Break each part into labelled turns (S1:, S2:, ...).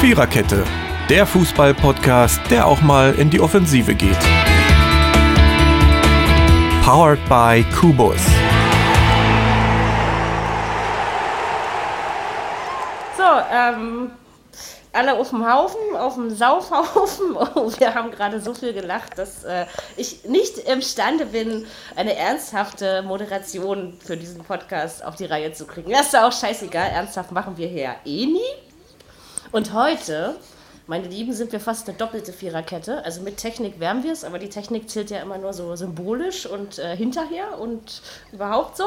S1: Viererkette, der Fußball-Podcast, der auch mal in die Offensive geht. Powered by Kubus.
S2: So, ähm, alle auf dem Haufen, auf dem Saufhaufen. Oh, wir haben gerade so viel gelacht, dass äh, ich nicht imstande bin, eine ernsthafte Moderation für diesen Podcast auf die Reihe zu kriegen. Das ist auch scheißegal, ernsthaft machen wir hier eh nie. Und heute, meine Lieben, sind wir fast eine doppelte Viererkette. Also mit Technik wären wir es, aber die Technik zählt ja immer nur so symbolisch und äh, hinterher und überhaupt so.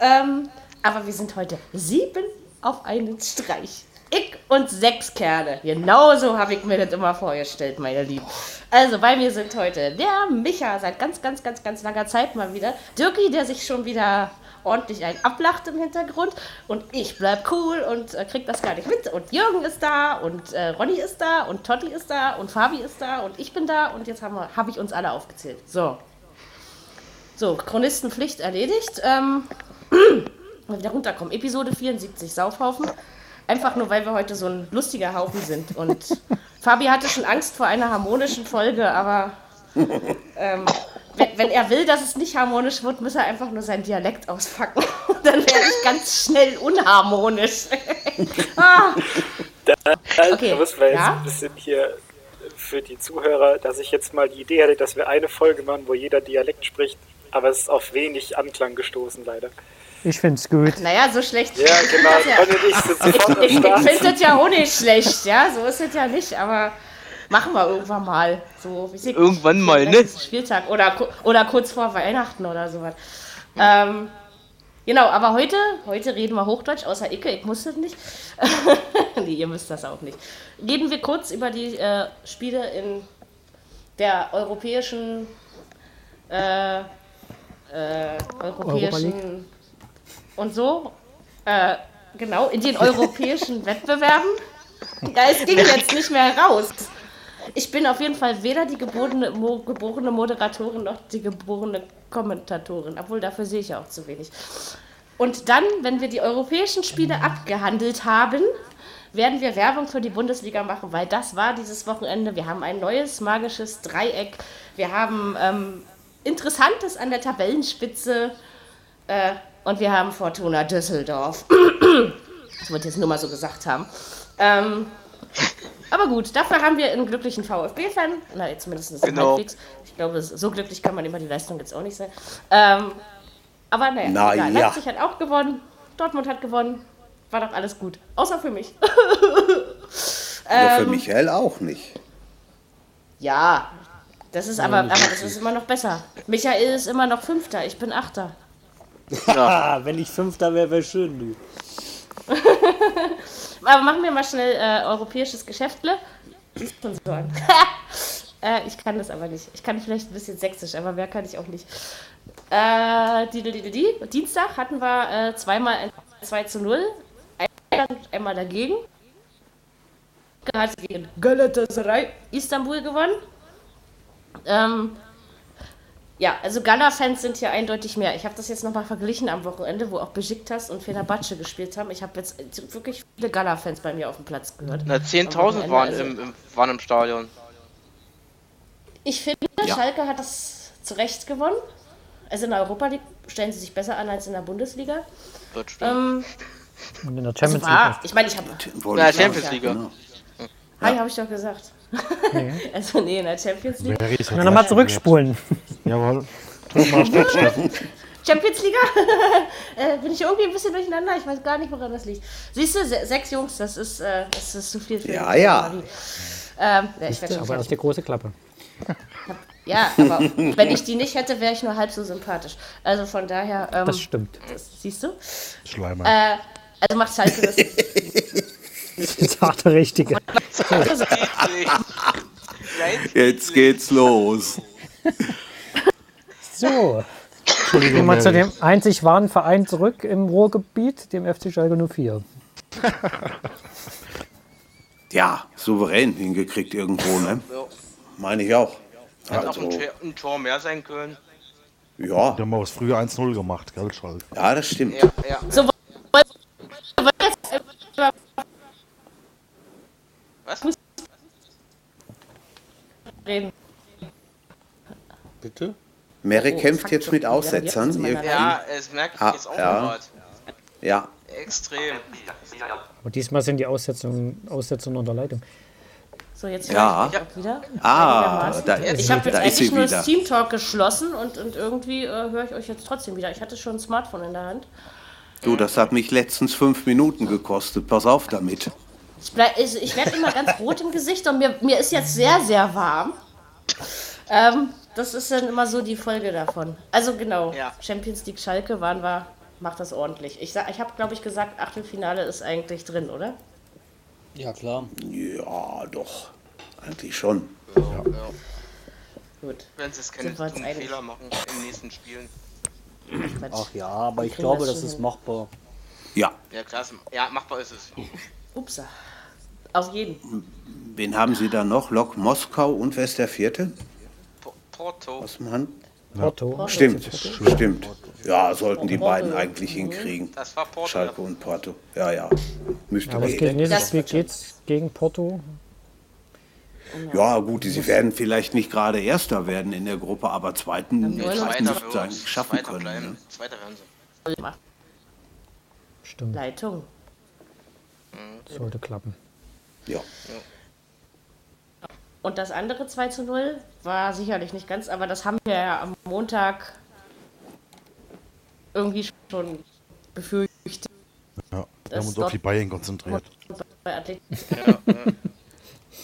S2: Ähm, aber wir sind heute sieben auf einen Streich. Ich und sechs Kerle. Genauso habe ich mir das immer vorgestellt, meine Lieben. Also bei mir sind heute der Micha seit ganz, ganz, ganz, ganz langer Zeit mal wieder. Dirki, der sich schon wieder ordentlich ein ablacht im Hintergrund. Und ich bleib cool und äh, krieg das gar nicht mit. Und Jürgen ist da und äh, Ronny ist da und Totti ist da und Fabi ist da und ich bin da. Und jetzt habe hab ich uns alle aufgezählt. So. So, Chronistenpflicht erledigt. Ähm, mal wieder runterkommen. Episode 74, Saufhaufen. Einfach nur, weil wir heute so ein lustiger Haufen sind. Und Fabi hatte schon Angst vor einer harmonischen Folge, aber ähm, wenn, wenn er will, dass es nicht harmonisch wird, muss er einfach nur seinen Dialekt auspacken. Dann werde ich ganz schnell unharmonisch. ah, Okay,
S3: Also, okay. müssen wir jetzt
S2: ja?
S3: ein bisschen hier für die Zuhörer, dass ich jetzt mal die Idee hatte, dass wir eine Folge machen, wo jeder Dialekt spricht, aber es ist auf wenig Anklang gestoßen, leider.
S4: Ich find's gut.
S2: naja, so schlecht.
S3: Ja, genau. Ron und ich sitzen vorne am
S2: Ich, ich
S3: Start.
S2: finde das ja auch nicht schlecht, ja, so ist es ja nicht, aber machen wir irgendwann mal. So, wie sie-
S5: Irgendwann mal, ne?
S2: Spieltag oder, ku- oder kurz vor Weihnachten oder sowas. Ähm, genau, aber heute, heute reden wir Hochdeutsch, außer Icke, ich muss das nicht. nee, ihr müsst das auch nicht. Reden wir kurz über die äh, Spiele in der europäischen äh, äh, europäischen und so. Äh, genau, in den europäischen Wettbewerben. Ja, es ging jetzt nicht mehr raus. Ich bin auf jeden Fall weder die geborene, Mo geborene Moderatorin noch die geborene Kommentatorin, obwohl dafür sehe ich ja auch zu wenig. Und dann, wenn wir die europäischen Spiele abgehandelt haben, werden wir Werbung für die Bundesliga machen, weil das war dieses Wochenende. Wir haben ein neues magisches Dreieck. Wir haben ähm, Interessantes an der Tabellenspitze äh, und wir haben Fortuna Düsseldorf. das wollte ich jetzt nur mal so gesagt haben. Ähm, aber gut, dafür haben wir einen glücklichen VfB-Fan. Na, jetzt zumindest
S5: Genau.
S2: halbwegs. Ich glaube, so glücklich kann man immer die Leistung jetzt auch nicht sein. Ähm, aber naja,
S6: Na
S2: egal.
S6: ja.
S2: Leipzig hat auch gewonnen, Dortmund hat gewonnen. War doch alles gut. Außer für mich.
S6: Ja, für Michael auch nicht.
S2: Ja, das ist aber, aber das ist immer noch besser. Michael ist immer noch Fünfter, ich bin Achter.
S4: Ah, wenn ich Fünfter wäre, wäre schön, du.
S2: Aber machen wir mal schnell äh, europäisches Geschäftle. Siehst schon so an. äh, ich kann das aber nicht. Ich kann vielleicht ein bisschen sächsisch, aber mehr kann ich auch nicht. Äh, die, die, die, die. Dienstag hatten wir äh, zweimal ein 2 zu 0. Einmal, einmal dagegen. Hat gegen Galatasaray Istanbul gewonnen. Ähm, ja, also Gala-Fans sind hier eindeutig mehr. Ich habe das jetzt nochmal verglichen am Wochenende, wo auch Besiktas und Fenerbahce gespielt haben. Ich habe jetzt wirklich viele Gala-Fans bei mir auf dem Platz gehört.
S5: Na, 10.000 waren im, im, waren im Stadion.
S2: Ich finde, Schalke hat das zu Recht gewonnen. Also in der Europa League stellen sie sich besser an als in der Bundesliga.
S5: Wird stimmen.
S2: Ähm,
S4: Und in der Champions
S2: war,
S4: League.
S2: ich meine, ich habe
S6: Wollte
S5: Na,
S6: ich sagen.
S5: Champions League.
S6: Genau.
S2: Hi, habe ich doch gesagt. also nee, in der Champions League.
S4: Dann nochmal zurückspulen.
S7: Jawohl.
S2: Champions Liga? äh, bin ich irgendwie ein bisschen durcheinander? Ich weiß gar nicht, woran das liegt. Siehst du, se sechs Jungs, das ist, äh, das ist zu viel für
S6: Ja,
S2: mich.
S6: ja.
S2: Ähm, ja, ich werd schon
S4: Aber
S2: fertig.
S4: aus der große Klappe.
S2: ja, aber wenn ich die nicht hätte, wäre ich nur halb so sympathisch. Also von daher, ähm,
S4: Das stimmt.
S2: das- siehst du?
S7: Schleimer.
S2: Äh, also macht Schalke das
S4: Jetzt auch der Richtige.
S6: Jetzt geht's los.
S4: So. Gehen wir zu dem einzig wahren Verein zurück im Ruhrgebiet, dem FC Schalke 04.
S6: Ja, souverän hingekriegt irgendwo, ne? Meine ich auch.
S5: Hätte auch ein,
S6: Also,
S5: Tor- ein Tor mehr sein können.
S6: ja,
S7: Die haben aus früher 1-0 gemacht, gell, Schalke?
S6: ja, das stimmt.
S5: Ja, ja.
S2: So, wollen wir jetzt über- reden.
S8: Bitte?
S6: Mary
S2: Oh,
S6: kämpft
S2: fuck,
S6: jetzt mit
S2: Entschuldigung, ja, jetzt
S6: Aussetzern.
S2: ist meine
S6: irgendwie.
S5: Ja, es merkt ich
S6: Ah,
S5: jetzt auch
S6: ja.
S5: gerade.
S6: ja.
S5: Extrem.
S4: Und diesmal sind die Aussetzungen, Aussetzungen unter Leitung.
S2: So, jetzt
S6: Ja.
S2: höre ich mich auch wieder.
S6: Ah,
S2: Einigermaßen.
S6: da ist,
S2: Ich habe jetzt
S6: da ist
S2: eigentlich
S6: sie
S2: nur
S6: wieder.
S2: das Team Talk geschlossen und, und irgendwie äh, höre ich euch jetzt trotzdem wieder. Ich hatte schon ein Smartphone in der Hand.
S6: Du, das hat mich letztens fünf Minuten gekostet. Pass auf damit.
S2: Ich, bleib- ich, ich werde immer ganz rot im Gesicht und mir, mir ist jetzt sehr, sehr warm. Ähm, das ist dann immer so die Folge davon. Also genau,
S5: Ja.
S2: Champions League Schalke waren wir, macht das ordentlich. Ich, sag- ich habe, glaube ich, gesagt, Achtelfinale ist eigentlich drin, oder?
S8: Ja, klar.
S6: Ja, doch. Eigentlich schon.
S2: Gut.
S5: Wenn sie es keine
S2: Sind wir uns
S5: dummen
S2: einig?
S5: Fehler machen im nächsten Spielen.
S2: Quatsch.
S8: Ach ja, aber ich
S2: kriegen
S8: glaube,
S2: das
S8: das
S2: schon
S8: ist
S2: hin.
S8: machbar.
S6: Ja.
S5: Ja, klar, ist- ja, machbar ist es.
S2: Upsa. Auf
S8: Hm.
S2: jeden.
S6: Wen haben sie da noch? Lok Moskau und wer ist der vierte?
S5: Po- Porto.
S6: Aus dem Hand?
S4: Porto.
S6: Stimmt, stimmt. Ja, sollten die beiden eigentlich hinkriegen.
S5: Das war Porto.
S6: Schalke und Porto. Ja, ja. Müsste eh-
S4: Aber das
S6: gehen.
S4: gegen nächstes
S2: Das-
S4: Spiel geht's gegen Porto.
S6: Ja, gut, sie werden vielleicht nicht gerade Erster werden in der Gruppe, aber Zweiten,
S2: Ja,
S6: zweiten
S5: Zweiter
S6: müssten sie
S5: wird
S6: eigentlich schaffen
S5: Zweiter
S6: können.
S5: bleiben.
S6: Ne?
S5: Zweiter werden sie.
S4: Stimmt,
S2: Leitung.
S4: sollte klappen.
S6: Ja.
S2: Und das andere 2 zu 0 war sicherlich nicht ganz, aber das haben wir ja am Montag irgendwie schon befürchtet.
S7: Ja. Wir
S2: Das
S7: haben uns auf
S2: doch-
S7: die Bayern konzentriert.
S2: bei Athletik.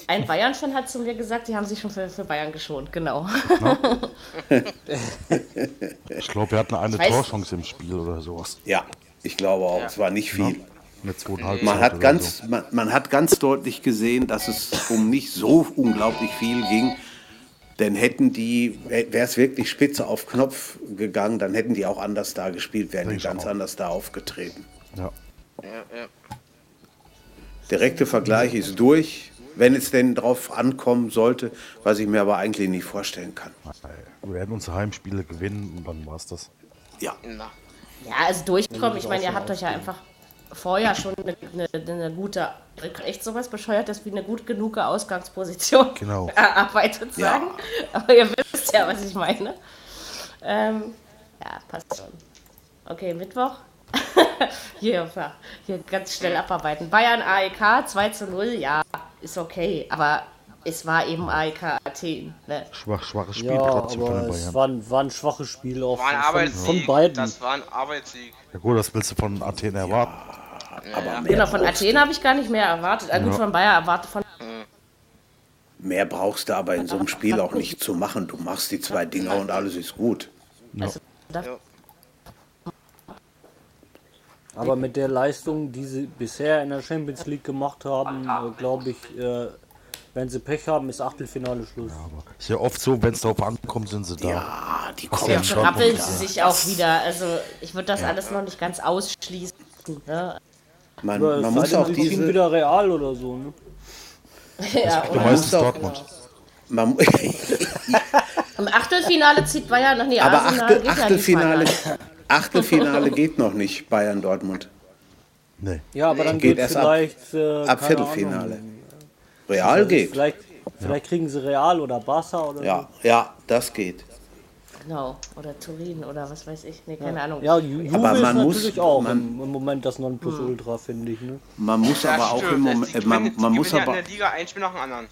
S2: Ein Bayern-Fan hat zu mir gesagt, die haben sich schon für, für Bayern geschont, genau.
S7: Ich glaube, wir hatten eine
S2: weiß-
S7: Torchance im Spiel oder sowas.
S6: ja, ich glaube auch, es war nicht viel.
S7: Eine zweieinhalb
S6: Man hat, ganz, man, man hat ganz deutlich gesehen, dass es um nicht so unglaublich viel ging. Denn hätten die, wäre es wirklich spitze auf Knopf gegangen, dann hätten die auch anders da gespielt, wären die
S7: Denke ich
S6: ganz
S7: auch.
S6: anders da aufgetreten.
S7: Ja.
S6: Direkte Vergleich ist durch, wenn es denn drauf ankommen sollte, was ich mir aber eigentlich nicht vorstellen kann.
S7: Wir werden unsere Heimspiele gewinnen und dann war's das.
S6: Ja,
S5: Na,
S2: Ja, also durchkommen. Ich meine, ihr habt euch ja einfach vorher schon eine, eine, eine gute, also echt sowas bescheuertes wie eine gut genug Ausgangsposition
S7: Genau.
S2: erarbeitet,
S6: Ja.
S2: sagen. Aber ihr wisst ja, was ich meine. Ähm, ja, passt schon. Okay, Mittwoch. hier, ja, hier ganz schnell abarbeiten. Bayern AEK 2 zu 0, ja, ist okay. Aber es war eben AEK Athen. Ne?
S7: Schwach, schwaches Spiel
S8: Ja,
S7: trotzdem von den
S8: aber es
S7: Bayern.
S8: war ein, war ein schwaches Spiel auch
S5: war ein
S8: von, von,
S5: Arbeitssieg.
S8: von beiden.
S5: Das war ein Arbeitssieg.
S7: Ja gut, das willst du von Athen erwarten.
S6: aber mehr,
S2: Genau, von Athen habe ich gar nicht mehr erwartet. Ah, gut, von Bayern erwartet, von
S6: mehr brauchst du aber in so einem Spiel auch nicht zu machen. Du machst die zwei Dinger und alles ist gut.
S8: aber mit der Leistung, die sie bisher in der Champions League gemacht haben, äh, glaube ich, äh, wenn sie Pech haben, ist Achtelfinale Schluss.
S7: Ist ja oft so, wenn es darauf ankommt, sind sie da.
S6: Ah, die kommen
S7: Ja,
S6: schon.
S2: rappeln sie sich auch wieder. Also ich würde das alles noch nicht ganz ausschließen. Ne?
S6: Man,
S8: Aber
S6: man
S8: es
S6: muss
S8: sei denn,
S6: auch
S8: sie spielen
S6: diese...
S8: wieder real oder so, ne?
S2: Ja,
S7: Du
S2: und
S7: meinst Dortmund.
S6: Man,
S2: Im Achtelfinale zieht Bayern noch nie
S6: aber
S2: Arsenal
S6: Achtel,
S2: geht ja nicht
S6: Achtelfinale,
S2: weiter.
S6: Achtelfinale geht noch nicht, Bayern-Dortmund.
S7: Nee.
S8: Ja, aber dann
S6: Geht
S8: geht,
S6: erst ab-
S8: vielleicht äh,
S6: Ab
S8: keine
S6: Viertelfinale.
S8: Ahnung.
S6: Real geht.
S8: Vielleicht, vielleicht kriegen sie Real oder Barca oder
S6: Ja, ja, das geht.
S2: Genau. Oder Turin oder was weiß ich. Nee, keine
S8: so.
S2: Ahnung.
S8: Ja, Ju- Juve
S6: Aber
S8: ist
S6: man muss-
S8: natürlich auch
S6: man-
S8: im, im Moment das Nonplusultra,
S5: Hm.
S8: finde ich. Ne?
S6: Man muss
S5: Das
S6: aber auch
S5: stimmt.
S6: im Moment,
S5: Die
S6: äh, man,
S5: gewinnen-
S6: man
S5: die
S6: muss
S5: gewinnen ja
S6: aber,
S5: in der Liga ein Spiel nach dem anderen.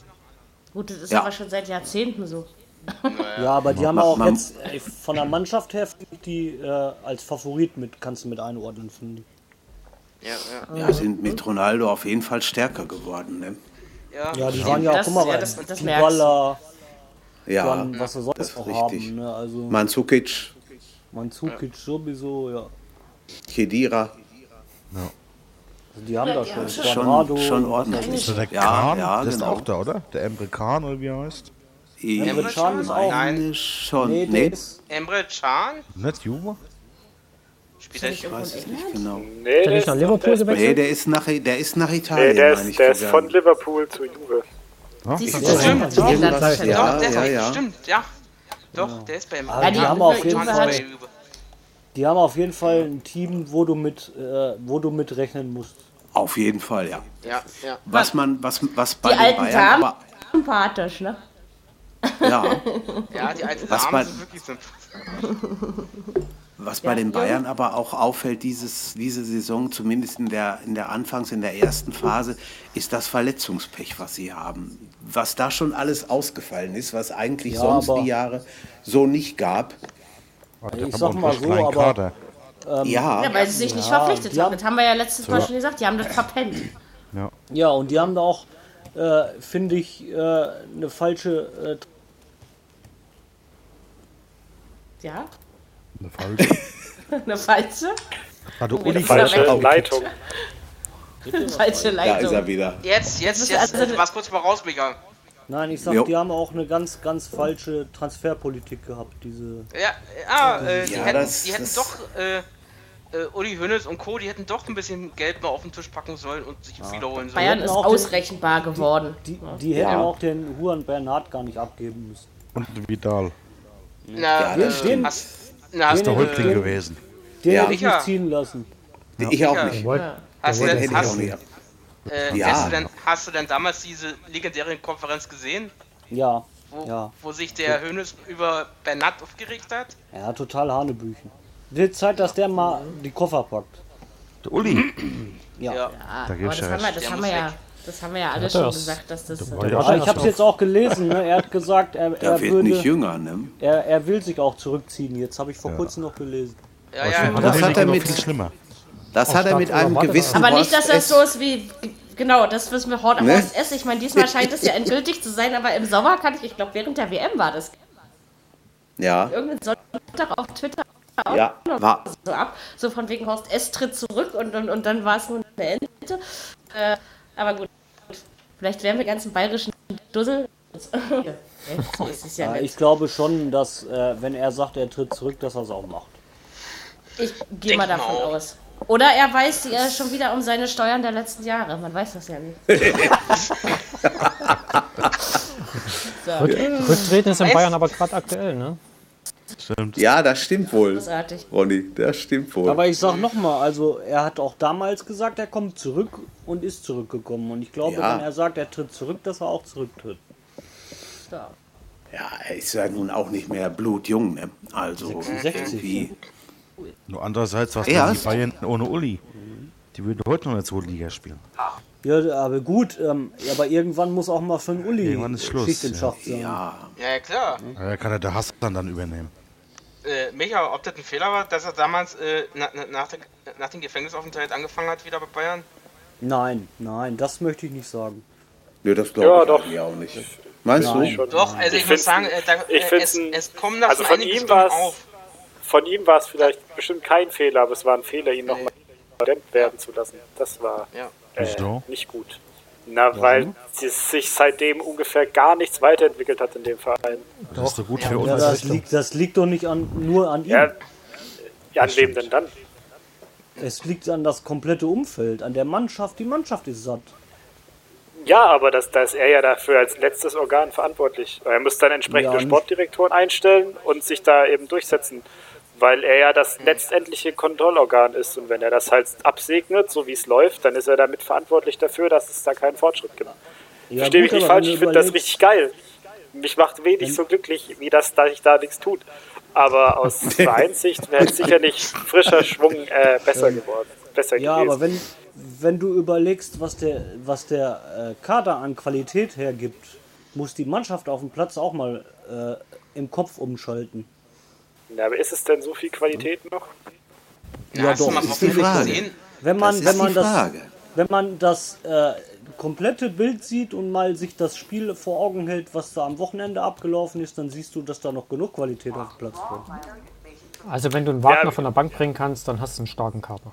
S2: Gut, das ist
S6: Ja.
S2: aber schon seit Jahrzehnten so.
S8: Ja, aber die haben auch
S6: man-
S8: jetzt äh, von der Mannschaft her die äh, als Favorit mit kannst du mit einordnen, finde ich.
S5: Ja, ja.
S6: ja, sind mit Ronaldo auf jeden Fall stärker geworden. Ne?
S8: Ja, die waren ja auch
S2: Das-
S8: immer
S2: ja,
S8: bei
S2: das- das merkst du.
S8: Dybala,
S6: Ja,
S8: dann was sie sonst
S6: das ist
S8: noch
S6: richtig.
S8: haben. Ne? Also
S6: Manzukic,
S8: Mandzukic sowieso, ja.
S6: Kedira,
S8: Also die haben da schon.
S6: schon, schon ordentlich.
S7: Also Der
S6: Ja,
S7: Kahn,
S6: ja,
S7: der ist
S6: genau.
S7: auch da, oder? Der Emre Kahn, oder wie er heißt?
S8: Emre
S6: Ich
S8: Can ist auch-
S6: meine schon,
S8: Nee,
S6: nee,
S8: der ist,
S6: ich
S5: Emre Can
S7: Nicht Juba?
S5: spielt er nicht.
S6: weiß es nicht genau.
S3: Nee,
S4: Hat er
S3: der
S4: nicht
S3: ist,
S4: nach Liverpool
S6: Nee,
S4: gewechselt?
S6: der ist nach, der ist nach Italien,
S3: nee, der
S6: meine ich,
S3: ist, der ist von
S6: gegangen.
S3: Liverpool zu Juve.
S2: Siehst du,
S5: Das stimmt,
S2: das ist
S6: Irgendwas,
S2: das
S6: ja.
S5: Doch, der ist
S6: ja,
S5: auch-
S6: ja.
S5: Stimmt, ja. Doch, der ist beim
S8: aber Also, Ah, die,
S2: die
S8: haben auf
S2: Juve
S8: jeden
S2: hat-
S8: Fall,
S5: bei Juve.
S8: die haben auf jeden Fall ein Team, wo du mit, äh, wo du mit rechnen musst.
S6: Auf jeden Fall, ja.
S5: Ja, ja.
S6: Was man, was, was bei
S2: Ah. Die
S6: den
S2: alten
S6: Bayern,
S2: Damen,
S6: aber,
S2: sympathisch, ne?
S6: Ja,
S5: Ja, die alten
S6: Was
S5: Namen
S6: bei-
S5: sind wirklich sinnvoll.
S6: was bei den Bayern aber auch auffällt, dieses, diese Saison, zumindest in der, in der Anfangs-, in der ersten Phase, ist das Verletzungspech, was sie haben. Was da schon alles ausgefallen ist, was eigentlich
S8: Ja,
S6: sonst
S8: aber-
S6: die Jahre so nicht gab.
S7: Aber
S8: Ich
S7: haben
S8: sag
S7: auch einen
S8: mal
S7: recht
S8: so,
S7: kleinen
S8: aber-
S7: Kader.
S6: ja,
S2: Ja, weil sie sich nicht verpflichtet
S8: die haben-
S2: haben. Das haben wir ja letztes Mal schon gesagt. Die haben das verpennt.
S8: Ja, und die haben da auch, äh, finde ich, äh, eine falsche. Äh,
S2: Ja,
S7: Eine falsche.
S2: eine falsche,
S7: Hatte
S2: Wieder
S7: Uli
S2: falsch.
S7: falsch.
S3: Falsche
S2: Verwechselt.
S3: Leitung.
S2: falsche
S6: da ist
S2: Leitung.
S6: er wieder.
S5: Jetzt, jetzt,
S2: ist
S5: jetzt,
S2: also-
S5: du warst kurz mal raus, Mika.
S8: nein, ich sag,
S6: Jo.
S8: die haben auch eine ganz, ganz falsche Transferpolitik gehabt, diese.
S5: Ja, ah, äh, die
S6: Ja,
S5: hätten,
S6: das-
S5: die hätten
S6: das-
S5: doch, äh, äh, Uli Hönes und Co., die hätten doch ein bisschen Geld mal auf den Tisch packen sollen und sich viele holen sollen.
S2: Bayern ist
S8: auch den-
S2: ausrechenbar geworden.
S8: Die, die hätten
S6: Ja.
S8: auch den Juan Bernhard gar nicht abgeben müssen.
S7: Und Vidal.
S5: Na,
S6: Ja, das
S5: äh,
S6: stimmt.
S5: hast, na, hast
S7: Ist der
S5: du,
S7: Häuptling
S5: äh,
S7: gewesen.
S8: Den
S6: Ja.
S8: hätte ich
S5: Ja.
S8: nicht ziehen lassen.
S6: Ich auch
S5: Ja.
S6: nicht.
S5: hast du
S6: Den hätte
S5: denn,
S6: ich auch
S5: hast,
S6: nicht.
S5: äh,
S6: Ja.
S5: hast du denn, hast du denn damals diese legendäre Konferenz gesehen,
S8: Ja,
S5: wo,
S8: ja.
S5: wo sich der Hönes über Bernat aufgeregt hat?
S8: Ja, total Hanebüchen. Wird Zeit, dass der mal die Koffer packt.
S7: Der Uli.
S8: Ja.
S5: Ja.
S7: Da
S2: Aber
S7: gibt's
S2: das
S7: ja
S2: haben wir,
S7: recht.
S2: das
S5: Der
S2: haben
S5: muss
S2: wir ja,
S5: weg.
S2: das haben wir ja alle
S4: Hat
S2: schon
S4: das-
S2: gesagt, dass das.
S4: war ja-
S8: Aber ich hab's jetzt auch gelesen, ne? Er hat gesagt, er,
S6: Er
S8: er
S6: wird nicht
S8: würde.
S6: jünger, ne?
S8: Er, er will sich auch zurückziehen. Jetzt habe ich vor kurzem noch gelesen.
S5: Ja, ja,
S7: Aber
S6: Das
S7: der
S6: hat
S7: Uli
S6: er
S7: noch
S6: mit-
S7: viel schlimmer.
S6: Das hat er
S4: stark
S6: mit einem
S4: überwartet.
S6: gewissen
S2: Aber nicht, dass
S6: Horst
S2: das
S6: S.
S2: so ist wie. Genau, das wissen wir Horst
S6: Ne?
S2: Horst S. Ich meine, diesmal scheint es ja endgültig zu sein, aber im Sommer kann ich, ich glaube, während der WM war das.
S6: Ja,
S2: Irgendein Sonntag auf Twitter
S6: ja, war,
S2: so ab, so von wegen Horst S. tritt zurück und, und, und dann war es nun eine Ente. Äh, aber gut, vielleicht wären wir ganzen bayerischen Dussel. Ne, so ist es ja
S8: Ja,
S2: nicht.
S8: ich glaube schon, dass, äh, wenn er sagt, er tritt zurück, dass er es auch macht.
S2: Ich gehe mal
S5: Denk mal
S2: davon
S5: auch.
S2: aus. Oder er weiß ja schon wieder um seine Steuern der letzten Jahre. Man weiß das ja nicht.
S4: Rücktreten ist in Bayern aber gerade aktuell, ne?
S7: Stimmt.
S6: ja, das stimmt wohl,
S2: Großartig.
S6: Ronny, das stimmt wohl.
S8: Aber ich sag nochmal, also er hat auch damals gesagt, er kommt zurück und ist zurückgekommen. Und ich glaube,
S6: Ja.
S8: wenn er sagt, er tritt zurück, dass er auch zurücktritt.
S6: ja, er ist ja nun auch nicht mehr blutjung, ne? Also,
S8: 66.
S6: irgendwie.
S7: Nur andererseits, was
S6: Ja,
S7: denn die
S6: ist-
S7: Bayern ohne Uli? Die würden heute noch in der zweiten Liga spielen.
S8: Ja, aber gut, ähm, aber irgendwann muss auch mal für einen Uli
S7: Irgendwann ist Schluss,
S8: Schicht im
S7: ja.
S8: Schacht sein.
S5: ja, ja, klar.
S7: Da kann er der Hassan dann übernehmen.
S5: Äh, Micha, ob das ein Fehler war, dass er damals äh, na, na, nach, der, nach dem Gefängnisaufenthalt angefangen hat, wieder bei Bayern?
S8: Nein, nein, das möchte ich nicht sagen.
S6: Nö, das
S3: Ja,
S6: glaube ich
S3: doch.
S6: eigentlich auch nicht. Meinst du?
S3: Schon.
S5: Doch, also ich,
S3: Ich find's-
S5: muss sagen, äh, da,
S3: ich
S5: äh,
S3: find's
S5: es,
S3: ein-
S5: es kommen da
S3: also
S5: schon
S3: von
S5: einige
S3: ihm
S5: Stimmen
S3: war's-
S5: auf.
S3: Von ihm war es vielleicht bestimmt kein Fehler, aber es war ein Fehler, ihn nochmal verdammt werden zu lassen. Das war
S5: Ja.
S7: Wieso?
S3: nicht gut. Na, weil es sich seitdem ungefähr gar nichts weiterentwickelt hat in dem Verein.
S7: Das ist so gut für
S8: Ja,
S7: uns.
S8: das, liegt, das liegt doch nicht an, nur an ihm.
S3: Ja, ja an wem denn dann?
S8: Es liegt an das komplette Umfeld, an der Mannschaft. Die Mannschaft ist satt.
S3: Ja, aber das, da ist er ja dafür als letztes Organ verantwortlich. Er muss dann entsprechende
S8: Ja, nicht-
S3: Sportdirektoren einstellen und sich da eben durchsetzen, weil er ja das
S8: Hm.
S3: letztendliche Kontrollorgan ist. Und wenn er das halt absegnet, so wie es läuft, dann ist er damit verantwortlich dafür, dass es da keinen Fortschritt gibt.
S8: Ja,
S3: Verstehe mich
S8: gut,
S3: nicht
S8: aber wenn
S3: falsch,
S8: du
S3: ich finde das
S8: überlegst-
S3: richtig geil. Mich macht wenig so glücklich, wie das, dass ich da nichts tut. Aber aus Vereinssicht wäre es sicherlich frischer Schwung äh, besser geworden. Besser
S8: Ja,
S3: gewesen.
S8: aber wenn, wenn du überlegst, was der, was der äh, Kader an Qualität hergibt, muss die Mannschaft auf dem Platz auch mal äh, im Kopf umschalten.
S3: ja, aber ist es denn so viel Qualität noch?
S5: Ja, hast
S8: doch,
S5: du mal
S8: das
S6: ist die
S5: hoffentlich
S6: Frage.
S5: gesehen?
S8: Wenn man,
S6: Das ist
S8: wenn man
S6: die
S8: das,
S6: Frage.
S8: wenn man das äh, komplette Bild sieht und mal sich das Spiel vor Augen hält, was da am Wochenende abgelaufen ist, dann siehst du, dass da noch genug Qualität auf dem Platz kommt.
S4: Also wenn du einen Wagner
S3: Ja.
S4: von der Bank bringen kannst, dann hast du einen starken Kader.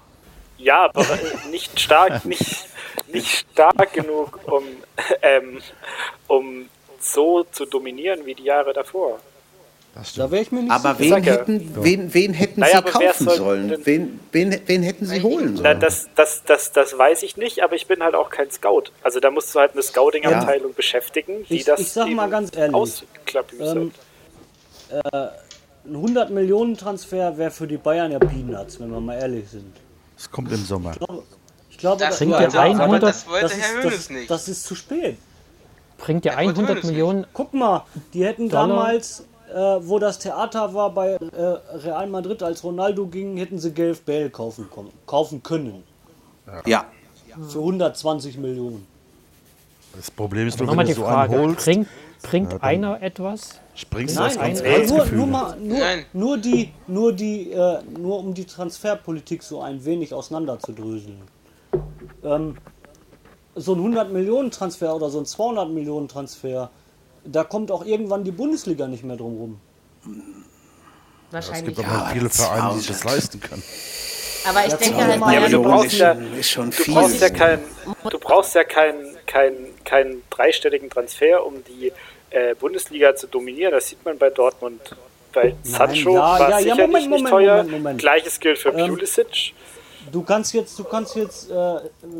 S3: Ja, aber nicht stark, nicht, nicht stark genug, um, ähm, um so zu dominieren wie die Jahre davor.
S8: Da wäre ich mir nicht
S6: Aber
S8: sicher.
S6: wen
S3: sag ja.
S6: hätten, wen, wen hätten
S3: Naja,
S6: sie
S3: aber wer
S6: kaufen
S3: soll
S6: sollen?
S3: denn-
S6: Wen, wen, wen hätten sie holen
S3: Na,
S6: sollen?
S3: das, das, das, das weiß ich nicht, aber ich bin halt auch kein Scout. Also da musst du halt eine Scouting-Abteilung beschäftigen, die
S8: Ich-
S3: das
S8: ich sag mal
S3: eben
S8: ganz ehrlich,
S3: ausklabüstert.
S8: ähm, äh, Ein 100 Millionen Transfer wäre für die Bayern ja Peanuts, wenn wir mal ehrlich sind.
S7: Es kommt im Sommer.
S8: Ich glaube,
S5: Das
S8: da-
S5: wollte,
S4: der
S5: aber
S4: 100
S5: das wollte
S8: das
S5: Herr
S8: ist,
S5: Hönes
S8: das,
S5: nicht.
S8: das ist zu spät.
S4: bringt ja
S5: Ja, gut,
S4: 100
S5: das ist
S4: Millionen.
S8: Guck mal, die hätten
S4: Dollar.
S8: damals, äh, wo das Theater war bei äh, Real Madrid, als Ronaldo ging, hätten sie Gareth Bale kaufen, kommen, kaufen können.
S6: Ja.
S8: Für 120 Millionen.
S7: Das Problem ist nur, wenn
S4: Nochmal
S7: du
S4: die
S7: so
S4: Frage,
S7: einen holst,
S4: bringt, bringt einer etwas?
S7: springst du
S8: Nein,
S7: das ganze
S8: nein, Äh, nur,
S7: Herzgefühl.
S8: nur, mal, nur,
S5: Nein.
S8: nur die, nur die, äh, nur um die Transferpolitik so ein wenig auseinanderzudröseln. Ähm, so ein 100 Millionen Transfer oder so ein 200 Millionen Transfer, da kommt auch irgendwann die Bundesliga nicht mehr drum rum.
S7: Es
S2: Wahrscheinlich.
S7: gibt aber viele Vereine, die sich das leisten können.
S2: Aber ich denke halt,
S8: Ja,
S2: ja,
S8: aber
S6: Millionen
S3: brauchst
S6: ist,
S3: ja-
S6: schon- ist schon
S3: Du
S6: viel.
S3: brauchst ja keinen, du brauchst ja keinen, keinen, keinen dreistelligen Transfer, um die äh, Bundesliga zu dominieren. Das sieht man bei Dortmund. Bei Sancho
S8: ja,
S3: war
S8: ja, ja,
S3: sicherlich
S8: Moment,
S3: nicht
S8: Moment,
S3: teuer.
S8: Moment, Moment.
S3: Gleiches gilt für
S8: Ähm,
S3: Pulisic.
S8: Du kannst jetzt, du kannst jetzt, äh,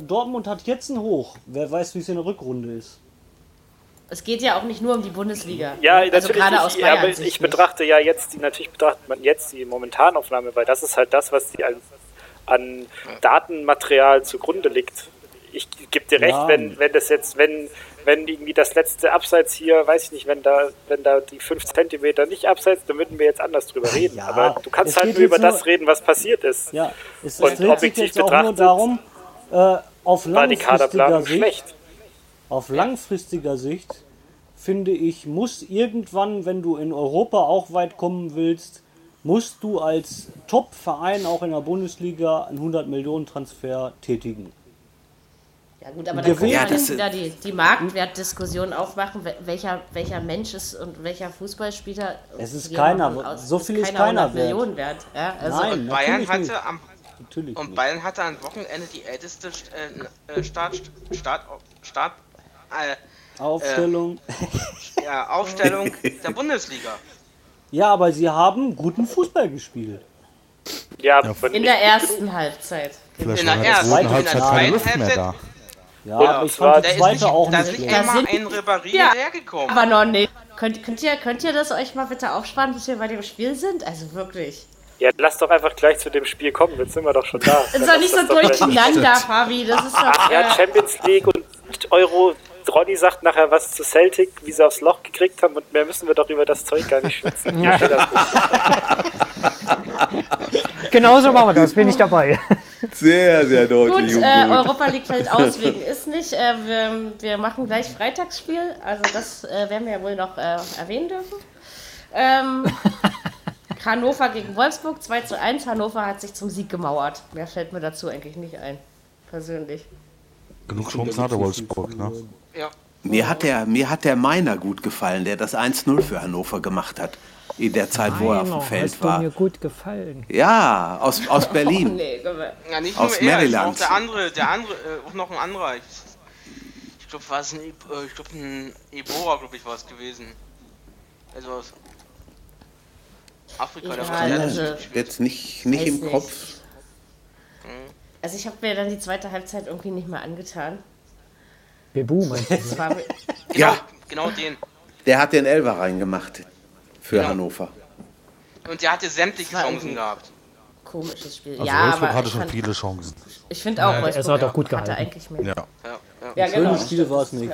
S8: Dortmund hat jetzt ein Hoch. Wer weiß, wie es in der Rückrunde ist.
S2: es geht ja auch nicht nur um die Bundesliga.
S3: Ja,
S2: also
S3: natürlich.
S2: gerade
S3: ich,
S2: aus
S3: aber
S2: Bayern.
S3: ich betrachte ja jetzt die, natürlich betrachtet man jetzt die Momentanaufnahme, weil das ist halt das, was die an, an Datenmaterial zugrunde liegt. Ich gebe dir recht,
S8: Ja.
S3: wenn, wenn das jetzt, wenn, wenn irgendwie das letzte Abseits hier, weiß ich nicht, wenn da, wenn da die 5 Zentimeter nicht abseits, dann würden wir jetzt anders drüber reden.
S8: Ja,
S3: aber du kannst
S8: es
S3: halt
S8: geht
S3: nur über
S8: jetzt nur-
S3: das reden, was passiert ist.
S8: Ja, es,
S3: Und
S8: es dreht sich
S3: objektiv
S8: jetzt auch nur
S3: betrachtet
S8: darum, äh,
S3: War
S8: auf
S3: die
S8: langfristiger
S3: Kaderplanung
S8: Sicht,
S3: schlecht?
S8: auf langfristiger Sicht, finde ich, muss irgendwann, wenn du in Europa auch weit kommen willst, musst du als Top-Verein auch in der Bundesliga einen 100-Millionen-Transfer tätigen.
S2: ja gut, aber dann kann
S8: Gewinnt-
S6: Ja,
S2: man
S6: das-
S2: wieder die, die Marktwertdiskussion aufmachen, wel- welcher, welcher Mensch ist und welcher Fußballspieler.
S8: Es ist
S2: Wir
S8: keiner,
S2: machen aus-
S8: so viel ist keiner
S2: 100 Millionen wert. Ja, also,
S8: Nein,
S5: Bayern
S8: natürlich
S5: hatte
S8: nicht.
S5: am
S8: Natürlich
S5: und
S8: nicht.
S5: Bayern hatte am Wochenende die älteste äh, äh, Start Start Start äh,
S8: Aufstellung.
S5: ja, Aufstellung der Bundesliga.
S8: Ja, aber sie haben guten Fußball gespielt.
S3: Ja,
S2: In der ersten Halbzeit.
S7: Vielleicht
S5: In der
S7: war in der
S5: ersten,
S7: zweiten
S5: in der
S7: Halbzeit keine
S5: zweiten
S7: Luft mehr da.
S5: Halbzeit-
S8: Ja,
S3: Und
S8: aber ich
S3: zwar-
S8: fand
S5: Da
S8: die
S5: ist
S8: zweite
S5: nicht,
S8: auch
S5: da
S8: nicht
S5: ist nicht
S8: schlecht.
S5: einmal
S2: sind-
S5: ein Ribéry
S2: Ja.
S5: hergekommen.
S2: Aber noch nicht. Könnt, könnt, ihr, könnt ihr das euch mal bitte aufsparen, bis wir bei dem Spiel sind? Also wirklich.
S3: ja, lass doch einfach gleich zu dem Spiel kommen, jetzt sind wir doch schon da.
S2: Das
S3: Dann
S2: ist doch
S3: lass
S2: nicht so
S3: das doch gleich-
S2: durcheinander, Fabi. Das ist doch.
S3: Ja,
S2: Äh,
S3: Champions League und Euro. Ronny sagt nachher was zu Celtic, wie sie aufs Loch gekriegt haben und mehr müssen wir doch über das Zeug gar nicht schwitzen. Hier steht das nicht.
S4: Genauso machen wir das, bin ich dabei.
S6: Sehr, sehr
S2: gut,
S6: deutlich.
S2: äh, Europa League fällt aus wegen ist nicht. Äh, wir, wir machen gleich Freitagsspiel. Also das äh, werden wir ja wohl noch äh, erwähnen dürfen. Ähm, Hannover gegen Wolfsburg 2 zu 1. Hannover hat sich zum Sieg gemauert. Mehr fällt mir dazu eigentlich nicht ein. Persönlich.
S7: Genug Chancen hatte Wolfsburg, ne?
S5: Ja.
S6: Mir hat, der, mir hat der Meiner gut gefallen, der das 1-0 für Hannover gemacht hat. In der Zeit, wo er auf dem Feld
S4: hast du mir
S6: war.
S4: gut gefallen.
S6: Ja, aus, aus Berlin.
S2: Nee, gemein.
S5: Ja, nicht
S6: Aus
S5: nur er,
S6: Maryland.
S5: auch der andere, der andere, äh, auch noch ein anderer. Ich, ich glaube, war es ein, I- äh, ich glaube ein Ebora, glaube ich, war es gewesen. Also aus Afrika, der
S2: Ja,
S5: war
S2: also-
S5: der
S6: Jetzt nicht, nicht
S2: Weiß
S6: im
S2: nicht.
S6: Kopf.
S2: Also ich habe mir dann die zweite Halbzeit irgendwie nicht mehr angetan.
S4: Bebu, meinst du?
S2: Das war,
S5: Genau,
S6: Ja.
S5: genau den.
S6: Der hat den Elfer reingemacht für Hannover.
S5: Und der hatte sämtliche
S2: War
S5: Chancen
S2: irgendwie-
S5: gehabt.
S2: komisches Spiel.
S7: Also
S2: ja,
S7: Wolfsburg
S2: aber
S7: hatte
S2: ich
S7: schon
S2: fand-
S7: viele Chancen.
S2: Ich finde auch, Wolfsburg
S4: es hat auch gut
S2: hatte
S4: gehalten.
S2: eigentlich mehr.
S7: Ja.
S5: Ja, ja.
S2: Ja, genau.
S8: Schönes Spiel war es nicht.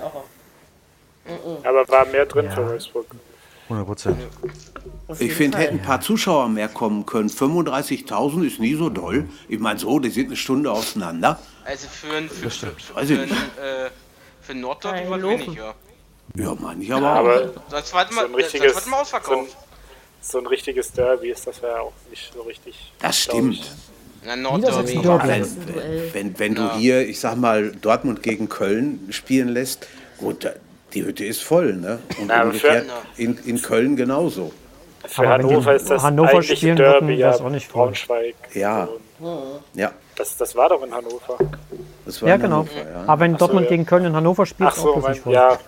S3: Aber war mehr drin für Wolfsburg.
S7: 100 Prozent.
S2: Auf
S6: Ich
S2: jeden
S6: finde,
S2: Fall.
S6: hätten ein paar Zuschauer mehr kommen können. 35.000 ist nie so doll. Ich meine, so, die sind eine Stunde auseinander.
S5: Also für ein für, für, für,
S6: Weiß ich
S5: ein, äh, für ein Nordderby
S2: Ein
S5: war es
S2: Lofen.
S5: wenig, ja.
S6: Ja, meine ich aber auch.
S3: Aber
S5: Sonst war es
S3: so
S5: mal,
S3: ein
S5: sonst
S3: richtiges,
S5: war es mal ausverkauft.
S3: So ein, so ein richtiges Derby ist das ja auch nicht so richtig.
S6: das
S3: glaub ich.
S6: stimmt.
S5: Na,
S4: Niedersachsen
S5: Nordderby.
S4: Dortmund.
S6: Wenn, wenn, wenn du hier, ich sag mal, Dortmund gegen Köln spielen lässt, gut, da- die Hütte ist voll, ne? Und
S3: Na, aber
S6: umgekehrt
S5: für-
S6: in, in Köln genauso.
S3: Für
S4: Aber wenn
S3: Hannover
S4: die
S3: ist das
S4: Hannover
S3: eigentliche
S4: spielen würden,
S3: Derby
S4: wär's
S3: ja
S4: auch nicht voll.
S3: Braunschweig.
S6: Ja. Ja,
S3: Das, das war doch in Hannover.
S6: das war
S4: Ja,
S6: in
S4: genau.
S6: Hannover, ja.
S4: Aber wenn Dortmund gegen Köln und Hannover spielt,
S3: Ach
S4: ist
S3: so,
S4: auch das
S3: mein,
S4: nicht voll.
S3: ja.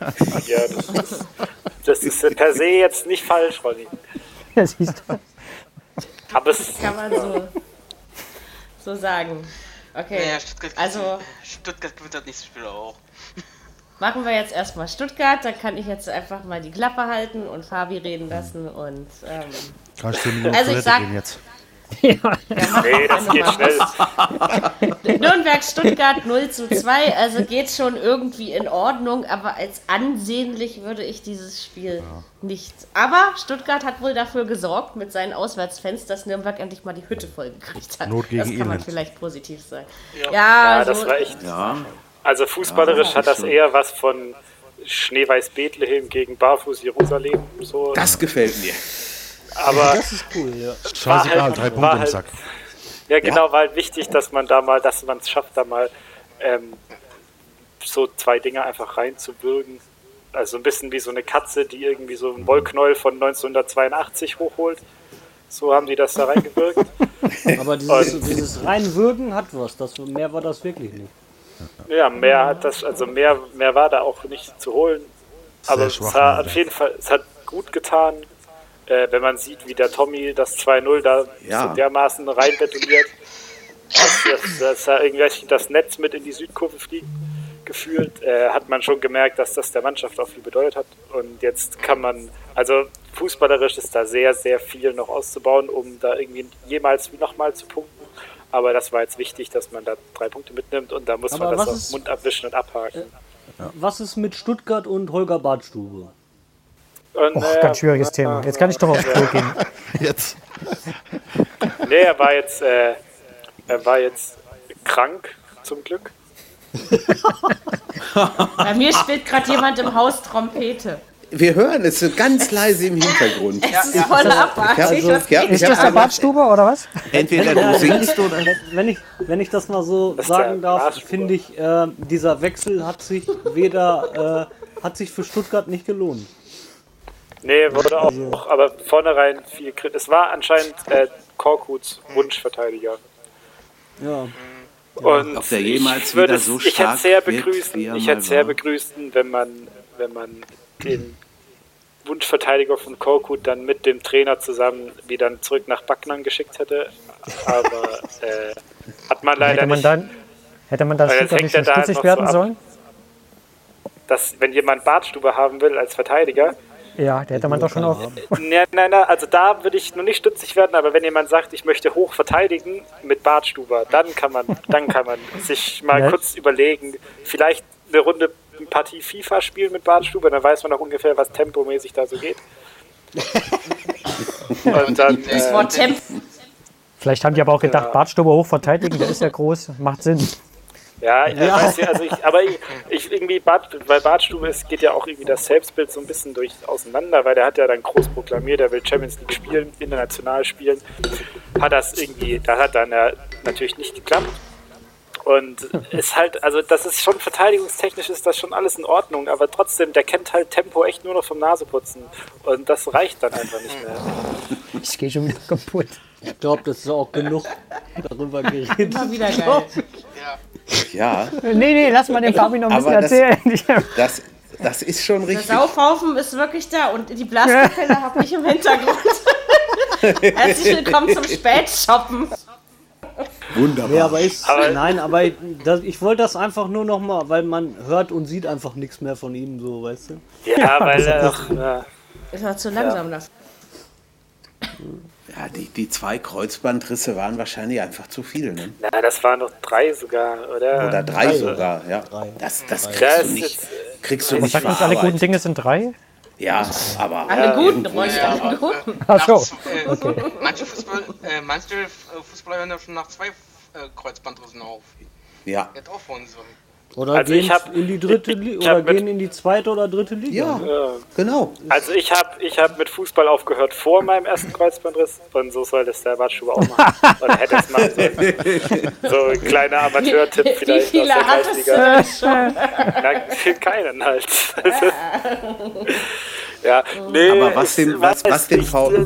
S3: ja das, ist, das ist per se jetzt nicht falsch, Ronny.
S4: Siehst du?
S3: Aber es,
S2: Kann man so, so sagen. Okay.
S5: Naja, Stuttgart,
S2: also
S5: Stuttgart gewinnt das nächste Spiel auch.
S2: machen wir jetzt erstmal Stuttgart. Da kann ich jetzt einfach mal die Klappe halten und Fabi reden lassen. Und ähm,
S7: Kannst du nur
S2: Also ich
S7: Toilette
S2: sag-
S7: gehen jetzt.
S3: Nee, das geht schnell.
S2: Nürnberg, Stuttgart 0 zu 2, also geht schon irgendwie in Ordnung, aber als ansehnlich würde ich dieses Spiel nicht. Aber Stuttgart hat wohl dafür gesorgt mit seinen Auswärtsfans, dass Nürnberg endlich mal die Hütte vollgekriegt hat.
S7: Not gegen
S2: das kann man
S7: Elend.
S2: vielleicht positiv sagen. Ja,
S3: Ja,
S2: so,
S3: das war echt.
S6: Ja,
S3: Also fußballerisch hat das eher was von Schneeweiß Bethlehem gegen Barfuß Jerusalem. So.
S6: das gefällt mir.
S3: Aber
S8: Das ist cool, ja.
S3: War
S7: Scheißegal,
S3: halt-
S7: drei
S3: war
S7: Punkte im
S3: halt-
S7: Sack.
S3: ja, genau, war halt wichtig, dass man da mal, dass man es schafft, da mal ähm, so zwei Dinge einfach reinzubürgen. Also ein bisschen wie so eine Katze, die irgendwie so einen Wollknäuel von 1982 hochholt. So haben die das da reingewirkt.
S8: Aber dieses, dieses Reinwürgen hat was. Das, mehr war das wirklich nicht.
S3: Ja, mehr hat das, also mehr, mehr war da auch nicht zu holen. Aber es
S7: schwach,
S3: hat
S7: Mann.
S3: auf jeden Fall, es hat gut getan, äh, wenn man sieht, wie der Tommy das 2-0 da
S6: Ja.
S3: so dermaßen reinbetoniert, dass, dass, dass da irgendwie das Netz mit in die Südkurve fliegt. Gefühlt äh, hat man schon gemerkt, dass das der Mannschaft auch viel bedeutet hat. Und jetzt kann man, also fußballerisch ist da sehr, sehr viel noch auszubauen, um da irgendwie jemals nochmal zu punkten. Aber das war jetzt wichtig, dass man da drei Punkte mitnimmt und da muss
S8: Aber
S3: man das
S8: was
S3: auf
S8: ist-
S3: Mund abwischen und abhaken.
S8: Was ist mit Stuttgart und Holger Badstube?
S3: Und,
S4: Och,
S3: äh,
S4: ganz schwieriges Thema. Jetzt kann ich doch aufs Klo gehen.
S7: Jetzt.
S3: Nee, er war jetzt, äh, er war jetzt krank, zum Glück.
S2: bei mir spielt gerade jemand im Haus Trompete.
S6: Wir hören es so ganz leise im Hintergrund.
S2: Das ist voll abartig.
S6: also,
S2: was
S6: ja,
S2: geht
S6: ich
S4: Ist
S6: hab
S4: das der
S6: gesagt,
S4: Badstube oder was?
S6: Entweder du singst oder.
S8: Wenn ich, wenn ich das mal so
S3: ist der
S8: sagen darf,
S3: Badstube.
S8: finde ich, äh, dieser Wechsel hat sich weder, äh, hat sich für Stuttgart nicht gelohnt.
S3: Nee, wurde auch, aber vornherein viel Kritik. Es war anscheinend äh, Korkuts Wunschverteidiger.
S8: Ja.
S3: Und
S6: Ob der jemals
S3: ich würde
S6: wieder
S3: es-
S6: so
S3: ich hätte
S6: stark
S3: sehr
S6: wird,
S3: begrüßen,
S6: wie er
S3: ich
S6: mal
S3: hätte sehr
S6: war.
S3: begrüßen, wenn man, wenn man den Wunschverteidiger von Korkut dann mit dem Trainer zusammen wieder zurück nach Backnang geschickt hätte. Aber äh, hat man leider
S4: Hätte man
S3: nicht.
S4: dann, hätte man dann
S3: Weil jetzt
S4: Stuttgart
S3: hängt
S4: nicht
S3: er
S4: in
S3: da halt
S4: stutzig
S3: noch so
S4: werden
S3: ab.
S4: sollen?
S3: dass wenn jemand Bartstube haben will als Verteidiger,
S4: Ja, der hätte man doch schon auf.
S3: nein, nein, nein, also da würde ich nur nicht stutzig werden, aber wenn jemand sagt, ich möchte hoch verteidigen mit Bartstube, dann kann man, dann kann man sich mal
S4: Ja.
S3: kurz überlegen, vielleicht eine Runde Partie FIFA spielen mit Bartstube, dann weiß man auch ungefähr, was tempomäßig da so geht. Und dann,
S2: das
S3: äh,
S2: Wort Temp
S4: Vielleicht haben die aber auch gedacht, Badstube hoch verteidigen, der ist ja groß, macht Sinn.
S3: ja, ich Weiß ja, also ich, aber ich, ich irgendwie, Bart, bei Bartstube ist, geht ja auch irgendwie das Selbstbild so ein bisschen durch auseinander, weil der hat ja dann groß proklamiert, er will Champions League spielen, international spielen. hat das irgendwie, das hat dann ja natürlich nicht geklappt. Und ist halt, also das ist schon verteidigungstechnisch ist das schon alles in Ordnung, aber trotzdem, der kennt halt Tempo echt nur noch vom Naseputzen. Und das reicht dann einfach nicht mehr.
S4: Ich gehe schon wieder kaputt.
S8: Ich glaube, das ist auch genug darüber geredet.
S2: war wieder geil.
S6: Ja,
S4: Nee, nee, lass mal den Fabi noch ein bisschen
S6: Aber das-
S4: erzählen.
S6: das, das ist schon
S2: Der
S6: richtig.
S2: Saufhaufen ist wirklich da und die Blaskapelle habe ich im Hintergrund. Herzlich willkommen zum Spätshoppen.
S6: Wunderbar.
S8: Ja, aber ist,
S3: Aber-
S8: nein, aber ich, das, ich wollte das einfach nur nochmal, weil man hört und sieht einfach nichts mehr von ihm, so, weißt du?
S3: Ja, weil er auch, ja,
S2: Ist war zu langsam dafür.
S6: Ja, die, die zwei Kreuzbandrisse waren wahrscheinlich einfach zu viel, ne?
S3: na, das waren noch drei sogar, oder?
S6: Oder drei sogar, ja. Das, das kriegst
S3: Das
S6: du
S3: ist
S6: nicht. Kriegst du
S4: Was
S6: nicht
S4: sagt uns alle guten
S6: verarbeitet.
S4: Dinge sind drei?
S6: Ja, aber.
S2: Alle guten
S6: irgendwo
S2: Rollen,
S6: ist da-
S2: alle guten.
S4: Ach so.
S5: Äh,
S4: Okay.
S5: Manche, Fußball, äh, manche äh, Fußballer hören ja schon nach zwei äh, Kreuzbandrissen auf.
S6: Ja.
S5: Jetzt aufhören sollen.
S8: Oder
S3: Also
S8: gehen
S3: ich hab-
S8: in die dritte
S3: ich- ich
S8: Liga
S3: hab
S8: oder
S3: mit-
S8: gehen in die zweite oder dritte Liga.
S6: Ja, genau.
S3: Also ich habe ich hab mit Fußball aufgehört vor meinem ersten Kreuzbandriss und so soll das der Bartschuber auch machen. Oder hätte es machen sollen. So ein kleiner Amateurtipp
S2: Wie
S3: vielleicht aus
S2: viele
S3: der
S2: hattest du
S3: Kreisliga.
S2: denn schon? Ah.
S3: Na, keinen halt. Also, ja, nee,
S6: Aber was
S3: ich
S6: dem- was-
S3: weiß
S6: was dem
S3: nicht,
S6: V-
S3: äh,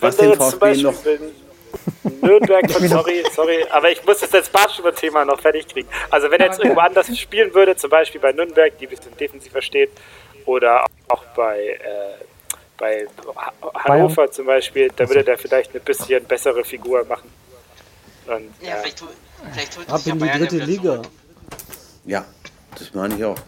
S6: was
S3: wenn du
S6: dem
S3: jetzt Äh, zum
S6: VfB
S3: Beispiel
S6: noch-
S3: bin- Nürnberg, sorry, sorry, aber ich muss jetzt das Bartschüber-Thema noch fertig kriegen. Also wenn er jetzt irgendwo anders spielen würde, zum Beispiel bei Nürnberg, die ein bisschen defensiver steht, oder auch bei, äh, bei Ha- Hannover zum Beispiel, da würde der vielleicht eine bisschen bessere Figur machen. Und,
S5: Ja,
S3: ja.
S5: vielleicht, hol- vielleicht holt
S8: Ab
S5: sich ja
S8: in die
S5: Bayern ja
S8: dritte
S5: wieder
S8: Liga.
S5: zurück.
S6: Ja, das meine ich auch.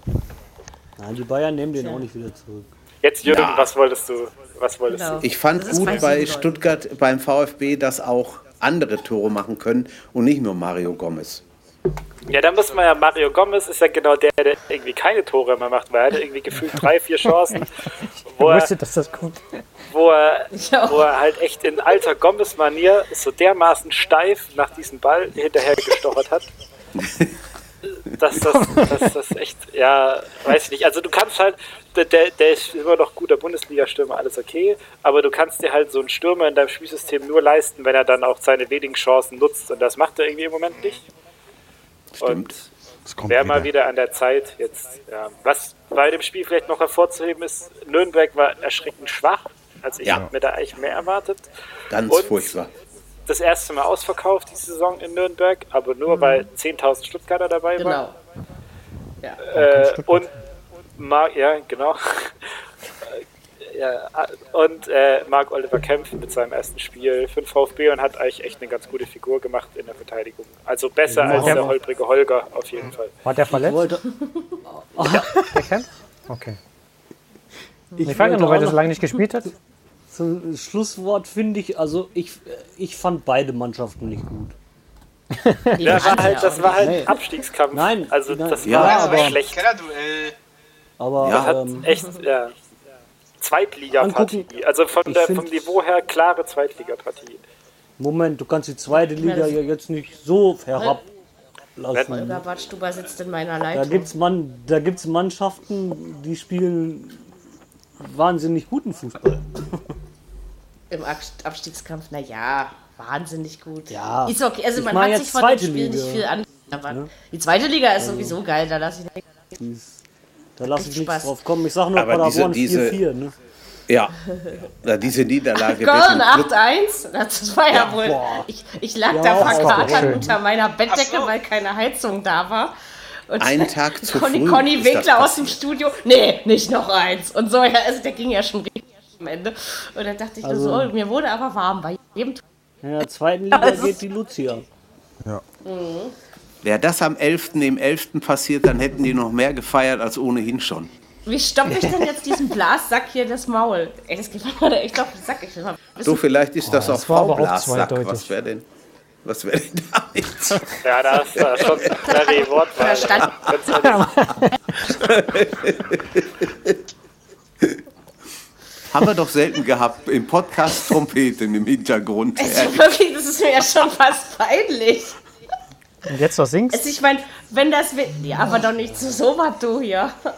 S8: Nein, die Bayern nehmen den auch nicht wieder zurück.
S3: Jetzt Jürgen,
S6: Ja.
S3: was wolltest du? Was wolltest
S2: Genau.
S3: du?
S6: Ich fand
S2: Das ist
S6: gut
S2: bei
S6: bei
S2: Süden-
S6: Stuttgart, beim VfB, dass auch andere Tore machen können und nicht nur Mario Gomez.
S3: Ja, dann muss man ja, Mario Gomez ist ja genau der, der irgendwie keine Tore mehr macht, weil er hatte irgendwie gefühlt drei, vier Chancen, wo er,
S4: wusste, dass das kommt.
S3: wo er,
S2: auch.
S3: wo er halt echt in alter Gomez-Manier so dermaßen steif nach diesem Ball hinterher gestochert hat. Dass das, dass das echt, ja, weiß ich nicht. Also du kannst halt, der, der der ist immer noch guter Bundesliga-Stürmer, alles okay, aber du kannst dir halt so einen Stürmer in deinem Spielsystem nur leisten, wenn er dann auch seine wenigen Chancen nutzt. Und das macht er irgendwie im Moment nicht.
S6: Stimmt.
S7: Es kommt
S3: Wäre mal wieder an der Zeit jetzt. Ja. Was bei dem Spiel vielleicht noch hervorzuheben ist, Nürnberg war erschreckend schwach. Also ich
S6: Ja.
S3: habe mir da eigentlich mehr erwartet.
S6: Ganz
S3: Und-
S6: furchtbar.
S3: Das erste Mal ausverkauft diese Saison in Nürnberg, aber nur weil 10.000 Stuttgarter dabei waren.
S2: Genau.
S3: Äh, und Mark, ja, genau. ja, und äh, Marc Oliver Kempf mit seinem ersten Spiel für den VfB und hat eigentlich echt eine ganz gute Figur gemacht in der Verteidigung. Also besser als der holprige Holger auf jeden Fall.
S4: War der
S8: Ich
S4: verletzt,
S8: wollte,
S4: der Camp? Okay. Ich frage
S8: wollte
S4: nur, weil der
S8: auch
S4: so
S8: noch-
S4: lange nicht gespielt hat.
S8: Zum Schlusswort finde ich, also ich, ich fand beide Mannschaften nicht gut.
S2: Die
S3: Ja, war
S2: anderen
S3: halt,
S2: auch
S3: das war halt ein
S8: Nee.
S3: Abstiegskampf.
S8: Nein,
S3: also
S8: nein.
S3: das
S6: Ja,
S3: war
S5: Das war echt
S3: aber
S5: ein
S3: schlecht.
S5: Kellerduell.
S8: Aber
S6: Ja,
S3: Hat
S8: ähm,
S3: echt ja, Zweitligapartie.
S8: Angucken.
S3: Also von
S8: Ich
S3: der,
S8: find-
S3: vom Niveau her klare Zweitligapartie.
S8: Moment, du kannst die zweite Liga ja jetzt nicht so herablassen.
S2: Holger Badstuber sitzt in meiner
S8: Da
S2: Leitung.
S8: gibt's Mann, da gibt's Mannschaften, die spielen wahnsinnig guten Fußball.
S2: Im Abst- Abstiegskampf, naja, wahnsinnig gut.
S8: Ja.
S2: Ist okay. Also
S8: Ich
S2: man
S8: meine
S2: hat sich
S8: jetzt
S2: von dem
S8: zweite
S2: Spiel nicht
S8: Liga.
S2: viel an. Aber Die zweite Liga ist sowieso geil, da lasse ich
S8: Die ist- Da lasse ich nichts
S2: Spaß.
S8: drauf kommen. Ich sage nur
S6: Aber diese-
S8: Paderborn
S6: diese-
S8: 4-4. Ne?
S6: Ja, Na, diese Niederlage
S2: Köln
S6: wird dem Club,
S2: 8-1, das war ja, wohl. Ich, ich lag da
S8: auch
S2: verkatert unter meiner Bettdecke,
S5: Ach so.
S2: weil keine Heizung da war. Und
S6: Einen Tag zu
S2: Conny,
S6: früh
S2: Conny
S6: ist das
S2: Winkler aus dem Studio, nee, nicht noch eins. Und so, ja, also der ging ja schon richtig am Ende. Und dann dachte ich nur so,
S6: Also
S2: oh, mir wurde aber warm bei jedem Tor.
S8: In der zweiten Liga geht die Luzi ab.
S6: wäre das am 11. im 11. passiert, dann hätten die noch mehr gefeiert als ohnehin schon.
S2: Wie stoppe ich denn jetzt diesen Blassack hier das Maul? Ey, das geht mir gerade echt auf den Sack. Ich will mal
S6: So, vielleicht ist das,
S4: das
S6: auch
S4: war aber auch
S6: V-Blasack.
S4: zweideutig.
S6: Was wäre denn, was wär denn damit?
S3: Ja, da ist da schon eine klare Wortwahl.
S2: verstanden.
S6: Haben wir doch selten gehabt. Im Podcast Trompeten im Hintergrund.
S2: Also wirklich, das ist mir ja schon fast peinlich.
S4: Und jetzt noch singst?
S2: Also ich meine, wenn das will, ja, aber doch nicht zu so was du hier.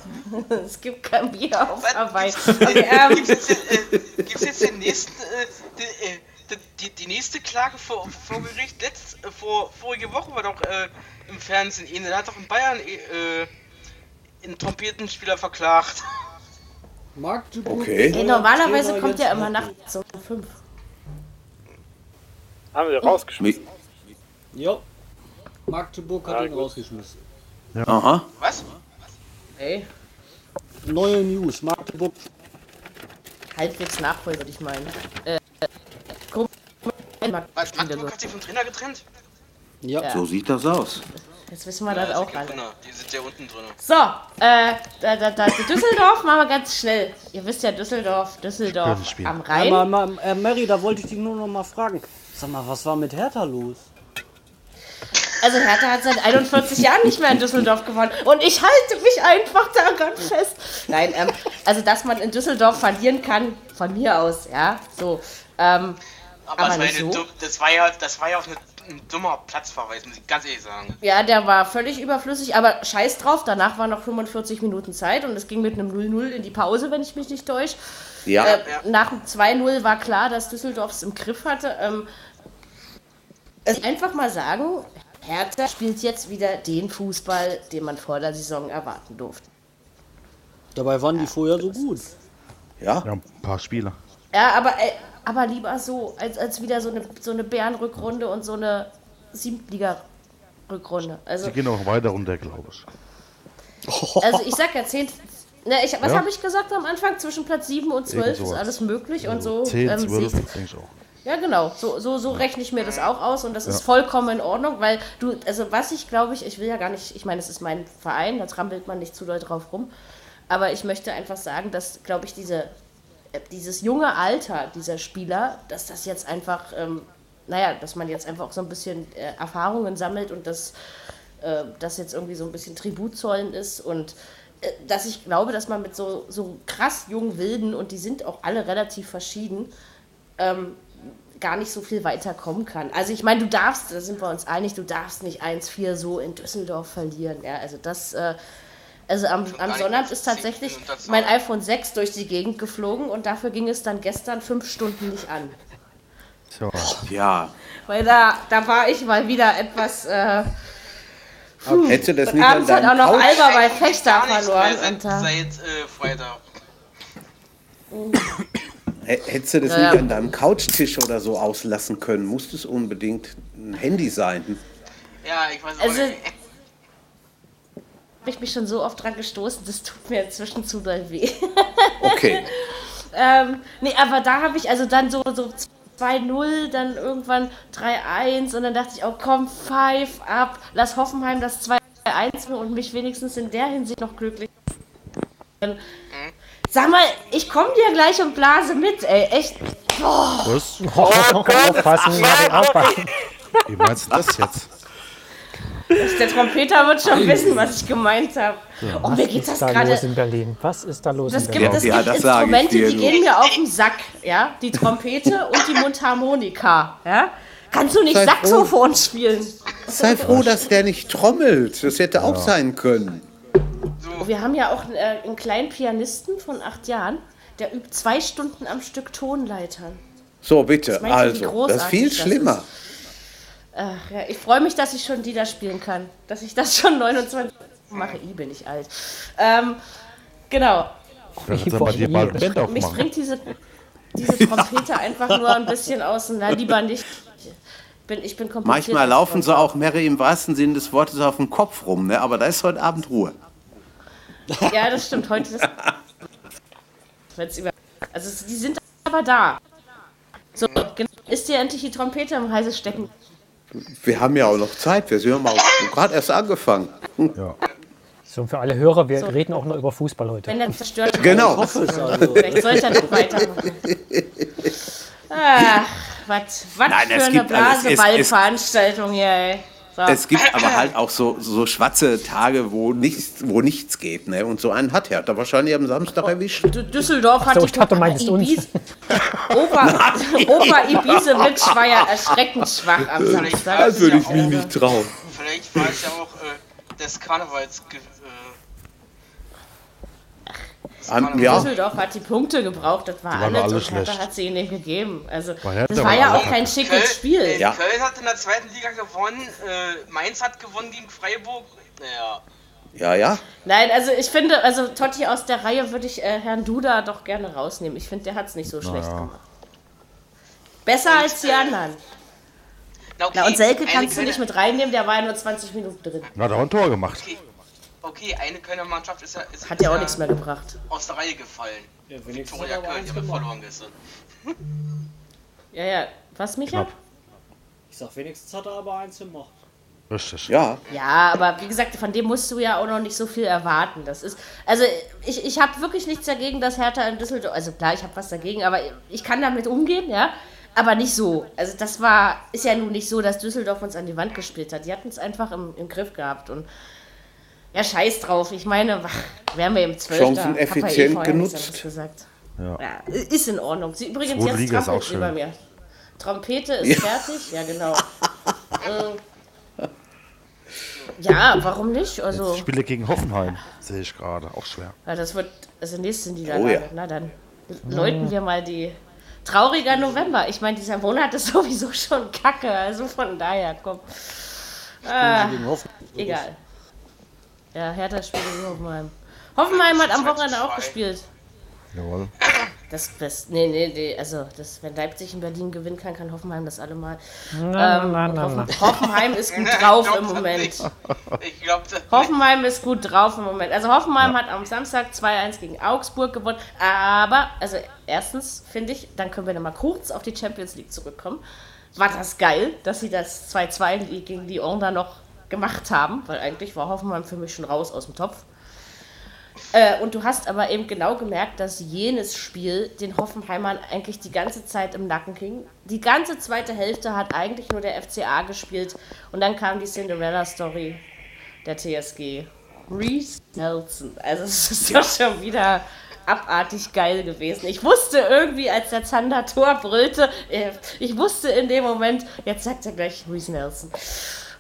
S2: Es gibt kein Bier auf Arbeit. Okay, ähm,
S5: Gibt's jetzt, äh, gibt's jetzt den nächsten, äh, den, äh, den- die, die nächste Klage vor, vor Gericht? Letzt, äh, vor, vorige Woche war doch äh, im Fernsehen ihn, da hat doch in Bayern äh, einen Trompetenspieler verklagt.
S6: Okay.
S2: ey, normalerweise kommt ja immer nachts um fünf.
S3: Haben sie rausgeschmissen.
S6: Mi-
S8: Ja. Magdeburg hat ihn rausgeschmissen.
S6: Aha.
S5: Was?
S2: Ey,
S8: Neue News. Magdeburg
S2: halbwegs nachvoll, würde ich meinen. Äh, guck mal,
S5: Was? Magdeburg hat sich vom Trainer getrennt?
S6: So sieht das aus.
S2: Jetzt wissen wir das
S5: Ja,
S2: auch
S5: die
S2: alle.
S5: drinne, Die sind ja unten drin.
S2: So, äh, da, da, da, Düsseldorf machen wir ganz schnell. Ihr wisst ja, Düsseldorf,
S7: Schönes
S2: Düsseldorf
S7: Spiel.
S2: am
S8: Ja,
S2: Rhein.
S8: ma- ma- äh, Mary, da wollte ich dich nur noch mal fragen. Sag mal, was war mit Hertha los?
S2: Also Hertha hat seit 41 Jahren nicht mehr in Düsseldorf gewonnen. Und ich halte mich einfach daran fest. Nein, ähm, also dass man in Düsseldorf verlieren kann, von mir aus, ja. So. Ähm,
S5: Aber,
S2: Aber
S5: das, war
S2: nicht
S5: ja eine
S2: so.
S5: dumm- das war ja, das war ja auch eine, ein dummer Platzverweis, muss ich ganz ehrlich sagen.
S2: ja, der war völlig überflüssig, aber scheiß drauf, danach waren noch 45 Minuten Zeit und es ging mit einem 0-0 in die Pause, wenn ich mich nicht täusche.
S6: Ja.
S2: Äh, nach dem 2-0 war klar, dass Düsseldorf es im Griff hatte. Ähm, also einfach mal sagen, Hertha spielt jetzt wieder den Fußball, den man vor der Saison erwarten durfte.
S8: Dabei waren die vorher so gut.
S6: Ja.
S7: Ja, ein paar Spiele.
S2: Ja, aber, äh, aber lieber so, als, als wieder so eine, so eine Bärenrückrunde und so eine Siebtliga-Rückrunde. Also,
S7: Die gehen auch weiter runter, glaube ich.
S2: also ich sag ja, zehn. Na, ich, was
S7: Ja.
S2: habe ich gesagt am Anfang? Zwischen Platz 7 und 12 ist
S7: sowas. Also
S2: alles möglich und so.
S7: 10,
S2: ähm, sehe
S7: 12,
S2: ich-
S7: denke ich auch.
S2: Ja, genau. So, so, so rechne ich mir das auch aus und das ist vollkommen in Ordnung, weil du, also was ich glaube ich, ich will ja gar nicht, ich meine, es ist mein Verein, da trampelt man nicht zu doll drauf rum, aber ich möchte einfach sagen, dass, glaube ich, diese äh, dieses junge Alter dieser Spieler, dass das jetzt einfach, ähm, naja, dass man jetzt einfach auch so ein bisschen äh, Erfahrungen sammelt und dass äh, das jetzt irgendwie so ein bisschen Tribut zollen ist und äh, dass ich glaube, dass man mit so, so krass jungen Wilden und die sind auch alle relativ verschieden, ähm, gar nicht so viel weiterkommen kann. Also ich meine, du darfst, da sind wir uns einig, du darfst nicht 1-4 so in Düsseldorf verlieren. Ja, also das, äh, also am,
S5: Und
S2: am
S5: ein-
S2: Sonntag ist tatsächlich
S5: und das
S2: mein
S5: auch.
S2: iPhone 6 durch die Gegend geflogen und dafür ging es dann gestern fünf Stunden nicht an.
S7: Tja,
S6: Ja.
S2: Weil da, da war ich mal wieder etwas, äh,
S6: Hättest du das
S2: und
S6: nicht an
S2: abends hat auch
S6: deinem
S2: noch
S6: Couch
S2: Alba bei
S5: Eigentlich
S2: Fechter
S5: gar nichts
S2: verloren.
S5: mehr
S2: Und, da-
S5: Seit, seit äh, Freitag.
S6: H- Hättest du das
S2: Naja.
S6: nicht an deinem Couchtisch oder so auslassen können, musste es unbedingt ein Handy sein.
S5: Ja, ich weiß auch
S2: Also-
S5: nicht.
S2: habe ich mich schon so oft dran gestoßen, das tut mir inzwischen zu doll weh.
S6: Okay.
S2: ähm, nee, aber da habe ich also dann so, so 2-0, dann irgendwann 3-1 und dann dachte ich, oh komm, Five ab, lass Hoffenheim das 2-1 machen und mich wenigstens in der Hinsicht noch glücklich machen. Sag mal, ich komme dir gleich und blase mit, ey, echt.
S7: was?
S2: Oh
S4: Aufpassen, Martin, aufpassen.
S7: Wie meinst du das jetzt?
S2: Der Trompeter wird schon wissen, was ich gemeint habe. oh,
S4: Was
S2: mir geht das
S4: ist da los
S2: gerade.
S4: in Berlin? Was ist da los
S2: Das
S4: in
S2: gibt,
S4: Berlin?
S2: das
S6: Ja,
S2: gibt
S6: das sag ich
S2: Instrumente,
S6: dir,
S2: die
S6: du.
S2: gehen mir auf den Sack, ja? Die Trompete und die Mundharmonika, ja? Kannst du nicht
S6: Sei froh.
S2: Saxophon spielen?
S6: Sei froh, dass der nicht trommelt. Das hätte auch sein können.
S2: Wir haben ja auch äh, einen kleinen Pianisten von acht Jahren, der übt zwei Stunden am Stück Tonleitern.
S6: So, bitte.
S2: meinst du, wie
S6: Also, das ist viel
S2: großartig das
S6: schlimmer.
S2: Ach ja, ich freue mich, dass ich schon Lieder spielen kann. Dass ich das schon 29 mache. I bin ich alt. Ähm, genau.
S7: Dann kannst du
S4: wollte
S7: bei dir bald
S4: mir-
S7: eine Band
S2: Mich
S7: aufmachen.
S2: bringt diese, diese Trompete einfach nur ein bisschen auseinander. Lieber nicht. Ich bin, ich bin kompliziert.
S6: Manchmal laufen sie auch Mary im wahrsten Sinne des Wortes auf dem Kopf rum, ne? aber da ist heute Abend Ruhe.
S2: Ja, das stimmt. Heute ist. Wenn's über also, es- die sind aber da. So, genau. ist dir endlich die Trompete im Halse stecken?
S6: Wir haben ja auch noch Zeit, wir sind ja mal gerade erst angefangen.
S4: So, für alle Hörer, wir reden auch noch über Fußball heute.
S2: Wenn der zerstört wird,
S6: Genau.
S8: Also,
S2: vielleicht soll ich dann noch weitermachen. Ach, was was
S6: Nein,
S2: für
S6: es
S2: eine
S6: gibt- also es- es-
S2: Blaseballveranstaltung hier, ey. So.
S6: Es gibt aber halt auch so, so schwarze Tage, wo nichts, wo nichts geht. Ne? Und so einen hat Hertha wahrscheinlich am
S2: Oh,
S6: Samstag erwischt.
S2: D- Düsseldorf hat
S4: so,
S2: die
S4: ich dachte, du meinst uns.
S2: Ibiza- Opa, Opa Ibisevic war ja erschreckend schwach am
S5: Vielleicht
S2: Samstag.
S5: war es ja auch,
S6: trauen.
S5: vielleicht war es ja auch äh, das Karnevals. Äh, das
S6: An,
S5: Karneval-
S6: ja,
S2: Düsseldorf hat die Punkte gebraucht, das war
S7: waren
S2: alles,
S7: alle
S2: und Hertha
S7: schlecht.
S2: hat sie ihnen nicht gegeben. Also,
S7: Weil Hertha
S2: das war
S7: waren
S2: ja
S7: alle
S2: auch kein
S7: kacke.
S5: Köln,
S2: schickes Spiel.
S5: äh,
S6: Ja.
S5: Köln hat in der zweiten Liga gewonnen, äh, Mainz hat gewonnen gegen Freiburg. Naja,
S6: ja, ja.
S2: Nein, also ich finde, also Totti aus der Reihe würde ich äh, Herrn Duda doch gerne rausnehmen. Ich finde, der hat es nicht so schlecht gemacht. Besser als die anderen.
S5: okay,
S2: Na, und Selke
S5: eine
S2: kannst du
S5: Kölner-
S2: nicht mit reinnehmen, der war ja nur 20 Minuten drin.
S7: Na, da hat er ein Tor gemacht.
S5: Okay, okay, eine Kölner Mannschaft ist ja, ist,
S2: Hat
S5: ist
S2: ja auch nichts mehr gebracht.
S5: aus der Reihe gefallen.
S8: Ja, wenigstens
S5: Victoria
S8: hat er aber
S5: Köln, die
S8: eins
S5: haben
S8: gemacht.
S5: verloren gestern.
S2: Ja, ja. Was, Micha?
S7: Knapp.
S8: Ich sag, wenigstens hat er aber eins gemacht.
S7: Richtig.
S6: ja.
S2: Ja, aber wie gesagt, von dem musst du ja auch noch nicht so viel erwarten. Das ist, also ich, ich habe wirklich nichts dagegen, dass Hertha in Düsseldorf, also klar, ich habe was dagegen, aber ich kann damit umgehen, ja. Aber nicht so. Also das war, ist ja nun nicht so, dass Düsseldorf uns an die Wand gespielt hat. Die hatten es einfach im, im Griff gehabt und ja, scheiß drauf. Ich meine, ach, wären wir im 12.
S6: Chancen
S2: Hab ja
S6: effizient
S2: eh vorher nichts
S6: genutzt.
S2: anderes Gesagt.
S7: Ja.
S2: Ja, ist in Ordnung. Sie übrigens
S7: Zweite
S2: jetzt
S7: Liga ist auch
S2: trampelt sie
S7: schön.
S2: bei mir. Trompete ist fertig, ja genau. äh, ja, warum nicht? Also,
S7: Jetzt Spiele gegen Hoffenheim. Sehe ich gerade. Auch schwer.
S2: ja, das wird also nächste Niederlage.
S6: Oh ja.
S2: Na dann läuten wir mal die. Trauriger November. Ich meine, dieser Monat ist sowieso schon kacke. Also von daher, komm. Ah,
S8: Gegen Hoffenheim.
S2: egal. Ja, Hertha spielt gegen Hoffenheim. Hoffenheim hat am Wochenende auch gespielt.
S7: Jawohl.
S2: Das Beste. Nee, nee, nee. Also, das, wenn Leipzig in Berlin gewinnen kann, kann Hoffenheim das allemal.
S4: Na,
S2: Ähm,
S4: na,
S2: und
S4: na, na, na.
S2: Hoffen Hoffenheim ist gut
S5: Ich
S2: drauf
S5: glaub
S2: im
S5: das
S2: Moment.
S5: nicht. Ich glaube, das
S2: Hoffenheim ist gut drauf im Moment. Also Hoffenheim hat am Samstag 2-1 gegen Augsburg gewonnen. Aber, also erstens finde ich, dann können wir nochmal kurz auf die Champions League zurückkommen. War das geil, dass sie das 2-2 gegen Lyon da noch gemacht haben, weil eigentlich war Hoffenheim für mich schon raus aus dem Topf. Äh, und du hast aber eben genau gemerkt, dass jenes Spiel den Hoffenheimern eigentlich die ganze Zeit im Nacken ging. Die ganze zweite Hälfte hat eigentlich nur der FCA gespielt und dann kam die Cinderella-Story der TSG. Reese Nelson. Also es ist ja schon wieder abartig geil gewesen. Ich wusste irgendwie, als der Zander Tor brüllte, äh, ich wusste in dem Moment, jetzt sagt er gleich Reese Nelson.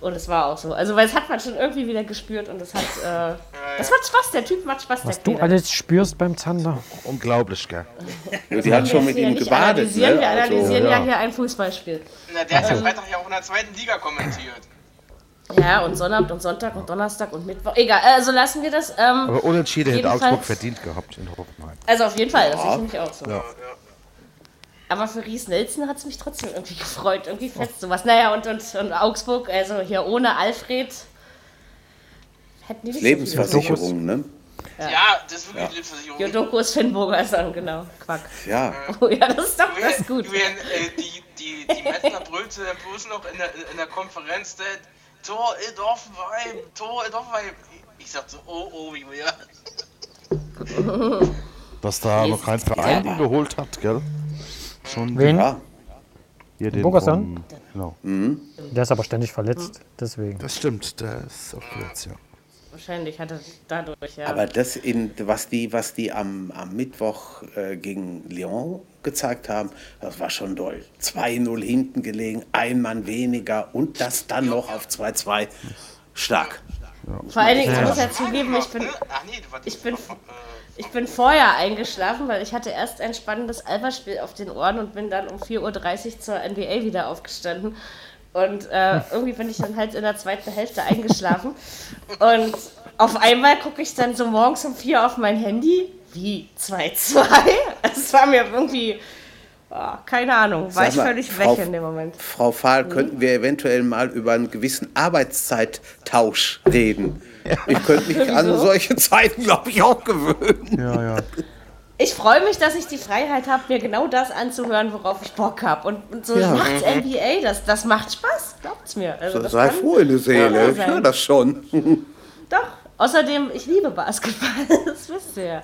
S2: Und es war auch so. Also, weil es hat man schon irgendwie wieder gespürt und es hat. Äh, das macht Spaß, der Typ macht Spaß,
S4: Was
S2: der
S4: du
S2: Peter.
S4: alles spürst beim Zander.
S7: Unglaublich, gell?
S6: Die hat schon mit
S2: Wir
S6: ihm
S2: nicht
S6: gebadet.
S2: Analysieren,
S6: Ne?
S2: wir
S6: Also,
S2: analysieren ja.
S7: ja.
S2: hier ein Fußballspiel.
S5: Na, der hat
S2: Also-
S5: ja Freitag ja auch in der zweiten Liga kommentiert.
S2: Ja, und Sonnabend und Sonntag und Donnerstag und Mittwoch. Egal, also lassen wir das. Ähm,
S7: Aber unentschieden hätte
S2: Jedenfalls-
S7: Augsburg verdient gehabt in Hoffenheim.
S2: also auf jeden Fall, das ist nämlich auch so.
S7: Ja.
S2: Aber für Ries Nelson hat es mich trotzdem irgendwie gefreut. Irgendwie fest sowas. Naja, und, und, und Augsburg, also hier ohne Alfred, hätten die nicht
S6: Lebensversicherung, ne?
S5: Ja, das ist wirklich Lebensversicherung.
S2: So Jodoku ist Finn Burgerson, genau. Quack.
S6: Ja.
S2: Oh ja, das ist doch das
S5: Julian,
S2: ist gut.
S5: Julian, äh, die, die, die Metzner brüllte dann bloß noch in der, in der Konferenz, der Tor in Offenheim, Tor in Offenheim. Ich sagte so, oh, oh, Julian.
S7: Dass da noch kein Verein ihn geholt hat, gell? Schon
S4: Wen?
S6: ja.
S7: hier den
S4: Bogerson?
S7: von- Genau.
S4: Der ist aber ständig verletzt, deswegen.
S7: Das stimmt, der ist auf der Aktion.
S2: Wahrscheinlich hat er dadurch, ja.
S6: Aber das, in, was die, was die am, am Mittwoch äh, gegen Lyon gezeigt haben, das war schon doll. 2-0 hinten gelegen, ein Mann weniger und das dann noch auf 2-2. Stark.
S2: Vor allen Dingen, ich muss ja zugeben, ich bin,
S5: Hm? Ach nee, du warst
S2: ich bin, ich bin vorher eingeschlafen, weil ich hatte erst ein spannendes Alberspiel auf den Ohren und bin dann um 4.30 Uhr zur NBA wieder aufgestanden. Und äh, irgendwie bin ich dann halt in der zweiten Hälfte eingeschlafen. Und auf einmal gucke ich dann so morgens um 4 auf mein Handy. Wie? 2-2? Es war mir irgendwie, ah, keine Ahnung, war
S6: Sag
S2: ich
S6: mal,
S2: völlig
S6: Frau-
S2: weg in dem Moment. Mhm.
S6: Frau Fahl, könnten wir eventuell mal über einen gewissen Arbeitszeittausch reden? Ich könnte mich an solche Zeiten, glaube ich, auch gewöhnen.
S7: Ja, ja.
S2: Ich freue mich, dass ich die Freiheit habe, mir genau das anzuhören, worauf ich Bock habe. Und, und so macht's NBA, das, das macht Spaß, glaubt's mir. Also, das
S6: Sei
S2: kann-
S6: froh in der
S2: Ja, also-
S6: Seele, ich
S2: sein.
S6: höre das schon.
S2: Doch. Außerdem, ich liebe Basketball, das wisst ihr ja.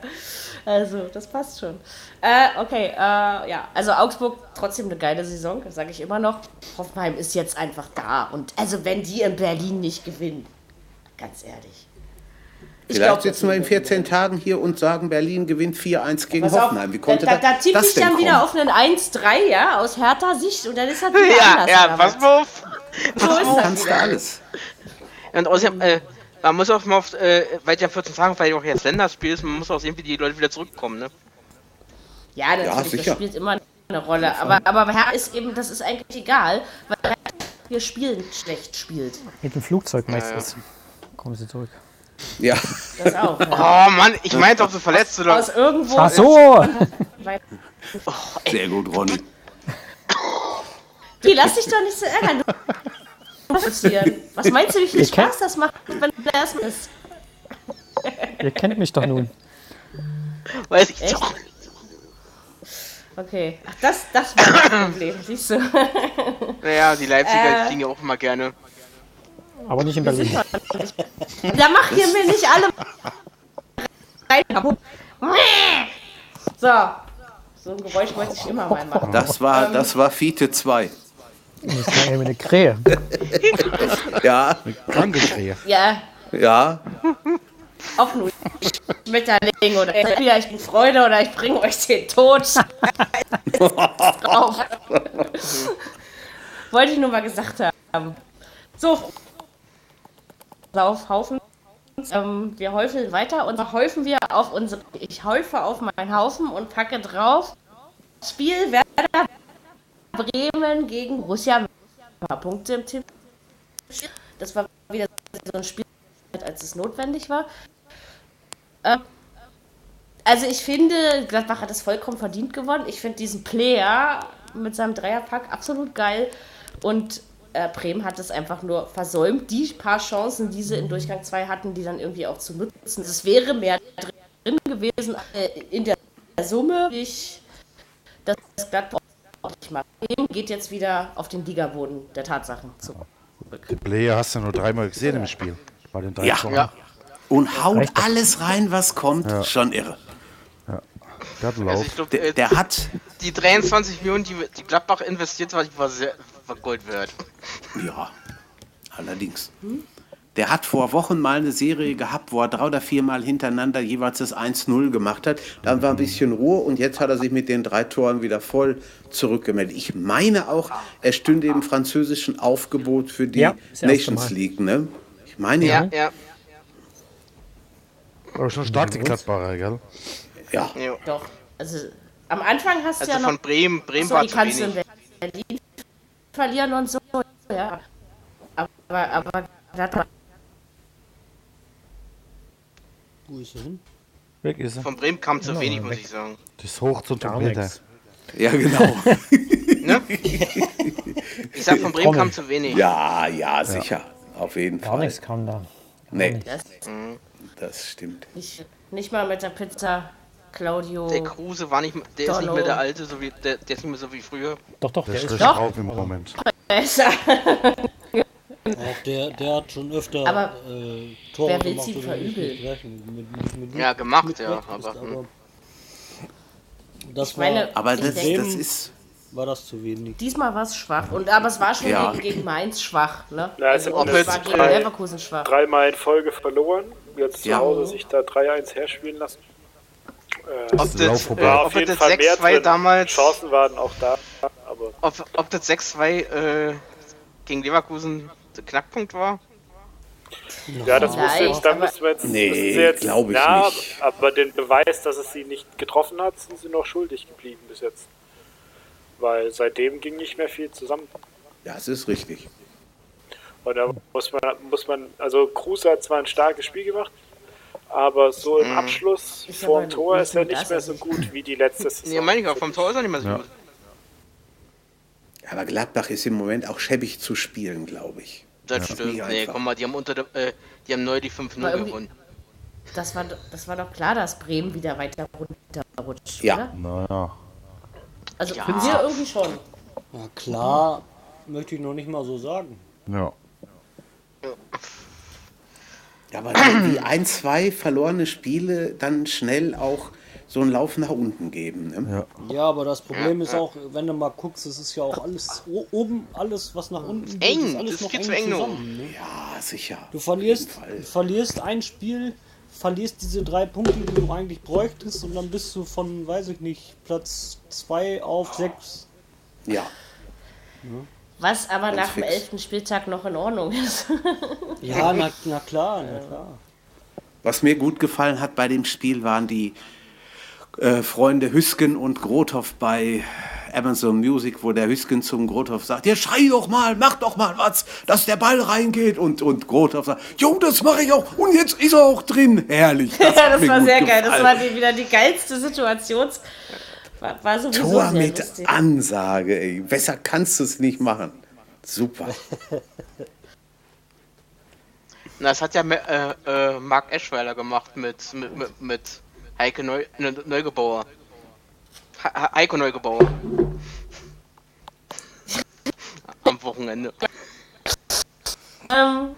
S2: Also, das passt schon. Äh, okay, äh, ja, also Augsburg trotzdem eine geile Saison, das sage ich immer noch. Hoffenheim ist jetzt einfach da. Und also, wenn die in Berlin nicht gewinnen, ganz ehrlich. Ich
S6: Vielleicht
S2: glaub,
S6: sitzen wir in 14 Tagen hier und sagen, Berlin gewinnt 4-1 gegen
S2: Pass auf,
S6: Hoffenhein. Wie konnte
S2: da,
S6: das,
S2: da, da tippe
S6: das
S2: ich
S6: denn
S2: dann wieder
S6: kommen?
S2: auf einen 1-3, ja, aus härter Sicht und dann ist das wieder anders. oder was?
S5: mal auf.
S2: So ist das.
S6: Kannst du alles.
S5: Und außerdem, äh, man muss auch mal auf, äh, weil ja 14 Tagen, weil ja auch jetzt Länderspiel ist, man muss auch sehen, wie die Leute wieder zurückkommen, ne?
S2: Ja, natürlich, das
S6: sicher.
S2: spielt immer eine Rolle. Aber, aber Herr ist eben, das ist eigentlich egal, weil Herr hier spielen schlecht spielt.
S4: Mit dem Flugzeug meistens. Kommen sie zurück.
S6: Ja,
S2: Das auch. Ja.
S5: Oh Mann, ich meinte auch so verletzt oder.
S2: Aus irgendwo.
S4: Ach so!
S6: sehr gut, Ronny.
S2: Die lass dich doch nicht so ärgern. Du provozieren. Was meinst du, wie viel
S4: Ich kenn-
S2: Spaß das macht, wenn du erstmal ist?
S4: Ihr kennt mich doch nun.
S5: Weiß ich
S2: Echt?
S5: doch.
S2: Okay. Ach, das, das war das Problem, siehst du.
S5: Naja, die Leipziger die
S2: Äh.
S5: fliegen ja auch immer gerne.
S6: Oh,
S4: Aber nicht in Berlin.
S2: Da macht ihr mir nicht alle rein kaputt. So. So ein Geräusch wollte ich immer reinmachen. Ähm.
S6: Das war, das war Fiete 2.
S4: Das war irgendwie eine Krähe.
S6: Ja,
S7: Krankgeschrei.
S2: Ja,
S6: ja.
S2: auf nur Schmetterling oder entweder ich bin Freude oder ich bringe euch den Tod. drauf. Wollte ich nur mal gesagt haben. So, auf Haufen. Ähm, wir häufeln weiter und da häufen wir auf unsere. Ich häufe auf meinen Haufen und packe drauf. Spiel Werder Bremen gegen Borussia. Ein paar Punkte im Tipp. Das war wieder so ein Spiel, als es notwendig war. Ähm, also ich finde, Gladbach hat es vollkommen verdient gewonnen. Ich finde diesen Player mit seinem Dreierpack absolut geil. Und äh, Bremen hat es einfach nur versäumt, die paar Chancen, die sie in Durchgang 2 hatten, die dann irgendwie auch zu nutzen. Es wäre mehr drin gewesen äh, in der Summe. Ich, das Gladbach auch nicht mal. Bremen geht jetzt wieder auf den Ligaboden der Tatsachen zurück.
S7: Den Player hast du nur dreimal gesehen im Spiel. Bei den drei
S6: Ja.
S7: Toren.
S5: Ja.
S6: und haut alles rein, was kommt. Schon irre.
S7: Gerade
S5: Also ich
S7: Lauf.
S5: glaube,
S6: Der,
S5: äh,
S6: der hat,
S5: die 23 Millionen, die, die Gladbach investiert hat, war, sehr, war Gold wert.
S6: ja, allerdings. Der hat vor Wochen mal eine Serie gehabt, wo er drei oder viermal hintereinander jeweils das 1-0 gemacht hat. Dann war ein bisschen Ruhe und jetzt hat er sich mit den drei Toren wieder voll zurückgemeldet. Ich meine auch, er stünde im französischen Aufgebot für die
S4: Ja, ist ja
S6: Nations
S4: erst mal.
S6: League, ne? Ich meine ja.
S5: Ja, ja.
S7: Aber schon stark die Gladbacher, gell?
S6: Ja,
S5: ja.
S2: Doch. Also am Anfang hast du
S5: Also
S2: ja noch.
S5: von Bremen, Bremen
S2: so,
S5: war
S2: die
S5: zu
S2: kannst du in
S5: wenig.
S2: Berlin verlieren und so. Ja. Aber, aber Gladbach
S8: Wo ist er hin?
S7: Weg ist er.
S5: Von Bremen kam zu wenig, muss ich sagen.
S7: Das ist hoch zum Torpeter.
S4: nix.
S6: ja genau.
S5: Ich sag, von Bremen kam zu wenig.
S6: Ja, ja, sicher. Auf jeden
S4: Gar
S6: Fall.
S4: nichts kam da.
S6: Nee,
S2: das
S6: das stimmt.
S2: nicht, nicht mal mit der Pizza Claudio.
S5: Der Kruse war nicht, m- der ist nicht mehr der alte, so wie, der, der ist nicht mehr so wie früher.
S4: Doch, doch,
S7: Der
S4: der
S7: schlecht
S4: ist.
S7: drauf im Moment.
S2: Besser.
S8: Auch der, der hat schon öfter
S2: Aber
S8: äh, Tore
S2: wer will
S8: gemacht,
S2: sie
S8: wo du nicht
S2: verübeln?
S8: mit rechnen- mit- nicht mit-
S5: Ja, gemacht,
S8: mit
S5: ja,
S8: rechnest,
S5: aber, hm.
S8: das
S2: Ich meine,
S8: war,
S6: Aber
S2: ich
S6: das,
S2: denke,
S8: denke-
S6: das ist.
S8: war das zu wenig.
S2: diesmal war es schwach. Und, aber es war schon
S6: Ja.
S2: gegen, gegen Mainz schwach. Ne?
S3: Na, es
S2: also,
S3: hat
S2: es
S5: jetzt
S2: war gegen
S3: drei-
S2: Leverkusen schwach.
S3: Dreimal in Folge verloren. Jetzt zu
S6: Ja.
S3: Hause sich da 3-1 herspielen lassen.
S5: Ob das, äh,
S3: War auf
S5: ob
S3: jeden
S5: das
S3: Fall mehr
S5: 6-2
S3: drin.
S5: damals,
S3: Chancen waren auch da. Aber
S5: ob, ob das 6-2 äh, gegen Leverkusen der Knackpunkt war?
S3: ja, das musst du
S2: Vielleicht,
S3: jetzt, da
S2: aber-
S3: müssen wir jetzt.
S6: Nee,
S3: müssen sie jetzt
S6: glaub ich
S3: na,
S6: nicht.
S3: Aber den Beweis, dass es sie nicht getroffen hat, sind sie noch schuldig geblieben bis jetzt. Weil seitdem ging nicht mehr viel zusammen.
S6: Das ist richtig.
S3: Und da muss man, muss man, also Kruse hat zwar ein starkes Spiel gemacht, aber so
S5: Mhm.
S3: im Abschluss
S2: Ist
S3: vor
S2: aber
S3: dem Tor
S2: nicht
S3: ist er
S2: nur
S3: nicht
S2: das,
S3: mehr
S2: also
S3: so gut wie die letzte Saison.
S5: Nee, meine ich auch, vom Tor ist er nicht mehr so gut.
S6: Aber Gladbach ist im Moment auch schäbig zu spielen, glaube ich.
S5: Das
S6: Nicht
S5: stimmt. Nee,
S6: einfach.
S5: komm mal, die haben unter der, äh, die haben neu die 5-0
S2: Aber irgendwie-
S5: gewonnen.
S2: Das war, das war doch klar, dass Bremen wieder weiter runterrutscht.
S6: Ja.
S2: Oder?
S7: Naja.
S2: Also für mich irgendwie schon.
S8: Na klar, möchte ich noch nicht mal so sagen.
S7: Ja.
S6: Ja, aber wie wie ein, zwei verlorene Spiele dann schnell auch so einen Lauf nach unten geben. Ne?
S8: Ja, aber das Problem ist auch, wenn du mal guckst, es ist ja auch alles o- oben, alles was nach unten geht,
S5: Eng,
S8: ist alles
S5: das ist
S8: noch
S5: viel
S8: eng
S5: zu eng noch.
S8: zusammen. Ne?
S6: Ah, sicher.
S8: Du verlierst,
S6: Auf jeden Fall.
S8: verlierst ein Spiel, verlierst diese drei Punkte, die du eigentlich bräuchtest, und dann bist du von, weiß ich nicht, Platz 2 auf 6.
S6: Ja,
S2: Was aber nach dem
S6: fix.
S2: elften Spieltag noch in Ordnung ist.
S8: Ja, na, na klar, na klar.
S6: Was mir gut gefallen hat bei dem Spiel waren die äh, Freunde Hüsken und Grothoff bei Amazon Music, wo der Hüsken zum Grothoff sagt, ja schrei doch mal, mach doch mal was, dass der Ball reingeht. Und, und Grothoff sagt, jo, das mache ich auch. Und jetzt ist er auch drin. Herrlich.
S2: Ja,
S6: hat
S2: das
S6: mir
S2: war
S6: gut
S2: sehr geil. Das
S6: gefallen.
S2: war die, wieder die geilste Situation. War, war sowieso sehr
S6: Tor mit
S2: lustig.
S6: Ansage, ey. Besser kannst du es nicht machen. Super.
S5: Na, das hat ja äh, äh, Mark Eschweiler gemacht mit, mit, mit, mit Heike Neu, ne, Neugebauer. He- He- Heiko Neugebauer. Am Wochenende.
S2: Ähm,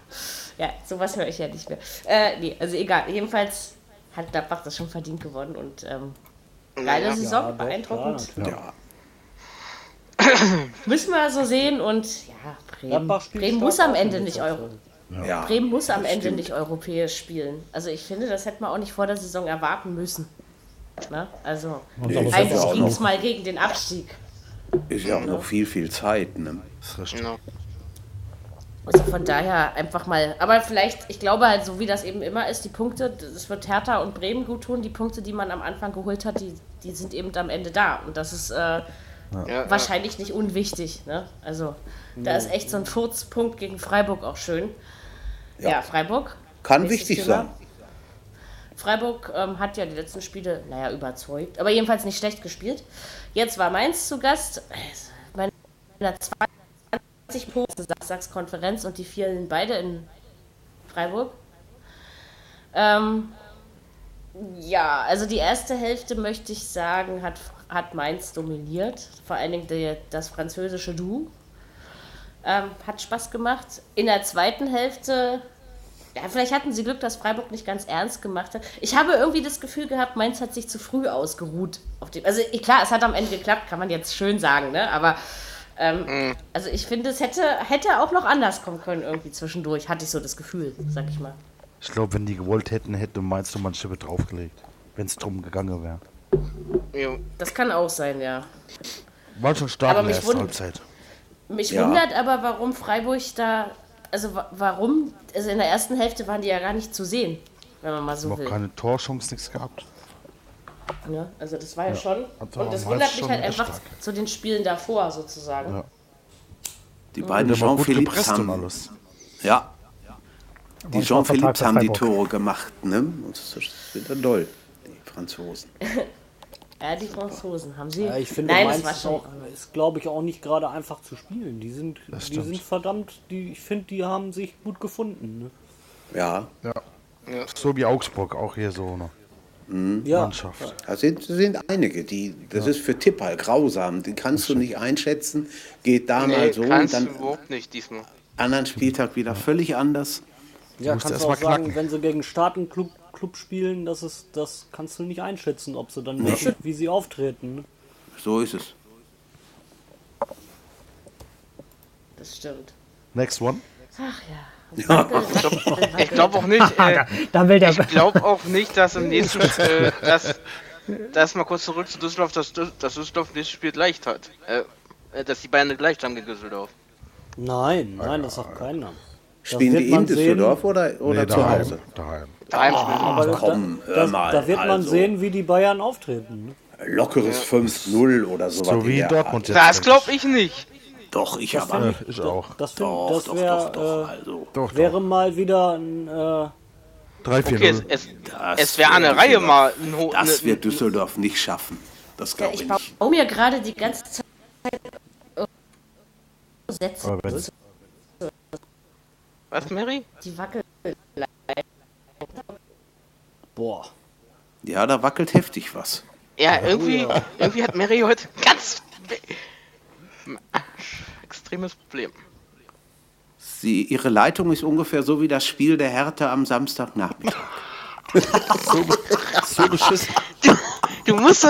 S2: ja, sowas höre ich ja nicht mehr. Äh, nee, also egal. Jedenfalls hat Gladbach das schon verdient gewonnen und ähm, geile
S5: Ja,
S2: Saison,
S8: doch, klar,
S2: beeindruckend.
S8: natürlich.
S6: Ja.
S2: Müssen wir so sehen und ja, Bremen,
S8: Gladbach spielt
S2: Bremen
S8: stark
S2: muss am
S8: auf
S2: Ende
S8: dem
S2: nicht
S8: Mittelfeld.
S2: Euro.
S6: ja.
S2: Bremen muss am Ende nicht europäisch spielen. Also ich finde, das hätte man auch nicht vor der Saison erwarten müssen. Ne? Also
S4: aber
S6: ist
S2: eigentlich
S6: auch
S2: ging es
S6: noch-
S2: mal gegen den Abstieg.
S6: Ist ja auch noch viel, viel Zeit. Ne?
S5: Genau.
S2: Also von daher einfach mal. Aber vielleicht, ich glaube halt, so wie das eben immer ist, die Punkte, es wird Hertha und Bremen gut tun. Die Punkte, die man am Anfang geholt hat, die, die sind eben am Ende da. Und das ist äh,
S5: Ja, ja.
S2: wahrscheinlich nicht unwichtig. Ne? Also da ist echt so ein Furzpunkt gegen Freiburg auch schön. Ja, Freiburg.
S6: Kann
S2: Nächstes
S6: wichtig
S2: Thema.
S6: sein.
S2: Freiburg ähm, hat ja die letzten Spiele, naja, überzeugt, aber jedenfalls nicht schlecht gespielt. Jetzt war Mainz zu Gast. Meine 20 Punkte Sachskonferenz und die fielen beide in Freiburg. Ähm, ja, also die erste Hälfte, möchte ich sagen, hat, hat Mainz dominiert. Vor allen Dingen die, das französische Du. Ähm, hat Spaß gemacht. In der zweiten Hälfte Ja, vielleicht hatten sie Glück, dass Freiburg nicht ganz ernst gemacht hat. Ich habe irgendwie das Gefühl gehabt, Mainz hat sich zu früh ausgeruht. Auf dem, also eh, klar, es hat am Ende geklappt, kann man jetzt schön sagen, ne? Aber ähm, also ich finde, es hätte, hätte auch noch anders kommen können irgendwie zwischendurch, hatte ich so das Gefühl, sag ich mal.
S7: Ich glaube, wenn die gewollt hätten, hätte Mainz nochmal ein Schippe draufgelegt. Wenn es drum gegangen wäre.
S5: Jo.
S2: Das kann auch sein, ja.
S7: War schon stark
S2: Aber
S7: in der
S2: mich
S7: ersten
S2: wund-
S7: Halbzeit.
S2: Mich
S6: Ja.
S2: wundert aber, warum Freiburg da, also wa- warum, also in der ersten Hälfte waren die ja gar nicht zu sehen, wenn man mal so
S7: Noch
S2: will.
S7: keine Torchance, nichts gehabt.
S2: Ne? Also das war ja, schon,
S7: Hat aber
S2: und das
S7: Mainz
S2: wundert mich
S7: schon
S2: halt
S7: echt
S2: einfach
S7: stark.
S2: zu den Spielen davor sozusagen.
S7: Ja.
S6: Die
S7: Und
S6: beiden
S7: der war gut
S6: Jean-Philipps
S7: gepresst und
S6: haben.
S7: alles.
S6: Ja.
S4: war
S6: Die
S4: ein
S6: Jean-Philipps
S4: Vertrag
S6: haben die
S4: bei Freiburg.
S6: Tore gemacht, ne? Und das sind dann doll, die Franzosen.
S2: Ja, die Franzosen haben sie.
S8: Ja, ich finde,
S2: Nein,
S8: Mainz
S2: das war
S8: ist
S2: schon.
S8: auch, ist, glaube ich, auch nicht gerade einfach zu spielen. Die sind,
S7: Das
S8: die sind
S7: stimmt.
S8: verdammt, die, ich finde, die haben sich gut gefunden. ne?
S6: Ja.
S7: So wie Augsburg, auch hier so eine
S8: Ne? Ja,
S7: Mannschaft.
S6: Da sind, sind einige, die, das ist für Tipp halt grausam. Die kannst du nicht einschätzen. Geht da mal
S5: Nee,
S6: so und
S5: kannst
S6: dann
S5: du überhaupt nicht diesmal.
S6: anderen Spieltag wieder völlig anders.
S8: ja
S7: musst erst
S8: kannst du auch
S7: mal
S8: sagen,
S7: knacken.
S8: wenn sie gegen Staatenclub Club spielen, das, ist, das kannst du nicht einschätzen, ob sie dann wirklich, wie sie auftreten. Ne?
S6: So ist es.
S2: Das stimmt.
S7: Next one.
S2: Ach ja.
S5: Ich glaube auch nicht, äh,
S4: Dann will der.
S5: ich glaube auch nicht, dass im nächsten, äh, dass, dass mal kurz zurück zu Düsseldorf, dass, Dü- dass Düsseldorf nächstes Spiel leicht hat. Äh, äh, dass die Bayern gleich haben gegen Düsseldorf.
S8: Nein, nein, das sagt keiner.
S6: Spielen
S8: wird
S6: die
S8: man
S6: in Düsseldorf
S8: sehen.
S6: oder, oder
S7: Nee,
S6: zu
S7: daheim,
S6: Hause?
S7: Daheim.
S6: Ah,
S5: Daheim spielen
S8: Aber
S6: komm,
S8: da,
S6: hör
S8: das,
S6: mal,
S8: da wird man
S6: also.
S8: sehen, wie die Bayern auftreten. Ne?
S6: Lockeres 5-0 oder sowas.
S7: So
S6: in
S7: wie
S6: der
S7: in Dortmund
S5: sie.
S7: jetzt.
S5: Das
S7: denke
S5: glaube ich nicht.
S6: Art. Doch, ich
S8: Das
S6: aber.
S8: finde
S7: ich. Ich auch.
S8: Das, find,
S6: Doch,
S8: das
S6: doch,
S8: wär,
S6: doch, doch.
S8: äh,
S6: Also,
S7: Doch,
S8: wäre
S7: doch.
S8: mal wieder ein. Äh,
S7: 3, 4,
S5: Okay, es,
S7: 0.
S5: es,
S6: Das
S5: es wäre eine
S6: wird
S5: Reihe
S6: Düsseldorf-
S5: mal. Ein Ho
S6: Das
S5: ne-
S6: wird Düsseldorf nicht schaffen. Das
S2: Ja,
S6: glaube ich
S2: ich
S6: nicht.
S2: baue mir gerade die ganze Zeit äh, Sätze,
S7: Aber wenn-
S5: Was, Mary?
S2: die wackeln.
S8: boah.
S6: Ja, da wackelt heftig was.
S5: Ja,
S6: Oh
S5: irgendwie, irgendwie hat Mary heute ganz extremes Problem.
S6: Sie, ihre Leitung ist ungefähr so wie das Spiel der Hertha am Samstagnachmittag.
S7: So beschissen.
S5: Du musst doch.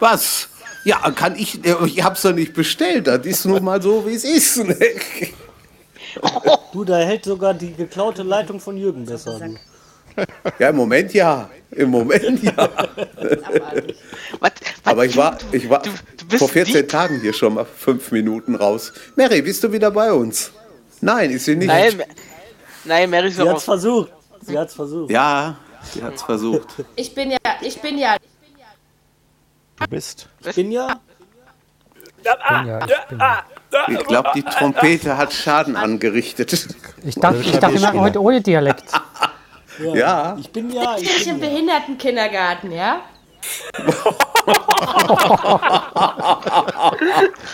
S6: Was? Ja, kann ich. äh, Ich hab's doch nicht bestellt. Das ist nun mal so, wie es ist. ne?
S8: Du, da hält sogar die geklaute Leitung von Jürgen besser. Du.
S6: Ja, im Moment ja. Im Moment ja.
S5: Was, was,
S6: Aber ich war,
S5: du-
S6: ich war
S5: du, du bist
S6: vor 14
S5: die-
S6: Tagen hier schon mal fünf Minuten raus. Mary, bist du wieder bei uns? Nein, ist sie nicht.
S5: Nein, Ma- nein, Mary ist
S8: Sie hat's
S5: raus.
S8: versucht. Sie hat's versucht.
S6: Ja, sie hat's versucht.
S2: Ich bin ja, ich bin ja,
S7: Du bist.
S8: Ich bin ja.
S4: Ja, ich, bin,
S6: Ich glaube, die Trompete hat Schaden angerichtet.
S4: ich dachte, ich dachte nach heute ohne Dialekt.
S6: Ja.
S8: Ich bin ja.
S2: ich
S8: Ich
S2: im
S8: bin ja.
S2: Behindertenkindergarten, ja?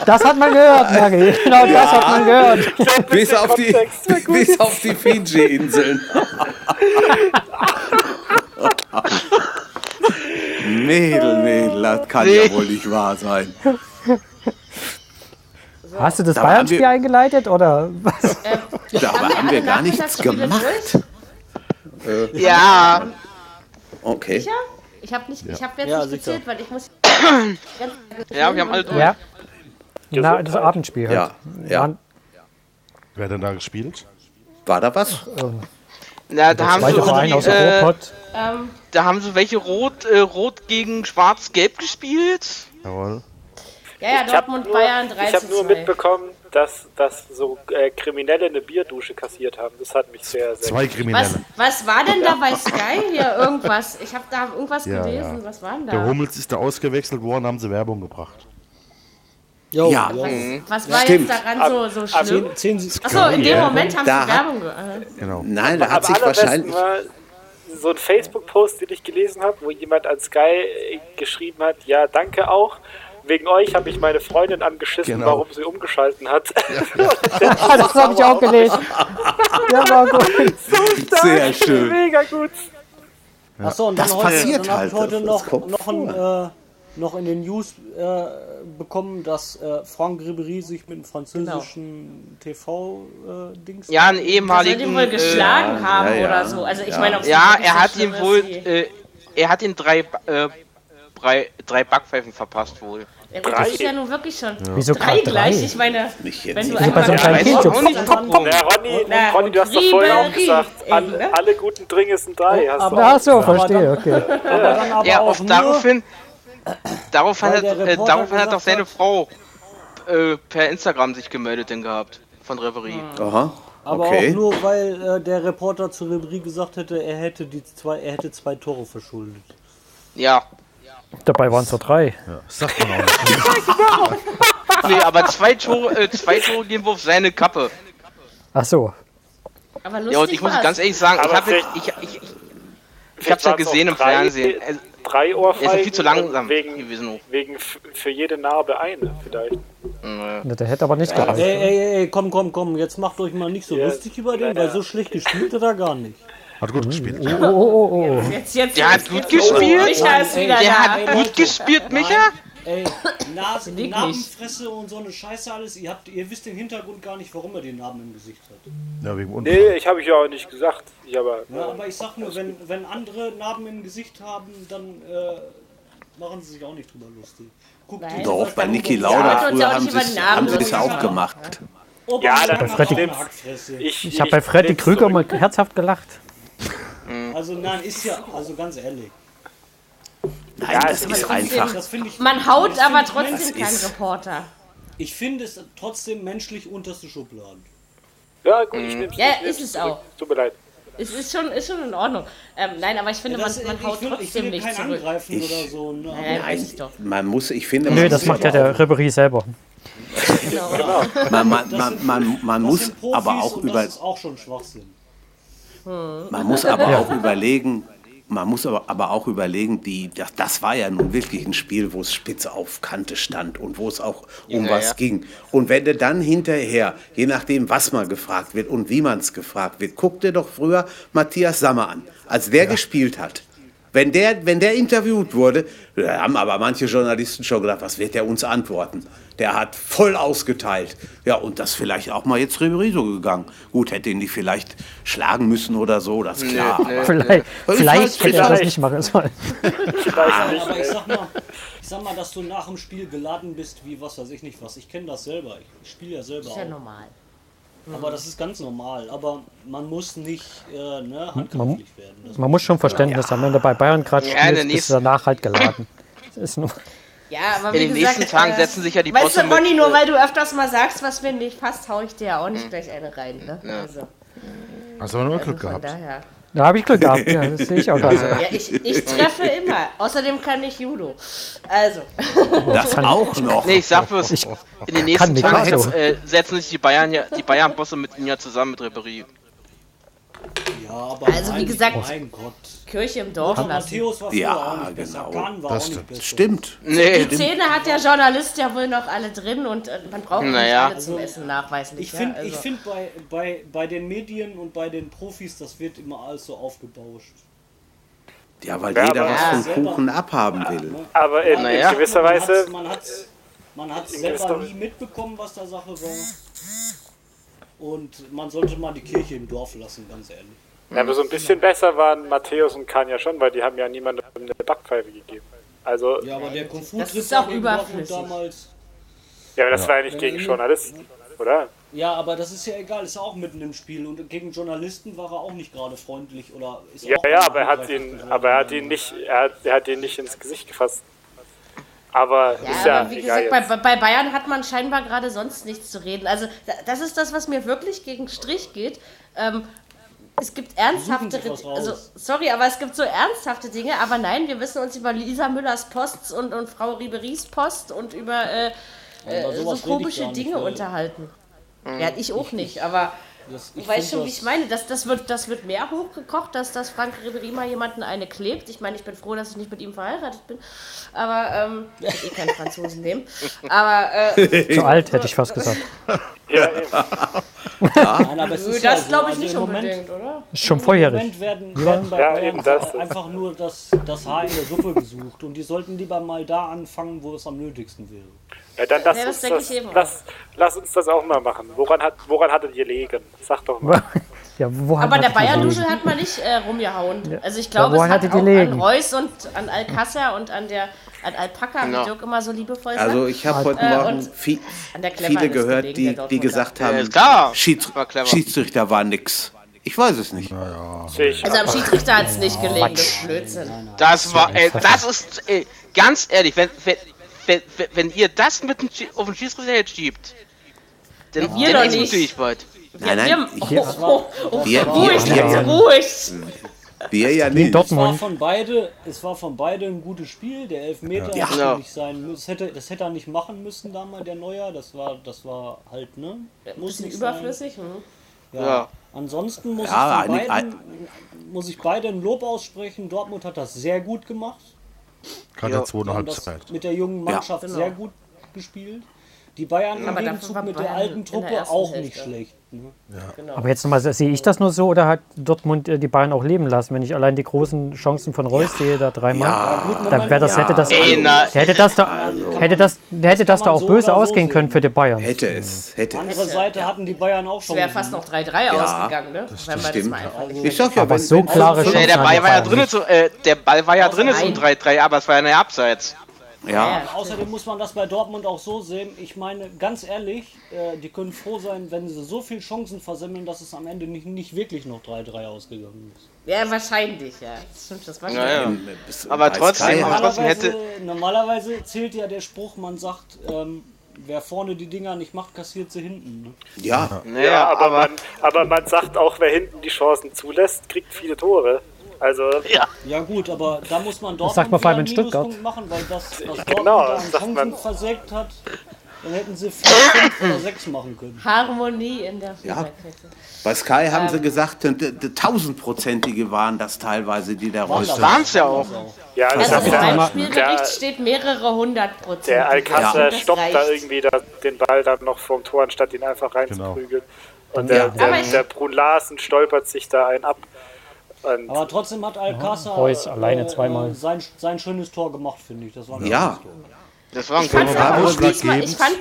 S4: Das hat man gehört, Maggie. Genau das hat man gehört.
S6: Bis auf, die, bis auf die Fiji-Inseln. Mädel, Mädel, das kann ja wohl nicht wahr sein.
S4: Hast du das
S6: Da waren
S4: Bayern-Spiel
S6: wir-
S4: eingeleitet oder was?
S6: Dabei haben wir gar nichts gemacht.
S5: Ja,
S6: Okay.
S2: Ja? Ich habe nicht, ich habe jetzt
S8: Ja,
S2: nicht
S8: sicher.
S2: gezählt, weil ich muss.
S5: ja, wir haben alle durch.
S4: Ja. Na, das Abendspiel halt.
S6: Ja, ja.
S4: Waren-
S7: Wer hat denn da gespielt?
S6: War da was?
S5: Na, da haben, sie
S4: Zweiter Verein aus
S5: irgendwie,
S4: dem
S5: äh,
S4: Ruhrpott.
S2: Ähm,
S5: da haben sie welche rot, äh, rot gegen schwarz-gelb gespielt.
S7: Jawohl.
S2: ja, ja,
S3: Ich hab
S2: Dortmund,
S3: nur-
S2: Bayern 3
S3: Ich habe
S2: zu
S3: nur
S2: 2.
S3: mitbekommen, dass, dass so äh, Kriminelle eine Bierdusche kassiert haben. Das hat mich sehr, sehr.
S7: Zwei
S2: Was,
S7: Kriminelle.
S2: was war denn da bei Sky hier irgendwas? Ich habe da irgendwas
S7: Ja,
S2: gelesen.
S7: ja.
S2: Was war denn
S7: Der
S2: da?
S7: Hummels ist da ausgewechselt worden, haben sie Werbung gebracht.
S8: Jo,
S6: Ja.
S8: jo.
S2: Was war
S6: Stimmt.
S2: jetzt daran so, so schlimm?
S8: Zehn, zehn, Se-
S2: Achso, in dem Moment haben
S6: Da
S2: sie
S6: hat-
S2: Werbung ge- äh,
S7: Genau.
S6: Nein, da hat
S3: Am
S6: sich
S3: allerbesten
S6: wahrscheinlich.
S3: war so ein Facebook-Post, den ich gelesen habe, wo jemand an Sky äh, geschrieben hat: Ja, danke auch. Wegen euch habe ich meine Freundin angeschissen,
S7: Genau.
S3: warum sie umgeschalten hat.
S4: Ah, das habe ich auch gelesen. Ja, war gut.
S6: Sehr schön.
S3: Mega gut.
S8: Achso, und
S6: Das
S8: dann
S6: passiert
S8: heute, dann hab
S6: halt,
S8: ich heute
S6: das- das
S8: noch,
S6: kommt
S8: noch ein, äh, noch in den News äh, bekommen, dass äh, Franck Ribéry sich mit dem französischen äh, TV-Dings.
S5: Ja, einen
S2: Er soll den
S3: äh,
S5: ehemaligen.
S2: wohl geschlagen
S6: ja,
S2: haben
S6: ja,
S2: oder
S6: ja.
S2: so. Also ich
S6: Ja.
S2: meine, ob
S5: äh,
S2: es
S5: ja,
S2: wirklich so
S5: er hat
S2: schlimm
S5: ihm
S2: ist,
S5: wohl.
S2: wie-
S5: Äh, er hat ihm drei, äh, drei, drei Backpfeifen verpasst wohl.
S2: Ja, gut, das ist ja nun wirklich schon
S4: Wieso
S2: drei
S4: gerade äh, drei?
S2: gleich. Ich meine,
S6: Nicht jetzt.
S2: wenn du äh,
S6: Wieso
S4: bei so
S2: einmal
S4: einem kleinen
S5: Weiß ich
S4: Kind
S5: auch
S4: so-
S5: nicht. wo.
S3: Na, Ronny,
S2: Na,
S3: Ronny, du hast doch vorhin auch
S2: Ribéry,
S3: gesagt,
S2: eben,
S3: alle,
S2: ne? Oh,
S3: alle guten Dringes sind drei. Hast du
S8: aber-
S4: Ach
S3: auch.
S4: so, verstehe, okay.
S8: Aber dann aber
S5: Ja,
S8: auch
S5: auch
S8: nur,
S5: daraufhin. Daraufhin
S8: weil
S5: hat,
S8: der
S5: äh,
S8: Reporter
S5: daraufhin hat
S8: gesagt
S5: auch seine
S8: hat-
S5: Frau äh, per Instagram sich gemeldet denn gehabt. Von Reverie.
S8: Hm.
S6: Aha.
S8: aber
S6: okay.
S8: auch nur, weil äh, der Reporter zu Ribéry gesagt hätte, er hätte die zwei, er hätte zwei Tore verschuldet.
S5: Ja.
S4: Dabei waren es doch drei.
S7: Das sagt man auch nicht.
S5: Nee, aber zwei Tore, äh, zwei Tore gehen wohl auf seine Kappe.
S4: Ach so.
S2: aber
S5: Ja, und ich
S2: lustig
S5: muss
S2: war's.
S5: ganz ehrlich sagen, ich
S3: Aber
S5: habe jetzt. Ich,
S3: vielleicht-
S5: ich, ich, ich
S3: Vielleicht
S5: hab's ja
S3: waren's auch
S5: gesehen im
S3: drei-
S5: Fernsehen. Also,
S3: Drei Ohrfeigen.
S5: Er ist ja viel zu langsam
S3: Wegen,
S5: gewesen.
S3: wegen f- für jede Narbe eine, vielleicht.
S4: Na, Der hätte aber nicht gereicht.
S8: Ey, ey, ey, ey, komm, komm, komm, jetzt macht euch mal nicht so
S3: Ja,
S8: lustig über den,
S3: naja.
S8: weil so schlecht gespielt hat er gar nicht.
S7: Hat gut gespielt.
S4: Oh, oh, oh, oh.
S2: Jetzt, jetzt,
S5: Der
S2: jetzt
S5: hat gut
S2: geht's los.
S5: gespielt.
S2: Micha ist wieder
S5: Der
S2: da.
S5: hat gut gespielt, Micha.
S8: Ey, Nas
S2: Liegt nicht.
S8: Narbenfresse und so eine Scheiße alles, ihr, habt, ihr wisst den Hintergrund gar nicht, warum er den Narben im Gesicht hat.
S7: Ja, wegen Unfall.
S3: Nee, ich habe ich ja auch nicht gesagt. Ich aber,
S8: Ja, aber ich sag nur, wenn, wenn andere Narben im Gesicht haben, dann äh, machen sie sich auch nicht drüber lustig. Guck
S2: Nein.
S6: Doch, bei Niki
S2: Ja,
S6: Lauda
S2: wir uns
S6: früher
S2: auch
S6: haben
S2: nicht
S6: sie
S2: über
S6: es
S2: den Namen
S6: haben sie es
S2: lustig
S6: auch
S2: machen.
S6: gemacht.
S3: Ja, dann
S8: hat auch
S4: Freddy-
S8: eine Hackfresse.
S4: Ich habe bei Freddy
S3: nehm's
S4: Krüger
S3: zurück.
S4: mal herzhaft gelacht.
S8: Also nein, ist ja, also ganz ehrlich.
S6: Nein,
S3: Ja,
S6: das
S3: es
S6: ist
S3: ist-
S6: einfach.
S8: Das finde ich,
S2: Man haut
S8: Das
S2: aber
S8: finde ich
S2: trotzdem keinen
S6: menschlich.
S2: Reporter.
S8: ich finde es trotzdem menschlich unterste Schublade.
S3: Ja, gut, ich nehm's,
S2: Ja,
S3: ich nehm's
S2: ist es
S3: zurück.
S2: auch.
S3: Tut mir leid.
S2: Es ist schon, ist schon in Ordnung. Ähm, nein, aber ich finde,
S8: Das-
S2: man, man
S8: ich
S2: haut
S8: will- ich
S2: trotzdem
S8: will
S2: nicht
S8: keinen
S2: zurück.
S8: angreifen oder so. Ne? aber-
S2: Nein, weiß ich doch.
S6: Man muss, ich finde, man
S4: Nö, das
S6: muss-
S4: macht ja der Ribéry selber.
S6: man, man, man, man, man
S8: Das
S6: muss
S8: sind Profis
S6: aber auch
S8: und
S6: über
S8: Das ist auch schon Schwachsinn.
S6: Man muss aber auch überlegen, man muss aber, aber auch überlegen, die, das, das war ja nun wirklich ein Spiel, wo es spitze auf Kante stand und wo es auch um
S5: Ja,
S6: was
S5: ja.
S6: ging. Und wenn du dann hinterher, je nachdem, was mal gefragt wird und wie man es gefragt wird, guck dir doch früher Matthias Sammer an, als wer gespielt hat. Wenn der, wenn der interviewt wurde, da haben aber manche Journalisten schon gedacht, was wird der uns antworten? Der hat voll ausgeteilt. Ja, und das vielleicht auch mal jetzt Ribery so gegangen. Gut, hätte ihn nicht vielleicht schlagen müssen oder so, das ist klar. aber-
S4: Vielleicht,
S6: weiß,
S4: vielleicht hätte er das
S3: vielleicht.
S4: nicht machen sollen.
S8: Aber ich sag mal, ich sag mal, dass du nach dem Spiel geladen bist, wie was weiß ich nicht was. Ich kenne das selber. Ich, ich spiele ja selber
S2: Ist ja
S8: auch.
S2: normal.
S8: Aber das ist ganz normal. Aber man muss nicht äh,
S6: Hm?
S8: ne, handgreiflich werden. Das
S4: Man muss schon Verständnis haben, wenn du bei Bayern gerade
S5: Ja, der
S4: spielst, bist
S5: nächste-
S4: du danach halt geladen. Das ist nur,
S2: Ja, aber
S5: In
S2: wie
S5: den
S2: gesagt,
S5: nächsten Tagen
S2: äh,
S5: setzen sich ja die
S2: Weißt du,
S5: Bosse mit,
S2: Ronny, nur
S5: äh, Hm.
S2: weil du öfters mal sagst, was mir nicht passt, hau ich dir ja auch nicht gleich eine rein. Ne? Also,
S7: Hast aber nur Glück
S2: von
S7: gehabt.
S2: daher.
S4: da habe ich Glück gehabt, ja, das sehe ich auch gerade. so.
S2: Ja, ich, ich treffe immer. Außerdem kann ich Judo. Also,
S6: Das auch noch.
S5: Nee, ich sag bloß, in den
S4: Kann
S5: nächsten
S4: nicht
S5: Tagen
S4: wahr
S5: setz,
S4: sein.
S5: äh, setzen sich die Bayern ja, die Bayern-Bosse mit ihm ja zusammen mit Reverie.
S8: ja, aber
S2: Also, wie
S8: nein,
S2: gesagt-
S8: mein Gott.
S2: Kirche im Dorf lassen.
S8: Matthäus war früher
S6: Ja,
S8: auch nicht besser.
S6: genau.
S8: Kahn war
S7: Das
S8: auch nicht
S7: stimmt.
S8: besser.
S6: Stimmt.
S5: Nee,
S2: Die Zähne hat der Journalist ja wohl noch alle drin und äh, man braucht
S5: Naja.
S2: nicht alle zum Essen nachweisen.
S8: Ich finde,
S2: ja, also.
S8: ich find bei, bei, bei den Medien und bei den Profis, das wird immer alles so aufgebauscht.
S6: Ja, weil
S3: Ja,
S6: jeder
S3: aber-
S6: was vom
S8: Ja.
S6: Kuchen abhaben will.
S3: Aber in,
S5: Naja.
S3: in gewisser
S8: man hat's-
S3: Weise,
S8: Man hat's, man hat's
S3: In
S8: selber
S3: gewisser-
S8: nie mitbekommen, was da Sache war. Und man sollte mal die Kirche im Dorf lassen, ganz ehrlich.
S3: ja, aber so ein bisschen besser waren Matthäus und Kahn ja schon, weil die haben ja niemandem eine Backpfeife gegeben. Also, ja,
S8: Ja, aber der Kung Fu
S2: Das
S8: tritt
S2: ist auch
S8: da gegen Dortmund
S2: überflüssig.
S8: damals.
S3: aber das war ja nicht gegen Journalisten, oder?
S8: Ja, aber das ist ja egal, ist ja auch mitten im Spiel. Und gegen Journalisten war er auch nicht gerade freundlich oder ist
S3: Ja,
S8: auch
S3: ja, aber er hat
S8: angreifend
S3: ihn,
S8: geworden.
S3: aber er hat ihn nicht, er hat, er hat ihn nicht ins Gesicht gefasst. Aber
S2: Ja,
S3: ist ja
S2: aber wie
S3: egal
S2: gesagt, bei,
S3: jetzt.
S2: bei bei Bayern hat man scheinbar gerade sonst nichts zu reden. Also da- das ist das, was mir wirklich gegen Strich geht. Ähm, es gibt ernsthafte,
S8: sich was raus.
S2: also sorry, aber es gibt so ernsthafte Dinge. Aber nein, wir müssen uns über Lisa Müllers Posts und, und Frau Riberies Post und über äh,
S8: über
S2: äh, so
S8: sowas rede ich
S2: komische
S8: gar nicht,
S2: Dinge
S8: weil-
S2: unterhalten. Ja,
S3: Mhm.
S2: ich auch nicht, aber
S8: Das-
S2: du weißt
S8: find
S2: schon, wie
S8: das-
S2: ich meine. Das, das, wird, das wird mehr hochgekocht, dass das Frank Ribery mal jemanden eine klebt. Ich meine, ich bin froh, dass ich nicht mit ihm verheiratet bin. Aber ähm, ich hätte eh keinen Franzosen nehmen. Aber äh,
S4: Zu alt, hätte ich fast gesagt.
S3: Ja, eben.
S8: Nein, aber es
S2: Nö,
S8: ist ja
S2: Das
S8: so.
S2: glaube ich
S8: Also
S2: nicht
S8: im Moment,
S2: unbedingt, oder?
S4: Ist schon
S8: Im
S4: feuerig.
S8: Moment werden, werden bei
S3: Ja,
S8: Bayern
S3: eben das.
S8: einfach nur das, das Haar in der Suppe gesucht und die sollten lieber mal da anfangen, wo es am nötigsten wäre.
S3: Ja, dann lass,
S2: Ja, das
S3: uns
S2: denke
S3: das,
S2: ich eben auch.
S3: lass, lass uns das auch mal machen. Woran, hat, woran hattet ihr legen? Sag doch mal.
S4: ja, wo
S2: Aber der Bayern-Dusche
S4: Bayern
S2: hat man nicht äh, rumgehauen. Also ich glaube,
S4: Ja,
S2: es
S4: woran
S2: hat
S4: hattet
S2: auch
S4: ihr
S2: an
S4: liegen?
S2: Reus und an Alcassa und an der an Alpaka,
S5: Genau.
S2: wie Dirk immer so liebevoll sagt.
S6: Also ich habe heute
S2: Äh,
S6: Morgen
S2: und
S6: viel,
S2: an der Cleverness
S6: viele gehört,
S2: gelegen,
S6: die,
S2: der
S6: die gesagt haben,
S5: Ja, ist klar.
S6: Schieds
S5: War clever.
S6: Schiedsrichter war nix. Ich weiß es nicht.
S3: Ich,
S2: Also am Schiedsrichter hat es nicht gelegen, das ist Blödsinn.
S5: Das war, ey, das ist, ey, ganz ehrlich, wenn, wenn, wenn, wenn- wenn ihr das mit dem Schie- auf den Schiedsrichter jetzt schiebt, dann,
S2: Wir
S5: dann
S2: doch
S5: ist
S2: nicht.
S5: natürlich bald.
S6: Nein, nein,
S2: wir,
S6: ich-
S2: oh, oh, oh,
S6: wir-
S2: ruhig,
S6: wir-
S2: jetzt ruhig.
S6: Wir ja
S4: in
S6: nicht.
S8: Es war
S4: Dortmund.
S8: von beide, es war von beide ein gutes Spiel. Der Elfmeter
S5: Ja.
S8: hätte
S5: Genau.
S8: nicht sein müssen. Das hätte, das hätte er nicht machen müssen damals, der Neuer. Das war, das war halt, ne? Muss
S2: Bisschen
S8: nicht
S2: oh, überflüssig. Hm?
S8: Sein. Ja.
S5: Ja.
S8: Ansonsten muss,
S6: Ja,
S8: ich von
S6: einig-
S8: beiden, muss ich beide ein Lob aussprechen. Dortmund hat das sehr gut gemacht.
S7: Gerade
S5: Ja,
S7: der zweiten
S8: haben das
S7: Halbzeit.
S8: mit der jungen Mannschaft
S2: genau.
S8: sehr gut gespielt. Die Bayern im
S2: Aber dafür war
S8: Gegenzug mit der
S2: Bayern in
S8: alten
S2: der
S8: Truppe
S2: ersten
S8: auch
S2: Hälfte.
S8: nicht schlecht. Ne?
S4: Aber jetzt nochmal, sehe ich das nur so oder hat Dortmund äh, die Bayern auch leben lassen? Wenn ich allein die großen Chancen von Reus sehe, da dreimal, dann wäre das, hätte das,
S5: Ey, na,
S4: hätte das da, hätte das, hätte das da
S8: Also, man
S4: auch
S8: so
S4: böse
S8: oder so
S4: ausgehen
S8: sehen.
S4: können für die Bayern.
S6: Hätte es, hätte es.
S8: Andere Seite hatten die Bayern auch schon.
S2: Wäre
S8: gewonnen.
S2: fast noch 3-3 ausgegangen, ne? Wenn man das
S6: Stimmt.
S2: mal einfach
S6: Ich sag ja,
S4: Aber
S6: wenn,
S4: so
S6: wenn,
S4: klare
S5: Ja,
S4: Chancen.
S5: der
S4: hat
S5: Ball war ja
S4: Bayern
S5: drinnen
S4: nicht.
S5: zu, äh, der Ball war ja drinnen zum
S2: Nein.
S5: 3-3, aber es war ja eine Abseits.
S6: ja,
S8: Außerdem muss man das bei Dortmund auch so sehen. Ich meine, ganz ehrlich, äh, die können froh sein, wenn sie so viele Chancen versemmeln, dass es am Ende nicht, nicht wirklich noch 3-3 ausgegangen ist.
S2: Ja, wahrscheinlich, ja. Stimmt, das war schon.
S5: Ja, ja.
S6: bis-
S5: Aber
S6: bei
S5: trotzdem-
S6: Sky hat-
S5: trotzdem
S8: Normalerweise,
S5: hätte-
S8: normalerweise zählt ja der Spruch, man sagt, ähm, wer vorne die Dinger nicht macht, kassiert sie hinten. Ne?
S6: ja,
S5: Naja,
S3: ja, aber,
S5: aber,
S3: man, aber man sagt auch, wer hinten die Chancen zulässt, kriegt viele Tore. Also,
S8: Ja gut, aber da muss man Dortmund
S4: sagt man vor allem
S8: wieder
S4: in
S8: einen
S4: Stuttgart.
S8: Minuspunkt machen, weil das, was Dortmund
S3: Genau,
S8: da
S3: das
S8: an
S3: sagt man.
S8: Chancen versägt hat, dann hätten sie 4, 5 oder 6 machen können.
S2: Harmonie in der Viererkette.
S6: bei Sky haben sie gesagt, d- d- tausendprozentige waren das teilweise, die da raus
S8: das?
S5: waren's ja auch.
S3: ja, das
S2: Also in
S3: der,
S2: einem Spielbericht
S3: der,
S2: steht mehrere hundert Prozent.
S3: der Alcázar
S2: Das
S3: stoppt da
S2: reicht.
S3: irgendwie da, den Ball dann noch vorm Tor, anstatt ihn einfach reinzuprügeln.
S8: Genau.
S3: Und der,
S6: Ja.
S2: Aber
S3: der,
S2: ich-
S3: der Brun Larsen stolpert sich da einen ab. Und
S8: Aber trotzdem hat Alcázar äh,
S4: Reus alleine zweimal.
S8: sein, sein schönes Tor gemacht, finde ich. Das war ein
S6: Ja,
S8: schönes Tor.
S5: Das war ein
S2: Ich fand
S5: guter.
S2: aber auch
S7: Ausschlag
S2: diesmal,
S7: geben.
S2: ich fand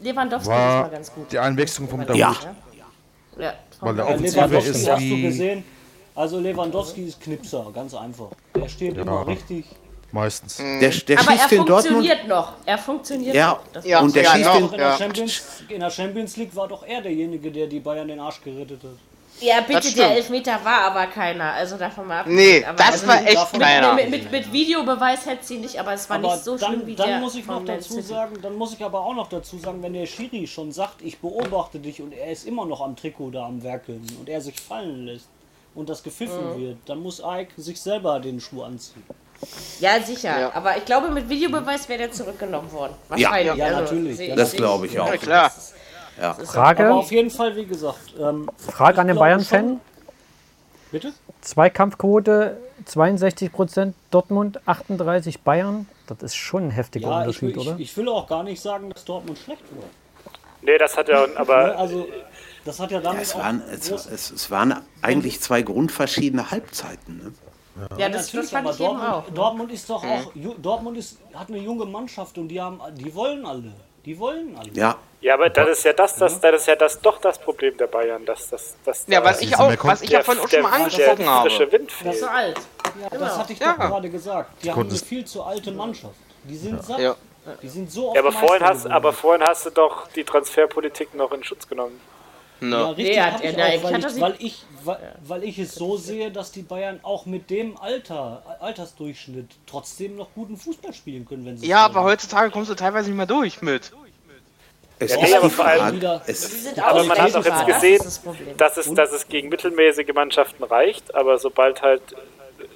S2: Lewandowski diesmal
S7: War
S2: ganz gut.
S7: die Einwechslung von Dawood,
S6: Ja.
S2: Ja,
S7: weil der
S8: Bei
S7: Offensive
S8: Lewandowski
S7: ist
S8: hast du
S7: wie
S8: gesehen. Also Lewandowski ist Knipser, ganz einfach. Der steht immer richtig.
S7: meistens.
S6: Der, der
S2: aber er
S6: schießt in Dortmund.
S2: funktioniert noch. Er funktioniert
S6: Ja,
S2: noch. Das
S5: Ja,
S6: und der
S5: ja,
S6: schießt
S5: ja.
S3: genau.
S6: den.
S8: Doch in, der Champions, in der Champions League war doch er derjenige, der die Bayern den Arsch gerettet hat.
S2: Ja, bitte,
S5: stimmt.
S2: der Elfmeter war aber keiner. Also davon mal abgesehen.
S5: Nee,
S2: aber
S5: das
S2: also
S5: war
S2: mit-
S5: echt
S8: davon-
S5: keiner.
S2: Mit, mit, mit Videobeweis hätte sie nicht, aber es war
S8: Aber
S2: nicht so
S8: dann,
S2: schlimm wie
S8: dann
S2: der.
S8: muss ich
S2: von
S8: noch
S2: Man
S8: dazu
S2: City.
S8: sagen, dann muss ich aber auch noch dazu sagen, wenn der Schiri schon sagt, ich beobachte dich und er ist immer noch am Trikot da am Werkeln und er sich fallen lässt und das gepfiffen
S2: Mhm.
S8: wird, dann muss Ike sich selber den Schuh anziehen.
S2: Ja, sicher.
S5: Ja.
S2: Aber ich glaube, mit Videobeweis wäre der zurückgenommen worden.
S6: Ja.
S2: Wahrscheinlich. Also,
S8: Ja, natürlich.
S2: sehe ich
S6: Das
S2: nicht.
S6: glaube ich auch.
S5: Ja, klar.
S8: Aber
S4: Frage,
S8: auf jeden Fall, wie gesagt, ähm,
S4: Frage an den
S8: ich glaube
S4: Bayern-Fan.
S8: schon- bitte?
S4: Zweikampfquote 62 Prozent Dortmund, 38 Bayern. Das ist schon ein heftiger
S8: Ja, ich,
S4: Unterschied,
S8: will- ich,
S4: oder?
S8: ich will auch gar nicht sagen, dass Dortmund schlecht war.
S3: nee, das hat er,
S8: Ne,
S3: aber
S8: Also, das hat ja damit
S6: Es
S8: auch
S6: waren, es, es, es waren eigentlich zwei grundverschiedene Halbzeiten. Ne?
S2: Ja, das, das
S8: Natürlich,
S2: fand
S8: aber
S2: ich eben
S8: Dortmund,
S2: auch. ne?
S8: Dortmund ist doch auch, Ju- Dortmund ist, hat eine junge Mannschaft und die haben, die wollen alle, die wollen alle.
S6: Ja,
S3: ja, aber das ist ja das, das, das ist ja das doch das Problem der Bayern, dass das, das
S5: Ja,
S4: Also
S5: was ich auch, was ich ja vorhin auch schon mal
S3: der
S5: angesprochen habe.
S3: frische Wind fehlt.
S2: Zu alt. Genau.
S8: Das hatte ich
S5: Ja.
S8: doch gerade gesagt. Die haben eine viel zu alte Mannschaft. Die sind satt.
S5: Ja.
S8: Die sind so oft
S3: Ja, aber vorhin,
S8: Meister
S3: hast,
S8: geworden.
S3: aber vorhin hast du doch die Transferpolitik noch in Schutz genommen.
S8: ja, richtig,
S2: Nee,
S8: hab
S2: hat
S8: ich
S2: er- nein,
S8: auch, weil,
S2: hat er
S8: ich,
S2: sie-
S8: weil, ich, weil, weil ich es so sehe, dass die Bayern auch mit dem Alter, Altersdurchschnitt trotzdem noch guten Fußball spielen können, wenn sie
S5: Ja,
S8: es wollen.
S5: aber heutzutage kommst du teilweise nicht mehr durch mit.
S6: es
S3: Ja,
S6: ist
S3: aber
S6: die
S3: vor allem
S6: Frage.
S8: wieder-
S2: Die
S6: Es,
S2: sind
S3: Aber man hat
S2: ausrechenbar,
S3: doch jetzt
S2: das
S3: gesehen,
S2: ist das Problem.
S3: dass es, dass es gegen mittelmäßige Mannschaften reicht, aber sobald halt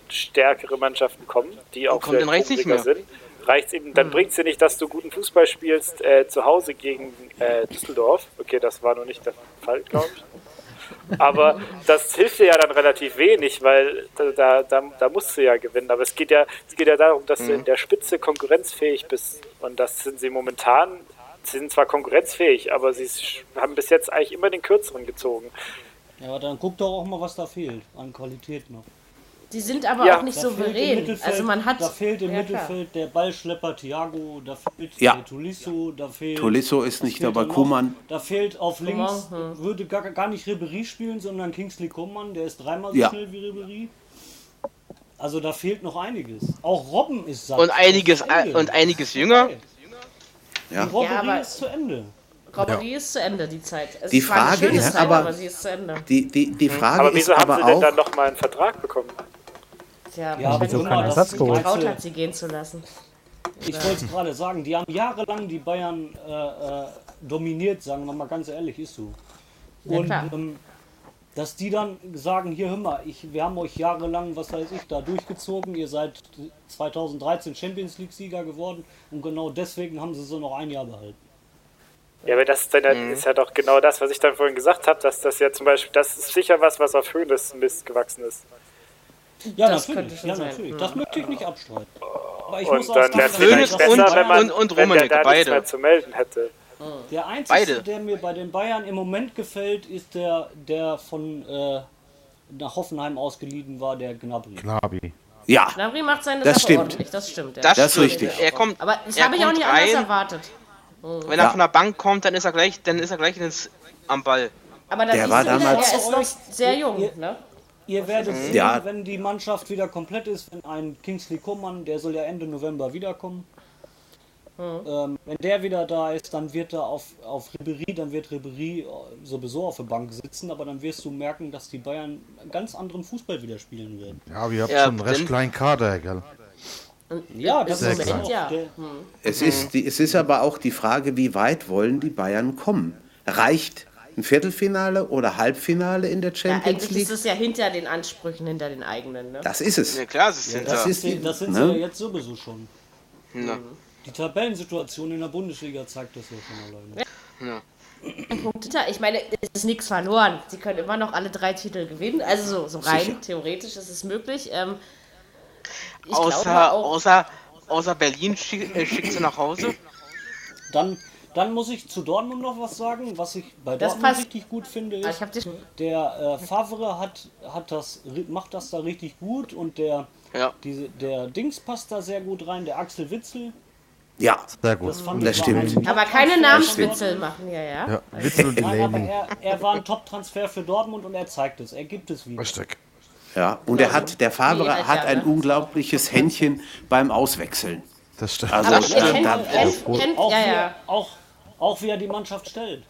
S3: stärkere Mannschaften kommen, die auch
S5: kommt dann
S3: vielleicht
S5: reicht's nicht
S3: hungriger
S5: mehr.
S3: sind, reicht's eben, dann bringt's dir nicht, dass du guten Fußball spielst äh, zu Hause gegen äh, Düsseldorf. Okay, das war noch nicht der Fall, glaube ich. Aber das hilft dir ja dann relativ wenig, weil da, da, da, da musst du ja gewinnen. Aber es
S5: Mhm.
S3: geht ja, es geht ja darum, dass du in der Spitze konkurrenzfähig bist. Und das sind sie momentan Sie sind zwar konkurrenzfähig, aber sie sch- haben bis jetzt eigentlich immer den kürzeren gezogen.
S8: Ja, aber dann guck doch auch mal, was da fehlt an Qualität noch.
S2: Die sind aber
S3: Ja.
S2: auch nicht
S8: Da
S2: souverän. Also man hat.
S8: da fehlt im
S2: Ja, klar.
S8: Mittelfeld der Ballschlepper Thiago, da fehlt
S6: Ja.
S8: der Tulisso, da fehlt.
S6: Tolisso ist nicht
S8: fehlt
S6: dabei,
S8: dann noch-
S6: Kuman.
S8: Da fehlt auf links,
S2: Coman,
S8: würde gar, gar nicht Ribery spielen, sondern Kingsley Coman, der ist dreimal so
S6: Ja.
S8: schnell wie Ribery. Also da fehlt noch einiges. Auch Robben ist satt.
S5: Und einiges, äh, und einiges jünger.
S6: Ja.
S8: Robbery
S2: Ja, aber-
S8: ist zu Ende.
S2: Robberie ist zu Ende, die Zeit. Es
S6: Die
S2: war eine
S6: Frage
S2: schöne
S6: ist
S2: Zeit,
S6: aber-
S2: aber sie ist zu Ende.
S6: Die, die, die Frage
S3: Mhm. Aber
S6: ist
S3: wieso haben
S6: aber
S3: sie denn
S6: auch,
S3: dann nochmal einen Vertrag bekommen?
S2: Tja,
S8: Ja,
S2: wenn
S8: wieso
S2: Hummel
S8: keinen
S2: das
S4: Ersatz
S2: sich
S4: geholt?
S2: getraut hat, sie gehen zu lassen.
S8: Ich wollte es gerade sagen, die haben jahrelang die Bayern äh, äh, dominiert, sagen wir mal ganz ehrlich, ist so.
S2: Ja,
S8: Und
S2: klar.
S8: ähm, dass die dann sagen, hier hör mal, ich, wir haben euch jahrelang, was weiß ich, da durchgezogen, ihr seid 2013 Champions League-Sieger geworden und genau deswegen haben sie so noch ein Jahr behalten.
S3: Ja, aber das ist, dann,
S6: Hm.
S3: ist ja doch genau das, was ich dann vorhin gesagt habe, dass das ja zum Beispiel, das ist sicher was, was auf Höhen des Mist gewachsen ist.
S8: Ja,
S2: Das könnte
S8: natürlich,
S2: schon
S8: ja,
S2: sein.
S8: natürlich. Das möchte ich nicht abstreiten. Aber ich
S3: Und dann wäre es
S5: Höhnes
S3: vielleicht
S5: und-
S3: besser, wenn man
S5: und- und
S3: wenn der
S5: Rummenigge,
S3: da nichts
S5: beide.
S3: mehr zu melden hätte.
S8: Der einzige,
S5: Beide.
S8: der mir bei den Bayern im Moment gefällt, ist der, der von äh, nach Hoffenheim ausgeliehen war, der Gnabry.
S7: Knabi.
S6: ja,
S2: Nabri macht seine
S6: Das
S2: Sache
S6: stimmt.
S2: ordentlich, das stimmt. Ja.
S6: Das ist richtig.
S5: Er kommt,
S2: aber das
S5: er
S2: habe ich auch
S5: kommt
S2: nicht anders
S5: rein.
S2: erwartet.
S5: Wenn er
S6: Ja.
S5: von der Bank kommt, dann ist er gleich, dann ist er gleich ins, am Ball.
S2: Aber das
S6: Der
S2: ist
S6: war
S2: wieder,
S6: damals-
S2: er ist noch sehr jung, ne?
S8: Ihr werdet sehen,
S6: Ja.
S8: wenn die Mannschaft wieder komplett ist, wenn ein Kingsley Coman, der soll ja Ende November wiederkommen, ähm, wenn der wieder da ist, dann wird er auf, auf Ribery, dann wird Ribery äh, sowieso auf der Bank sitzen, aber dann wirst du merken, dass die Bayern einen ganz anderen Fußball wieder spielen werden.
S7: Ja, wir haben
S5: Ja,
S7: schon einen recht
S5: denn-
S7: kleinen Kader, gell?
S8: Ja, das
S2: Sehr
S8: ist
S2: klar.
S8: auch
S2: Ja.
S8: der,
S2: Mhm.
S6: es ist, die, es ist aber auch die Frage, wie weit wollen die Bayern kommen? Reicht ein Viertelfinale oder Halbfinale in der
S2: Ja,
S6: Champions
S2: eigentlich ist
S6: League?
S2: es ja hinter den Ansprüchen, hinter den eigenen, ne?
S6: Das ist es.
S5: Ja klar, es ist hinter.
S6: Das ist die,
S8: das sind sie ja
S6: ne?
S8: jetzt sowieso schon.
S5: Na.
S8: Die Tabellensituation in der Bundesliga zeigt das ja schon alleine.
S2: Punkte. Ich meine, es ist nichts verloren. Sie können immer noch alle drei Titel gewinnen. Also so, so rein theoretisch ist es möglich. Ähm, ich glaube
S5: außer,
S2: auch,
S5: außer, außer Berlin schick, äh, schickt sie nach Hause.
S8: Dann, dann muss ich zu Dortmund noch was sagen, was ich bei
S2: Das
S8: Dortmund
S2: passt.
S8: richtig gut finde.
S2: Ah,
S8: Ist,
S2: ich habe dir schon
S8: Der äh, Favre hat, hat das, ri- macht das da richtig gut und der,
S5: Ja.
S8: diese, der Dings passt da sehr gut rein, der Axel Witzel.
S6: Ja,
S7: Sehr gut.
S8: Das fand
S6: Das
S8: ich war
S6: stimmt.
S8: ein
S2: aber keine Namenswitzel
S8: Top-Transfer von Dortmund.
S2: machen, ja, ja.
S7: Ja, Witzel und
S8: Nein, aber
S7: Delaney.
S8: er, er war ein Top-Transfer für Dortmund und er zeigt es, er gibt es wieder.
S7: Richtig.
S6: ja. Und er hat, der
S2: Nee,
S6: Faber
S2: das ja,
S6: hat ein
S2: ne?
S6: unglaubliches Händchen beim Auswechseln.
S7: Das stimmt.
S6: Also,
S5: Das
S6: da,
S5: stimmt.
S2: Kennt,
S6: da,
S2: kennt, kennt,
S8: Auch,
S2: ja,
S8: wie,
S2: ja.
S8: er- auch, auch wie er die Mannschaft stellt.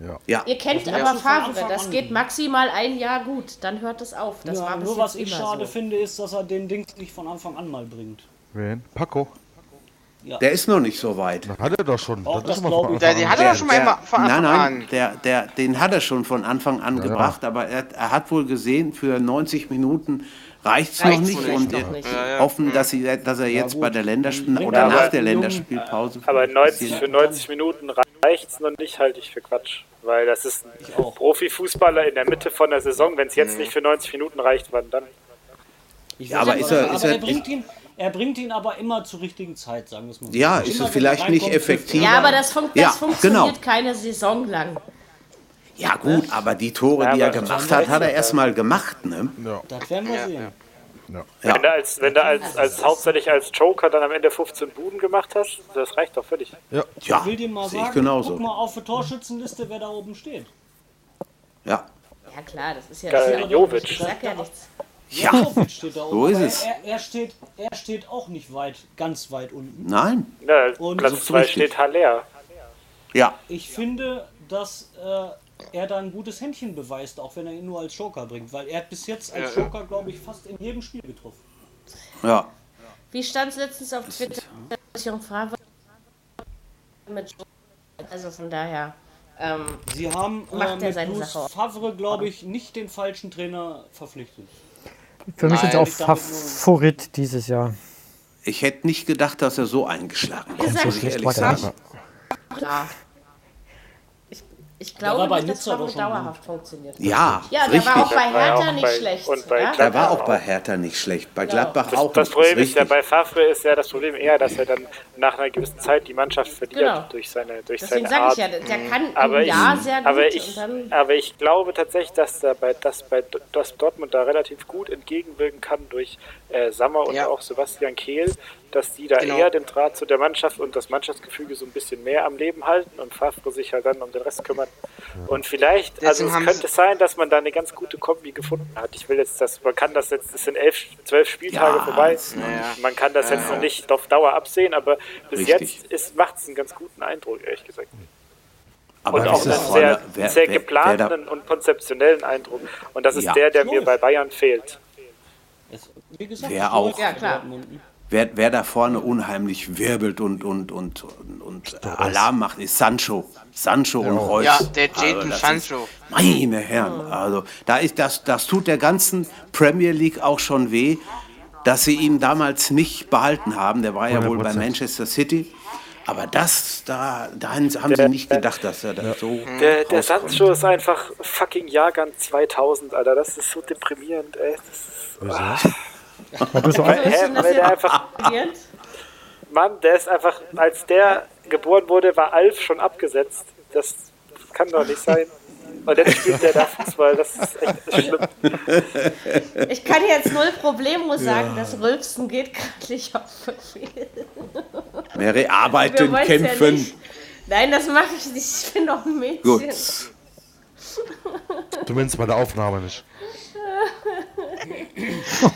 S7: ja.
S6: ja,
S2: Ihr kennt
S8: Das
S2: aber
S8: musst du von
S2: Favre,
S8: Anfang
S2: das
S8: an
S2: geht
S8: üben.
S2: maximal ein Jahr gut, dann hört es auf. Das war
S8: Ja,
S2: bis
S8: nur
S2: jetzt
S8: was ich
S2: immer
S8: schade
S2: so.
S8: finde, ist, dass er den Dings nicht von Anfang an mal bringt.
S7: Wen? Paco.
S6: der ist noch nicht so weit.
S7: Das hat er doch schon.
S8: Auch das
S7: ist immer
S8: glaube ich.
S5: Ja, die hat er doch schon mal
S6: Der-
S5: immer von Anfang
S6: nein, nein,
S5: an.
S6: Der, der, den hat er schon von Anfang an gebracht, aber er, er hat wohl gesehen, für 90 Minuten reicht es noch
S2: Reicht's
S6: nicht.
S2: wohl
S6: Und
S2: echt noch nicht.
S6: wir hoffen, dass, sie, dass er jetzt bei der Länderspiel oder
S8: Ja,
S6: nach
S3: Mhm. aber-
S6: der Länderspielpause.
S3: Aber 90, für 90 Minuten reicht es noch nicht, halte ich für Quatsch. Weil das ist ein Profifußballer in der Mitte von der Saison. Wenn es
S6: Hm.
S3: jetzt nicht für 90 Minuten reicht, wann dann?
S8: Ich
S6: Ja,
S8: weiß
S6: aber
S8: nicht,
S6: ist
S8: was
S6: er-
S8: aber
S6: ist
S8: er,
S6: er-
S8: bringt ihn, er bringt ihn aber immer zur richtigen Zeit, sagen wir es mal so.
S6: Ja, ist
S8: Immer,
S6: es
S8: wenn er
S6: vielleicht nicht
S8: reinkommt,
S6: effektiv.
S2: Ja, aber das, fun
S6: Ja,
S2: das funktioniert
S6: genau.
S2: keine Saison lang.
S6: Ja, gut, aber die Tore, die
S3: Ja,
S6: er
S3: aber-
S6: gemacht hat, hat er erstmal gemacht. Ne?
S8: Das werden wir sehen.
S6: Ja.
S3: Wenn du, als, wenn du als, als hauptsächlich als Joker dann am Ende 15 Buden gemacht hast, das reicht doch völlig.
S6: Ja,
S8: Ich will dir mal
S6: sehe ich
S8: sagen,
S6: genauso.
S8: guck mal auf die Torschützenliste, wer da oben steht.
S6: Ja,
S2: Ja klar, das ist ja...
S3: Geil,
S2: ist ja
S3: Jovic.
S2: Ich sag ja nichts.
S6: ja.
S8: Jovic steht da oben.
S6: So ist
S8: aber
S6: es.
S8: Er, er, steht, er steht auch nicht weit, ganz weit unten.
S6: nein,
S3: Ja,
S8: Und
S3: Platz
S6: sucht's
S3: 2
S6: richtig.
S3: steht Haller.
S6: ja,
S8: Ich finde, dass äh, er da ein gutes Händchen beweist, auch wenn er ihn nur als Joker bringt. Weil er hat bis jetzt als Joker, glaube ich, fast in jedem Spiel getroffen.
S6: ja.
S2: Wie stand es letztens auf Twitter? Ich frage mit also von daher. Ähm,
S8: Sie haben äh,
S2: Macht er
S8: mit
S2: seine
S8: Luis
S2: Sache auch.
S8: Favre, glaube ich, nicht den falschen Trainer verpflichtet.
S4: Für mich ist
S5: Nein,
S4: auch
S8: ich damit nur-
S4: Favorit dieses Jahr.
S6: Ich hätte nicht gedacht, dass er so eingeschlagen ist, muss ich
S4: Schlecht
S6: ehrlich
S4: war der
S6: sagen.
S4: nicht.
S2: klar. Ich, Ich
S8: Der war
S2: glaube
S8: bei
S2: nicht, dass
S8: Nizza doch
S2: Favre
S8: schon
S2: dauerhaft funktioniert.
S6: Ja,
S2: Ja, der
S6: richtig.
S2: war auch bei
S3: Der war ja
S2: Hertha
S3: auch
S2: nicht
S3: bei-
S2: schlecht.
S3: und bei
S2: ja?
S3: Gladbach.
S6: der war auch bei Hertha nicht schlecht, bei Gladbach
S2: Das-
S6: auch
S3: Das
S6: nicht.
S3: Problem ist ja
S6: richtig.
S3: bei Favre ist ja das Problem eher, dass er dann nach einer gewissen Zeit die Mannschaft verliert
S2: Genau.
S3: durch seine durch
S2: Deswegen
S3: seine
S2: sage
S3: Art.
S2: ich ja, der der kann
S3: halt aber
S2: ein Jahr
S3: ich,
S2: sehr gut
S3: aber ich,
S2: und dann
S3: aber ich glaube tatsächlich, dass da bei, dass bei dass Dortmund da relativ gut entgegenwirken kann durch äh, Sammer und
S5: Ja.
S3: auch Sebastian Kehl, dass die da
S5: Genau.
S3: eher den Draht zu der Mannschaft und das Mannschaftsgefüge so ein bisschen mehr am Leben halten und Favre sich halt dann um den Rest kümmert. Und vielleicht,
S5: Deswegen
S3: also
S5: haben
S3: es könnte sein, dass man da eine ganz gute Kombi gefunden hat. Ich will jetzt, dass man kann das jetzt, es sind elf, zwölf Spieltage
S6: Ja,
S3: vorbei.
S6: ist
S3: Man kann das jetzt noch nicht auf Dauer absehen, aber bis
S6: Richtig.
S3: jetzt macht es einen ganz guten Eindruck, ehrlich gesagt
S6: Aber
S3: und auch
S6: das ist
S3: einen
S6: vorne-
S3: sehr,
S6: wer-
S3: sehr
S6: wer-
S3: geplanten
S6: wer da-
S3: und konzeptionellen Eindruck. Und das ist
S6: Ja.
S3: der, der mir bei Bayern fehlt.
S8: Es, wie gesagt,
S6: Wer
S8: es läuft
S6: auch.
S8: für
S2: Ja, klar.
S8: Dortmund.
S6: Wer, wer da vorne unheimlich wirbelt und, und, und, und, und Alarm macht, ist Sancho. Sancho und Reus.
S5: Ja, der
S6: Also,
S5: Jaden
S6: das
S5: Sancho.
S6: Ist, meine Herren, also da ist das, das tut der ganzen Premier League auch schon weh, dass sie ihn damals nicht behalten haben. Der war ja wohl bei
S7: 100%.
S6: Manchester City. Aber das, da, da haben sie nicht gedacht, dass er das so.
S3: Der, der
S6: rauskommt.
S3: Sancho ist einfach fucking Jahrgang 2000, Alter. Das ist so deprimierend, ey. Das ist, ah,
S4: Weil du so alt
S2: ist
S3: hä,
S2: denn das
S3: weil der
S2: jetzt
S3: einfach,
S2: passiert?
S3: Mann, der ist einfach, als der geboren wurde, war Alf schon abgesetzt. Das kann doch nicht sein. Und jetzt spielt der da Fußball. Das ist echt schlimm.
S2: Ich kann jetzt null Problemlos sagen, das Rülpsen geht gerade nicht auf so viel.
S6: Mehrere
S2: Wir
S6: arbeiten,
S2: wollen's Ja
S6: kämpfen.
S2: nicht. Nein, das mache ich nicht. Ich bin doch ein Mädchen.
S6: Gut.
S7: Zumindest bei der Aufnahme nicht.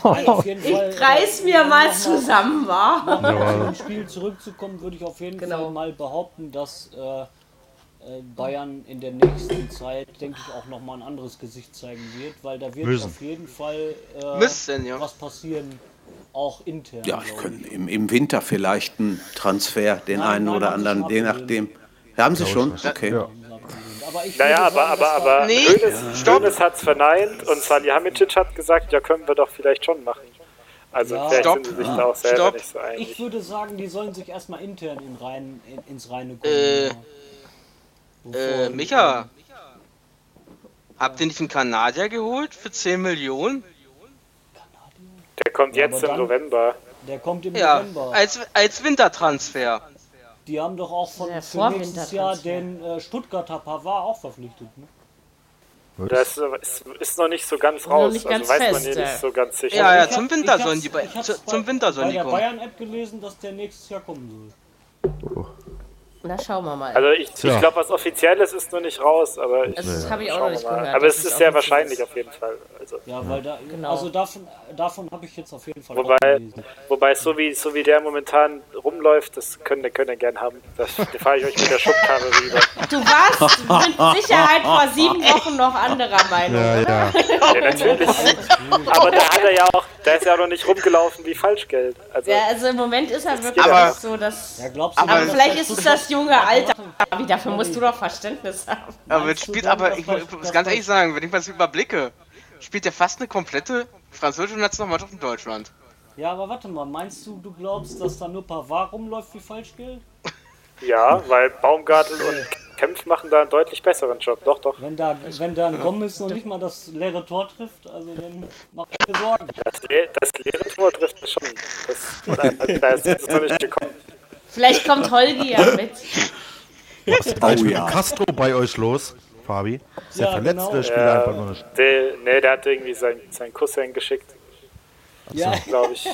S8: Auf jeden Fall,
S2: Ich reiß mir mal zusammen, wa?
S8: um zum Spiel zurückzukommen, würde ich auf jeden
S2: Genau.
S8: Fall mal behaupten, dass äh, äh, Bayern in der nächsten Zeit, denke ich, auch nochmal ein anderes Gesicht zeigen wird, weil da wird
S7: Müssen.
S8: auf jeden Fall äh,
S5: Müssen, ja.
S8: was passieren, auch intern. Also,
S6: Ja, ich
S8: glaub
S6: könnte im, im Winter vielleicht einen Transfer, den
S8: Nein,
S6: einen
S8: nein,
S6: oder
S8: haben sie
S6: anderen,
S8: schon
S6: je
S8: abgegeben.
S6: nachdem. Haben sie schon? Okay. Oh
S8: Aber ich
S3: Naja,
S8: würde
S3: aber,
S8: sagen,
S3: aber,
S8: das
S3: aber,
S5: Nee.
S3: Hönes, Hönes hat's verneint und Salihamidzic hat gesagt, ja, können wir doch vielleicht schon machen. Also
S8: Ja.
S3: vielleicht
S5: Stopp. Ah.
S3: sind sie sich da auch selber
S5: Stopp.
S3: nicht so
S8: war, ich
S3: einig.
S8: würde sagen, die sollen sich erstmal intern in rein, in, ins Reine kommen.
S5: Äh,
S8: ja. Bevor-
S5: Äh, Micha. Habt ihr nicht einen Kanadier geholt für 10 Millionen?
S3: Der kommt
S8: Ja,
S3: jetzt
S8: aber
S3: im
S8: dann-
S3: November.
S8: Der kommt im
S5: Ja,
S8: November.
S5: als, als Wintertransfer.
S8: Die haben doch auch von
S2: Der
S8: für nächstes Jahr
S2: Vorwintertransfer.
S8: den äh, Stuttgarter Pavard auch verpflichtet. Ne?
S3: Das ist, ist noch nicht so ganz
S2: noch
S3: raus,
S2: nicht
S3: also
S2: ganz
S3: weiß man
S2: fest,
S3: hier
S2: ja.
S3: nicht so ganz sicher.
S5: Ja, ja,
S8: Ich hab-
S5: zum Winter
S8: ich
S5: sollen
S8: hab's-
S5: die bei,
S8: ich hab's
S5: zu, zum Winter sollen
S8: bei
S5: die
S8: der
S5: kommen.
S8: Bayern-App gelesen, dass der nächstes Jahr kommen soll.
S2: Na, schauen wir mal.
S3: Also ich, ich
S7: Tja.
S3: glaube, was Offizielles ist noch nicht raus, aber ich,
S2: Also, das habe ich auch noch
S3: schauen wir
S2: nicht
S3: mal.
S2: gehört.
S3: Aber es
S2: Das
S3: ist sehr
S2: auch nicht so
S3: wahrscheinlich
S2: was.
S3: auf jeden Fall. Also,
S8: Ja, weil da,
S2: Genau.
S8: also davon, davon habe ich jetzt auf jeden Fall
S3: Wobei-
S8: auch gelesen.
S3: wobei, so wie, so wie der momentan rumläuft, das könnt ihr, könnt ihr gern haben. Das da fahre ich euch mit der Schubkarre rüber.
S2: Du warst mit Sicherheit vor sieben Wochen noch anderer Meinung.
S7: Ja, ja.
S3: Ja, natürlich. Aber da hat er ja auch, da ist ja auch noch nicht rumgelaufen wie Falschgeld. Also,
S2: Ja, also im Moment ist er wirklich
S5: Aber-
S2: so, dass.
S8: Ja, glaubst du,
S5: Aber-
S2: Aber
S8: dass
S2: vielleicht
S8: der
S2: ist es
S8: Stuttgart-
S2: das junge Alter. Wie, dafür musst du doch Verständnis haben.
S5: Aber
S8: Meinst
S5: jetzt
S8: du
S5: spielt
S8: dann,
S5: aber,
S8: dass
S5: ich
S8: das-
S5: muss
S8: dass
S5: ganz
S8: das-
S5: ehrlich sagen, wenn ich mal so überblicke, spielt er fast eine komplette französische Nationalmannschaft in Deutschland.
S8: Ja, aber warte mal, meinst du, du glaubst, dass da nur Pavard rumläuft wie Falschgeld?
S3: ja, weil Baumgartel und Kempf machen da einen deutlich besseren Job. Doch, doch.
S8: Wenn da, wenn da ein Gomez noch nicht mal das leere Tor trifft, also dann mach ich mir Sorgen.
S3: Das, Le- das leere Tor trifft das schon. Das, da, da ist es noch nicht gekommen.
S2: Vielleicht kommt Holgi ja mit.
S7: Was ist mit
S6: ja.
S7: dem Castro bei euch los, Fabi? Ist der
S8: Ja,
S7: verletzt,
S8: genau.
S7: der spielt
S3: Ja.
S7: einfach nur nicht.
S3: Der, nee, der hat irgendwie seinen, seinen Cousin geschickt,
S8: Ja,
S3: glaube ich.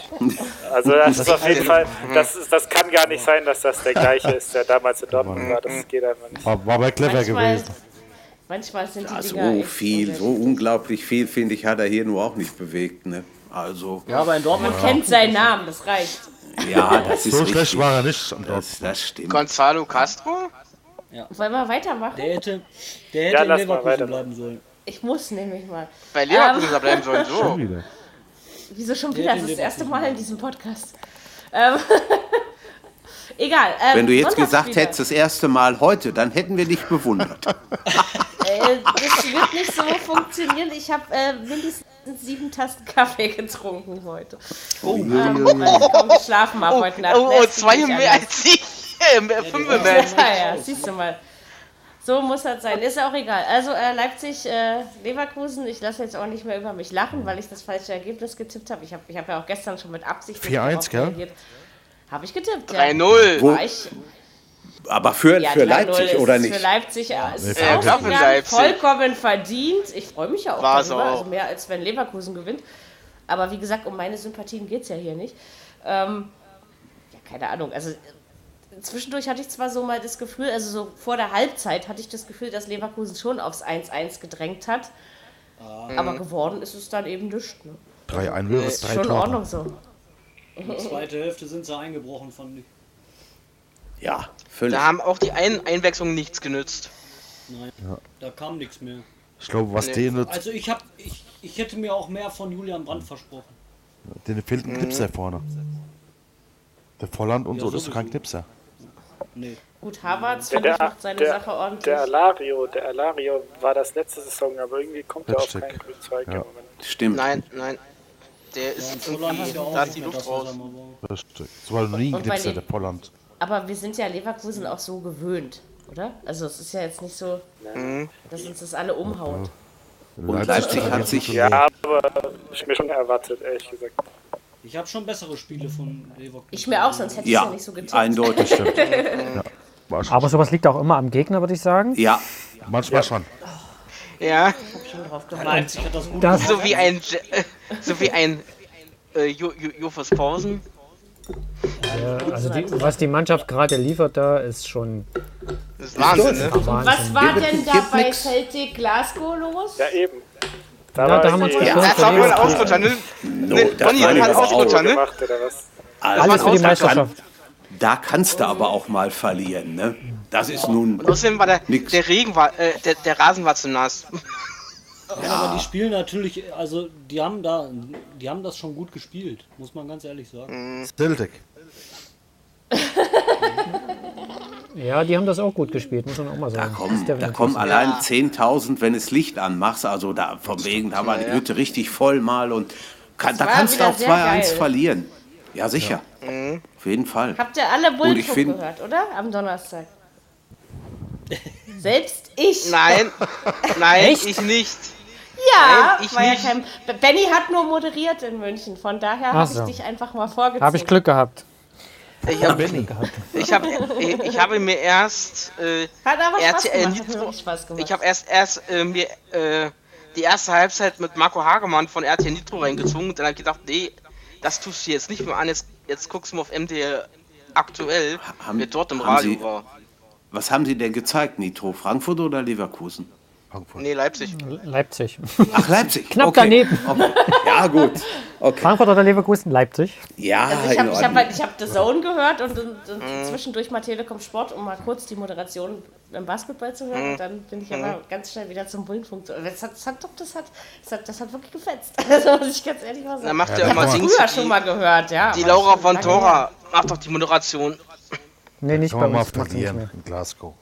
S3: Also das ist auf jeden Fall, das, ist, das kann gar nicht sein, dass das der gleiche ist, der damals in Dortmund war. Das geht einfach nicht.
S7: War, war aber clever
S2: Manchmal,
S7: gewesen.
S2: manchmal sind die
S6: Ja,
S2: Dinger
S6: so
S2: echt
S6: viel,
S2: unnötig.
S6: so unglaublich viel, finde ich, hat er hier nur auch nicht bewegt. Ne? Also, ja,
S8: aber in Dortmund
S2: Man kennt seinen Namen, das reicht.
S6: das ist
S7: So
S6: richtig.
S7: schlecht war er nicht am Dorf.
S6: das, das stimmt.
S5: Gonzalo Castro?
S2: Wollen wir weitermachen?
S8: Der hätte, der hätte
S3: Ja, lass
S8: in
S3: mal
S8: Leverkusen
S3: weiter.
S8: bleiben sollen.
S2: Ich muss nämlich mal.
S5: Bei Leverkusen da bleiben sollen, so.
S7: wieder.
S2: Wieso schon wieder? Das ist
S8: den
S2: das
S8: Leverkusen
S2: erste Mal in diesem Podcast. Ähm, egal. Ähm,
S6: Wenn du jetzt gesagt
S2: Sonntagsspiele.
S6: hättest, das erste Mal heute, dann hätten wir dich bewundert.
S2: Äh, das wird nicht so funktionieren. Ich habe äh, mindestens sieben Tasten Kaffee getrunken heute. ähm, weil ich kaum geschlafen habe
S5: Oh,
S2: heute Nacht.
S5: oh,
S2: Nee, es
S5: oh
S2: geht
S5: zwei
S2: nicht
S5: mehr
S2: anders.
S5: als ich. Äh, fünf mehr.
S2: Ja, ja, siehst du mal. So muss das sein. Ist auch egal. Also äh, Leipzig, äh, Leverkusen, ich lasse jetzt auch nicht mehr über mich lachen, weil ich das falsche Ergebnis getippt habe. Ich habe ich hab ja auch gestern schon mit Absicht
S7: 4-1, gell?
S2: Habe ich getippt, ja.
S5: 3-0.
S2: War ich,
S6: Aber für,
S2: ja,
S6: für
S2: 3-0
S6: Leipzig
S2: ist
S6: oder
S2: Für
S6: nicht?
S2: Leipzig ja, ist es
S7: Leverkusen.
S2: ausgegangen,
S5: Ja, für Leipzig.
S2: vollkommen verdient. Ich freue mich ja auch
S5: War's
S2: darüber,
S5: auch.
S2: also mehr als wenn Leverkusen gewinnt. Aber wie gesagt, um meine Sympathien geht es ja hier nicht. Ähm, ja, keine Ahnung. Also äh, zwischendurch hatte ich zwar so mal das Gefühl, also so vor der Halbzeit hatte ich das Gefühl, dass Leverkusen schon aufs 1-1 gedrängt hat. Aber geworden ist es dann eben nicht. Ne?
S7: Drei Einwürfe, drei
S2: Schon in Ordnung
S7: Tore.
S2: so.
S8: In der zweiten Hälfte sind sie eingebrochen, fand ich.
S6: Ja, völlig.
S5: Da haben auch die Ein Einwechslungen nichts genützt.
S8: Da kam nichts mehr.
S7: Ich glaube, was
S5: Nee.
S7: denen,
S8: Also ich hab, ich, ich hätte mir auch mehr von Julian Brandt versprochen.
S7: denen fehlt ein Knipser vorne. Der Volland und so, das ist kein Knipser.
S8: Nee.
S2: Gut, Havertz
S3: Ja,
S2: finde ich, macht seine Sache ordentlich.
S3: der Alario, der Alario war das letzte Saison, aber irgendwie kommt er auf
S7: Hashtag.
S3: keinen grünen Zweig
S7: Ja.
S3: im Moment.
S6: Stimmt.
S5: Nein, nein. Der ist
S8: Solange
S5: irgendwie,
S8: ist ja auch
S5: da ist
S8: nicht
S5: Äh, die
S8: mehr
S5: Luft
S8: das, was
S5: raus.
S8: er mal war.
S7: Richtig. Das war noch nie ein
S2: Und bei
S7: Knipser, der
S2: den-
S7: Volland.
S2: Aber wir sind ja Leverkusen auch so gewöhnt, oder? Also es ist ja jetzt nicht so, dass uns das alle umhaut.
S6: Und Leipzig hat sich
S3: Ja, aber ich mir schon erwartet, ehrlich gesagt.
S8: Ich habe schon bessere Spiele von Leverkusen.
S2: Ich mir auch, sonst hätte ich es ja
S6: ja
S2: nicht so getippt.
S6: eindeutig.
S7: War schon.
S4: Aber sowas liegt auch immer am Gegner, würde ich sagen.
S6: Ja,
S7: Manchmal schon.
S5: Ja,
S8: Leipzig hat das gut.
S4: Das,
S5: so wie ein, Je- äh, so wie ein äh, Jo- Jo- Jofas Pausen.
S4: also die, was die Mannschaft gerade liefert, da ist schon
S5: Das ist Wahnsinn, ne?
S8: Also
S4: Wahnsinn.
S2: Was war denn da
S6: gibt
S2: bei
S6: nix.
S2: Celtic Glasgow los?
S3: Ja, eben.
S4: Ja, da
S3: war
S4: haben wir
S3: die-
S4: uns ja,
S5: Das war wohl ein Ausrutscher, ne?
S6: no, das
S5: Bonnie,
S6: war
S5: das war ein
S6: jetzt auch-
S5: Ausrutscher, ne?
S3: gemacht oder was?
S4: Alles für die
S6: da kann-
S4: Meisterschaft.
S6: Da kannst du aber auch mal verlieren, ne? Das ist nun.
S5: Und außerdem war der,
S6: Nix.
S5: der Regen war, äh, der, der Rasen war zu nass.
S8: Aber die spielen natürlich, also die haben da, die haben das schon gut gespielt, muss man ganz ehrlich
S5: Mhm.
S8: sagen.
S7: Celtic.
S4: Ja, die haben das auch gut gespielt, muss man auch mal sagen.
S6: Da
S4: Das
S6: kommen,
S4: ist der
S6: da
S4: Wahnsinn.
S6: kommen allein 10.000, wenn es Licht anmachst. Also da von wegen, da war die Hütte richtig voll mal und kann, da
S2: war
S6: kannst du
S2: wieder
S6: auch
S2: sehr
S6: 2-1
S2: geil. Mhm.
S6: verlieren. Ja, sicher. Auf jeden Fall.
S2: Habt ihr alle Bullshit
S6: ich find-
S2: gehört, oder? Am Donnerstag. Selbst ich.
S5: Nein, nein, ich nicht.
S2: ja,
S5: nein, ich
S2: war ja
S5: nicht.
S2: kein. Benny hat nur moderiert in München, von daher
S4: Ach
S2: habe
S4: so.
S2: ich dich einfach mal vorgezogen.
S4: Habe ich Glück gehabt.
S5: Ich habe ich hab, ich, ich habe mir erst äh,
S2: Hat aber Spaß
S5: RTL
S2: gemacht. Hat
S5: Nitro.
S2: wirklich Spaß gemacht.
S5: Ich habe erst erst äh, mir äh, die erste Halbzeit mit Marco Hagemann von RTL Nitro reingezogen und dann habe ich gedacht, nee, das tust du jetzt nicht mehr an, jetzt, jetzt guckst du mal auf MDR aktuell,
S6: Haben-
S5: wer dort im
S6: haben
S5: Radio
S6: Sie-
S5: war.
S6: Was haben Sie denn gezeigt, Nitro? Frankfurt oder Leverkusen?
S5: Nee, Leipzig.
S4: Leipzig.
S6: Ach, Leipzig.
S4: Knapp
S6: okay.
S4: daneben.
S6: Okay. Ja, gut. Okay.
S4: Frankfurt oder Leverkusen? Leipzig.
S6: Ja,
S2: Also ich habe
S6: in
S2: ich hab,
S6: Ordnung.
S2: halt- ich hab The Zone gehört und, und, und
S5: Mhm.
S2: zwischendurch mal Telekom Sport, um mal kurz die Moderation im Basketball zu
S5: Mhm.
S2: hören. Und dann bin ich aber ganz schnell wieder zum Bullenfunk. zu- Das hat, das hat doch, das hat, das hat, das hat wirklich gefetzt. Also muss ich ganz ehrlich mal
S5: Dann
S2: sagen.
S5: macht ja,
S7: da
S5: immer
S7: kann man-
S5: Dings.
S2: Früher schon mal gehört, ja.
S5: Die
S2: aber
S5: Laura
S2: schon
S5: von
S2: lange
S5: Tora macht doch die Moderation.
S4: Nee, nicht
S7: Kann
S4: bei
S7: man mal
S4: uns. Macht nicht
S7: verlieren
S4: mehr.
S7: in Glasgow.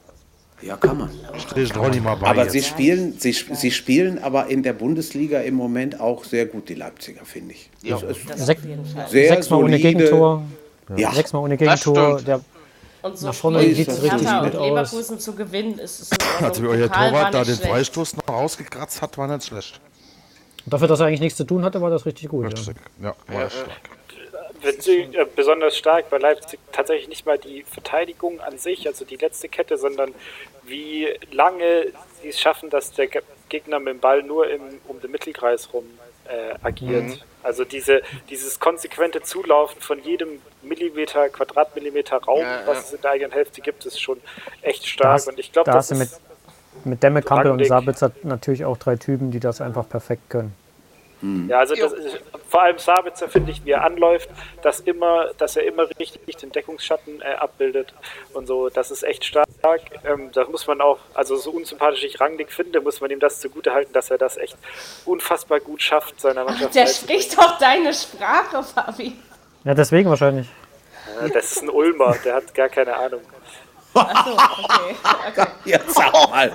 S6: ja, kann man.
S7: Strich Ronny mal bei
S6: Aber
S7: jetzt.
S6: sie spielen, sie, sp- sie spielen aber in der Bundesliga im Moment auch sehr gut, die Leipziger, finde ich. Ja.
S4: Sech,
S6: Sehr
S4: sechsmal ohne
S6: solide-
S4: Gegentor.
S6: Ja,
S4: Sechsmal ohne Gegentor.
S5: stimmt.
S4: Der,
S2: her. Und so
S4: Nach vorne
S2: spielen
S4: sieht's
S2: die
S4: richtig
S2: Hertha
S4: gut
S2: und
S4: aus.
S2: Leverkusen zu gewinnen, ist es
S7: Also wie euer Torwart da den Freistoß noch rausgekratzt hat, war nicht schlecht.
S4: dafür, dass er eigentlich nichts zu tun hatte, war das richtig gut. Ja.
S7: Richtig. Ja, war stark.
S3: Witzig, äh, besonders stark bei Leipzig tatsächlich nicht mal die Verteidigung an sich, also die letzte Kette, sondern wie lange sie es schaffen, dass der Ge- Gegner mit dem Ball nur im, um den Mittelkreis rum äh, agiert.
S4: Mhm.
S3: Also diese, dieses konsequente Zulaufen von jedem Millimeter, Quadratmillimeter Raum, was es in der eigenen Hälfte gibt, ist schon echt stark.
S4: hast-
S3: Und ich glaube,
S4: da
S3: das
S4: hast du
S3: ist,
S4: Mit Demme, Kampel und
S3: Rangnick.
S4: Sabitzer natürlich auch drei Typen, die das einfach perfekt können.
S3: Ja, also das ist, vor allem Sabitzer finde ich, wie er anläuft, dass immer, dass er immer richtig den Deckungsschatten äh, abbildet und so. Das ist echt stark. Ähm, da muss man auch, also so unsympathisch ich Rangnick finde, muss man ihm das zugute halten, dass er das echt unfassbar gut schafft seiner Mannschaft. Also,
S2: Der
S3: beizubringen.
S2: spricht doch deine Sprache, Fabi.
S4: Ja, deswegen wahrscheinlich.
S3: Ja, das ist ein Ulmer, der hat gar keine Ahnung.
S6: Ja, sag mal.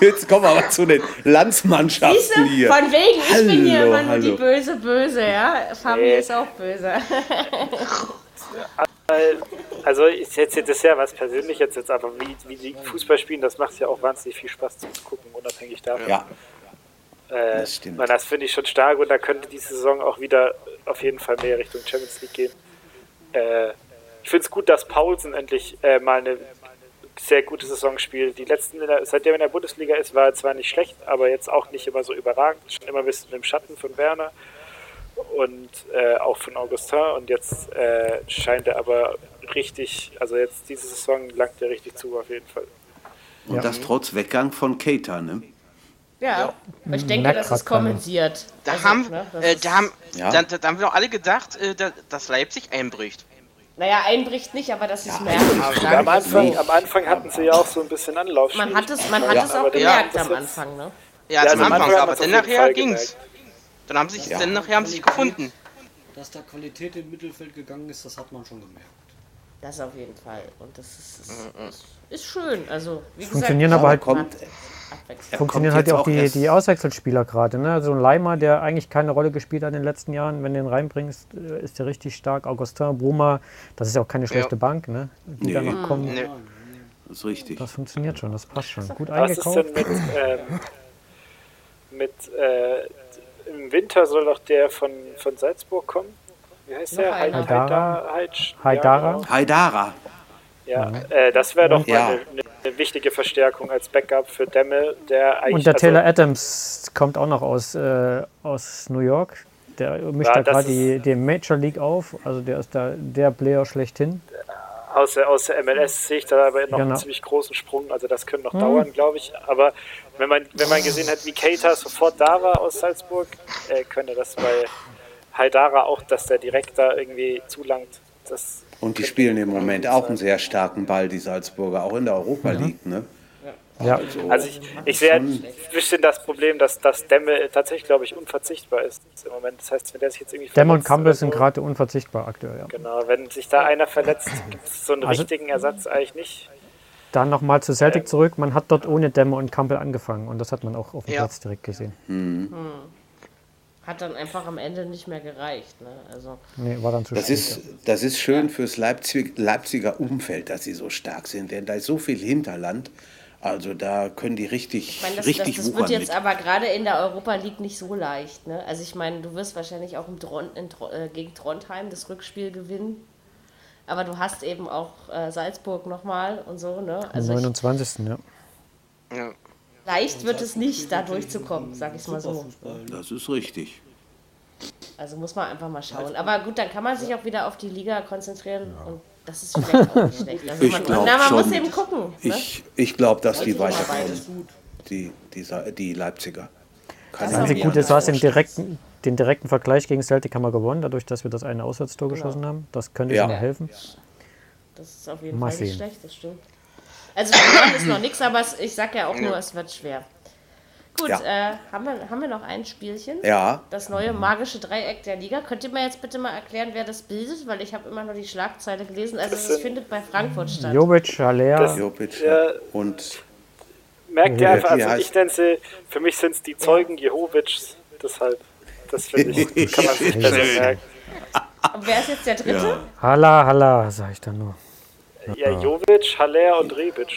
S6: Jetzt kommen wir mal zu den
S2: Siehst du,
S6: Landsmannschaften hier.
S2: von wegen, ich bin hier
S6: Hallo,
S2: immer nur die
S6: hallo.
S2: böse Böse, ja. Fabi
S3: Nee.
S2: ist auch böse.
S3: Also ist jetzt, das ist ja was persönlich jetzt, jetzt einfach, wie, wie die Fußball spielen, das macht ja auch wahnsinnig viel Spaß zu gucken, unabhängig davon.
S6: Ja,
S3: Äh,
S6: Das stimmt.
S3: man, das finde ich schon stark und da könnte diese Saison auch wieder auf jeden Fall mehr Richtung Champions League gehen. Äh, ich finde es gut, dass Paulsen endlich äh, mal eine sehr gute Saison spielt. Die letzten, in der- seitdem er in der Bundesliga ist, war er zwar nicht schlecht, aber jetzt auch nicht immer so überragend. Schon immer ein bisschen im Schatten von Werner und äh, auch von Augustin. Und jetzt äh, scheint er aber richtig, also jetzt diese Saison langt er richtig zu auf jeden Fall.
S6: und das trotz Weggang von Keita, ne?
S2: Ja, aber ich denke,
S4: Merkt
S2: das
S4: grad
S2: ist kompensiert.
S5: Da
S2: Also,
S5: haben,
S2: ne, das
S5: äh,
S2: ist-
S5: da haben,
S6: Ja.
S5: da, da, da haben wir doch alle gedacht, äh, da, dass Leipzig einbricht.
S2: Naja, einbricht nicht, aber das ist merkwürdig.
S3: Am Anfang, am Anfang hatten sie ja auch so ein bisschen Anlauf.
S2: Man hat es, man hat es auch
S3: aber die haben
S2: gemerkt
S3: das
S2: am
S3: jetzt-
S2: Anfang, ne?
S5: Ja,
S3: Ja,
S5: zum
S3: also am
S5: Anfang,
S3: Anfang
S5: aber
S3: hat
S5: dann
S3: man's auf jeden
S5: nachher
S3: Fall
S5: ging's. Dann haben sich, dann nachher haben sie sich gefunden.
S8: Dass da Qualität im Mittelfeld gegangen ist, das hat man schon gemerkt.
S2: Das auf jeden Fall. Und das ist, ist,
S5: Mm,
S2: ist, ist schön. Also, wie gesagt,
S4: Funktionieren aber halt-
S6: Kommt,
S2: Abwechslung.
S6: er
S4: Funktionieren
S6: kommt
S4: halt
S6: jetzt
S4: ja auch die,
S6: erst-
S4: die Auswechselspieler gerade. Ne? So ein Leimer, der eigentlich keine Rolle gespielt hat in den letzten Jahren, wenn du den reinbringst, äh, ist der richtig stark. Augustin, Bruma, das ist ja auch keine schlechte Bank, ne? die da
S6: Nee.
S4: noch kommen.
S5: Nö.
S6: Das ist richtig.
S4: Das funktioniert schon, das passt schon. Gut
S3: Was ist
S4: eingekauft.
S3: denn mit, ähm, mit äh, im Winter soll doch der von, von Salzburg kommen? Wie heißt der?
S2: Noch einer.
S3: Haidara? Haidsch-
S4: Haidara?
S3: genau.
S6: Haidara.
S3: Ja, genau. ja. Äh, das wäre doch
S6: Ja.
S3: mal eine, eine wichtige Verstärkung als Backup für Demme, der eigentlich
S4: Und der
S3: also,
S4: Taylor Adams kommt auch noch aus, äh, aus New York. Der mischt
S3: Ja,
S4: da
S3: das
S4: gerade die,
S3: ist- äh,
S4: die Major League auf. Also der ist da der Player schlechthin.
S3: aus, der- aus der MLS sehe ich da aber noch einen
S4: Genau. Mhm.
S3: ziemlich großen Sprung. Also das könnte noch dauern, glaube ich. Aber wenn man, wenn man gesehen hat, wie Keita sofort da war aus Salzburg, äh, könnte das bei Haidara auch, dass der direkt da irgendwie zulangt. Das
S6: Und die spielen im Moment auch einen sehr starken Ball, die Salzburger, auch in der Europa League, ne?
S4: Ja,
S3: Also ich, ich sehe halt ein bisschen das Problem, dass das Dämme tatsächlich, glaube ich, unverzichtbar ist im Moment. Das heißt, wenn der sich jetzt irgendwie
S4: Dämme und
S3: verletzt oder
S4: Campbell sind
S3: so-
S4: gerade unverzichtbar aktuell. Ja.
S3: also Genau, wenn sich da einer verletzt, gibt es so einen
S4: Also-
S3: richtigen Ersatz eigentlich nicht.
S4: Dann nochmal zu Celtic
S3: Ähm,
S4: zurück. Man hat dort ohne Dämme und Campbell angefangen. Und das hat man auch auf dem
S5: Ja.
S4: Platz direkt gesehen.
S2: Hat dann einfach am Ende nicht mehr gereicht, ne? Also,
S4: Nee, war dann zu
S6: Das
S4: spät.
S6: ist, das ist schön fürs Leipzig, Leipziger Umfeld, dass sie so stark sind, denn da ist so viel Hinterland. Also da können die richtig,
S2: ich meine, das, das,
S6: richtig
S2: das
S6: wuchern
S2: wird jetzt
S6: mit.
S2: aber gerade in der Europa League nicht so leicht, ne? Also, ich meine, du wirst wahrscheinlich auch im Dron, in, Tro- äh, gegen Trondheim das Rückspiel gewinnen. Aber du hast eben auch äh, Salzburg nochmal und so, ne?
S4: Am
S2: Also, ich,
S4: 29. Ja.
S5: Ja.
S2: leicht wird es nicht, da durchzukommen, sag ich mal so.
S8: ne?
S6: Das ist richtig.
S2: Also muss man einfach mal schauen. Aber gut, dann kann man sich auch wieder auf die Liga konzentrieren und das ist vielleicht auch nicht schlecht. Also
S6: Ich
S2: man,
S6: glaub
S2: na, man muss
S6: schon.
S2: eben gucken. Ne?
S6: Ich, ich glaube, dass die
S2: mal
S6: weiterkommen,
S2: beides.
S6: die, die, Sa- die Leipziger.
S2: Das
S6: Kann
S2: ist
S6: ich mir
S4: Einzig Gute
S6: anders
S4: ist, du hast den
S6: vorstellen.
S4: direkten, den direkten Vergleich gegen Celtic haben wir gewonnen, dadurch, dass wir das eine Auswärtstor
S3: Genau.
S4: geschossen haben. Das könnte
S6: Ja.
S4: schon mal helfen.
S2: Das ist auf jeden
S4: Mal
S2: Fall nicht
S4: sehen.
S2: schlecht, das stimmt. Also verloren ist noch nichts, aber es- ich sag ja auch nur, es wird schwer. Gut,
S6: Ja.
S2: äh, haben, wir, haben wir noch ein Spielchen?
S6: Ja,
S2: Das neue magische Dreieck der Liga. Könnt ihr mir jetzt bitte mal erklären, wer das bildet? Weil ich habe immer nur die Schlagzeile gelesen. Also es findet bei Frankfurt statt.
S4: Jovic, Haller,
S6: Jopic und
S3: Merkt ihr einfach,
S6: wie
S3: also ich
S6: heißt-
S3: nenne sie, für mich sind es die Zeugen Jehovits, deshalb. Das finde ich, kann man sich besser merken.
S2: Und wer ist jetzt der Dritte?
S4: Haller, Haller, sag ich dann nur.
S3: Ja, Jovic, Haller und Rebic.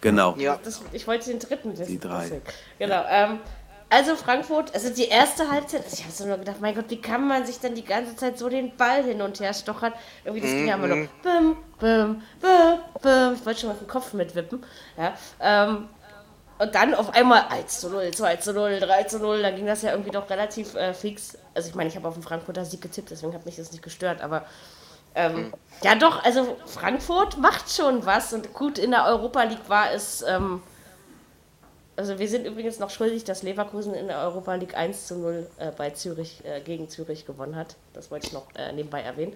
S6: genau.
S2: Das, ich wollte den dritten wissen.
S6: Die drei.
S2: deswegen. Genau. Ähm, also Frankfurt, also die erste Halbzeit, also ich habe so nur gedacht, mein Gott, wie kann man sich dann die ganze Zeit so den Ball hin und her stochern? Irgendwie das ging ja immer nur
S6: Mhm.
S2: bim, bim, bim, bim. Ich wollte schon mal den Kopf mitwippen. Ja, ähm, und dann auf einmal 1 zu 0, 2 zu 0, 3 zu 0, dann ging das ja irgendwie doch relativ äh, fix. Also ich meine, ich habe auf den Frankfurter Sieg getippt, deswegen hat mich das nicht gestört, aber ähm, ja doch, also Frankfurt macht schon was und gut in der Europa League war es, ähm, also wir sind übrigens noch schuldig, dass Leverkusen in der Europa League 1 zu 0 äh, bei Zürich, äh, gegen Zürich gewonnen hat. Das wollte ich noch äh, nebenbei erwähnen.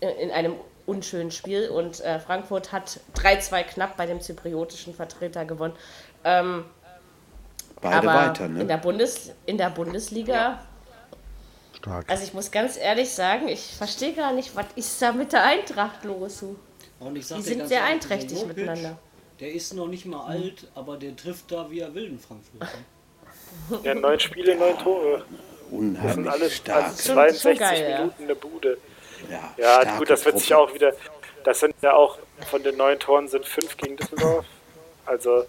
S2: Äh, in einem unschönen Spiel und äh, Frankfurt hat 3-2 knapp bei dem zypriotischen Vertreter gewonnen. Ähm,
S6: Beide
S2: aber
S6: weiter,
S2: in, der
S6: ne?
S2: Bundes, in der Bundesliga,
S7: Stark.
S2: also ich muss ganz ehrlich sagen, ich verstehe gar nicht, was ist da mit der Eintracht los?
S8: Und ich sag
S2: Die
S8: dir
S2: sind
S8: ganz
S2: sehr
S8: ehrlich,
S2: einträchtig
S8: dieser Jokic,
S2: miteinander. Mhm.
S8: Der ist noch nicht mal alt, aber der trifft da, wie er will in Frankfurt.
S3: Ja, neun Spiele, neun Tore. Und
S6: Unheimlich
S3: alles
S6: stark.
S3: also
S2: schon
S3: 62
S2: geil, ja.
S3: Minuten eine Bude.
S6: Ja,
S3: Ja,
S6: starke
S3: gut, das wird sich
S6: Truppe.
S3: auch wieder. Das sind ja auch von den neun Toren sind fünf gegen Düsseldorf. Also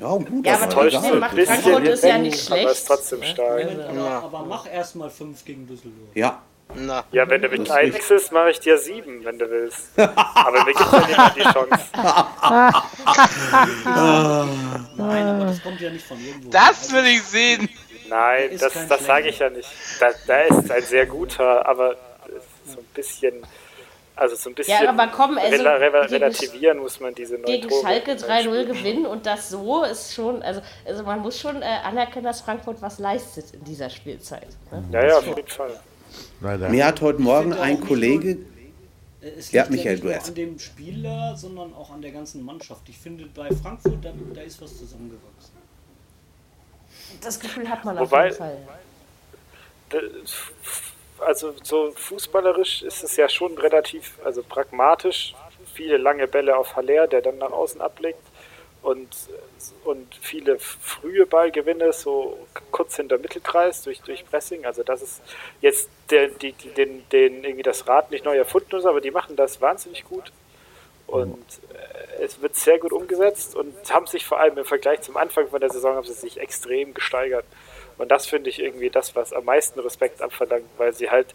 S6: Ja, gut,
S2: Ja,
S6: das
S2: aber
S6: war
S3: täuscht
S2: trotzdem
S6: egal.
S2: macht
S3: ein bisschen
S2: Frankfurt
S3: den
S2: ist ja
S3: Bänken,
S2: nicht
S3: aber
S2: schlecht.
S3: ist trotzdem stark.
S8: Moment, aber, aber mach erstmal 5 gegen Düsseldorf.
S6: Ja,
S5: Na,
S3: Ja, wenn du mich
S6: Das ist
S3: einwechselst, mache ich dir sieben, wenn du willst. Aber mir gibt ja niemand die Chance.
S8: Nein, aber das kommt ja nicht von irgendwo.
S5: das will ich sehen.
S3: Nein,
S8: Ist
S3: das,
S8: kein
S3: das sage ich ja nicht. Da, da ist ein sehr guter, aber so ein bisschen, also so ein bisschen
S2: Ja, aber komm, also
S3: rela rela
S2: gegen-
S3: relativieren muss man diese neun
S2: Gegen
S3: Tore.
S2: Schalke 3-0 gewinnen und das so ist schon, also, also man muss schon äh, anerkennen, dass Frankfurt was leistet in dieser Spielzeit. Ne?
S3: Ja, ja, auf jeden Fall.
S7: Leider.
S6: mir hat heute Morgen
S8: finde auch
S6: ein
S8: nicht
S6: Kollege,
S8: Äh, Es liegt
S6: Ja,
S8: ja,
S6: Michael,
S8: nicht
S6: du
S8: nur
S6: erst.
S8: an dem Spieler, sondern auch an der ganzen Mannschaft. Ich finde, bei Frankfurt, da, da ist was zusammengewachsen.
S2: Das Gefühl hat man
S3: Wobei-
S2: auf jeden Fall. ja.
S3: Äh, also so fußballerisch ist es ja schon relativ, also pragmatisch. Viele lange Bälle auf Haller, der dann nach außen ablegt und, und viele frühe Ballgewinne, so kurz hinter Mittelkreis durch, durch Pressing. Also das ist jetzt der, die, die- den, den irgendwie das Rad nicht neu erfunden ist, aber die machen das wahnsinnig gut. Und äh, es wird sehr gut umgesetzt und haben sich vor allem im Vergleich zum Anfang von der Saison haben sie sich extrem gesteigert. Und das finde ich irgendwie das, was am meisten Respekt abverlangt, weil sie halt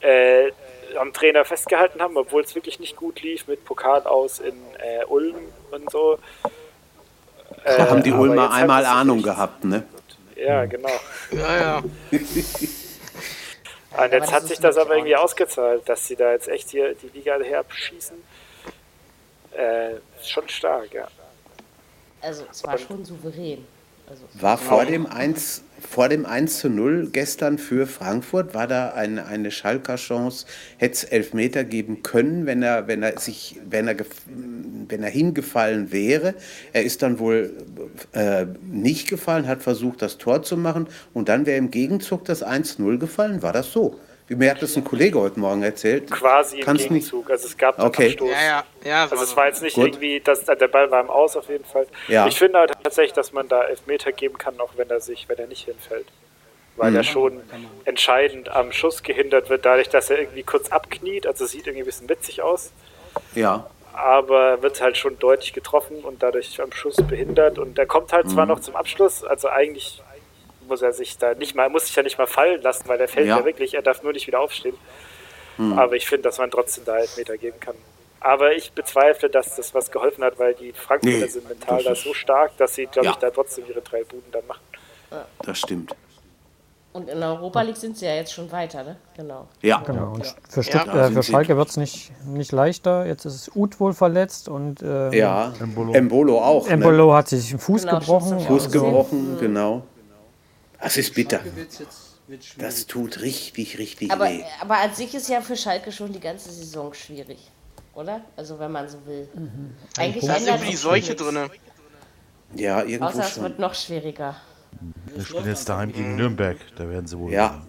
S3: äh, am Trainer festgehalten haben, obwohl es wirklich nicht gut lief mit Pokal aus in äh, Ulm und so. Äh,
S6: da haben die
S3: aber jetzt
S6: Ulmer
S3: haben
S6: einmal
S3: sie sich-
S6: Ahnung gehabt, ne?
S3: Ja, genau.
S5: Ja, ja.
S3: Und jetzt
S2: das
S3: hat
S2: ist
S3: sich das
S2: nicht
S3: aber irgendwie ausgezahlt, dass sie da jetzt echt hier die Liga herabschießen. Äh, schon stark, ja.
S2: Also es war schon souverän. Also,
S6: War vor dem 1, vor dem 1 zu 0 gestern für Frankfurt, war da eine, eine Schalker Chance, hätte es Elfmeter geben können, wenn er, wenn er sich, wenn er, gef- wenn er hingefallen wäre. Er ist dann wohl äh, nicht gefallen, hat versucht, das Tor zu machen und dann wäre im Gegenzug das 1 zu 0 gefallen. War das so? Mir hat das ein Kollege heute Morgen erzählt.
S3: Quasi im
S6: Kannst
S3: Gegenzug. Also es gab einen
S6: Okay.
S3: Abstoß.
S5: Ja, ja, ja. so
S3: Also es
S5: so.
S3: war jetzt nicht
S6: Gut.
S3: irgendwie, dass der Ball war im Aus auf jeden Fall.
S6: Ja.
S3: Ich finde halt tatsächlich, dass man da Elfmeter geben kann, auch wenn er sich, wenn er nicht hinfällt. Weil
S6: Mhm.
S3: er schon entscheidend am Schuss gehindert wird, dadurch, dass er irgendwie kurz abkniet. Also sieht irgendwie ein bisschen witzig aus,
S6: Nicht, ja.
S3: aber wird halt schon deutlich getroffen und dadurch am Schuss behindert. Und er kommt halt
S6: Mhm.
S3: zwar noch zum Abschluss, also eigentlich muss er sich da nicht mal, muss sich ja nicht mal fallen lassen, weil er fällt
S6: Ja. Mhm.
S3: ja, wirklich, er darf nur nicht wieder aufstehen. Aber ich finde, dass man trotzdem da Elfmeter geben kann. Aber ich bezweifle, dass das was geholfen hat, weil die Frankfurter
S6: Nee,
S3: sind mental
S6: das
S3: da
S6: ist-
S3: so stark, dass sie, glaube
S6: Ja.
S3: ich, da trotzdem ihre drei Buden dann machen.
S6: Das stimmt.
S2: und in der Europa League sind sie ja jetzt schon weiter, ne? Genau.
S6: Ja.
S4: Genau. Und für, Stutt
S6: da
S4: äh,
S6: sind
S4: für
S6: sie.
S4: Schalke wird es nicht, nicht leichter. Jetzt ist Uth wohl verletzt und ähm,
S6: Ja.
S7: Embolo.
S6: Embolo auch. Ne?
S4: Embolo hat sich den Fuß
S2: Genau,
S4: gebrochen.
S2: Schuss-
S6: Fuß
S4: Also,
S6: gebrochen, genau. Das ist bitter.
S8: Wird's jetzt wird's schwierig.
S6: Das tut richtig, richtig
S2: Mhm. Aber,
S6: weh.
S2: aber an sich ist ja für Schalke schon die ganze Saison schwierig, oder? Also wenn man so will. Eigentlich
S5: Da ist
S2: ändert
S5: irgendwie die
S2: sich
S5: Seuche
S2: nichts,
S5: drin.
S6: Ja, irgendwo
S2: Außer es
S6: schon.
S2: wird noch schwieriger.
S7: Wir spielen jetzt daheim gegen Nürnberg. Da werden sie wohl.
S6: Ja.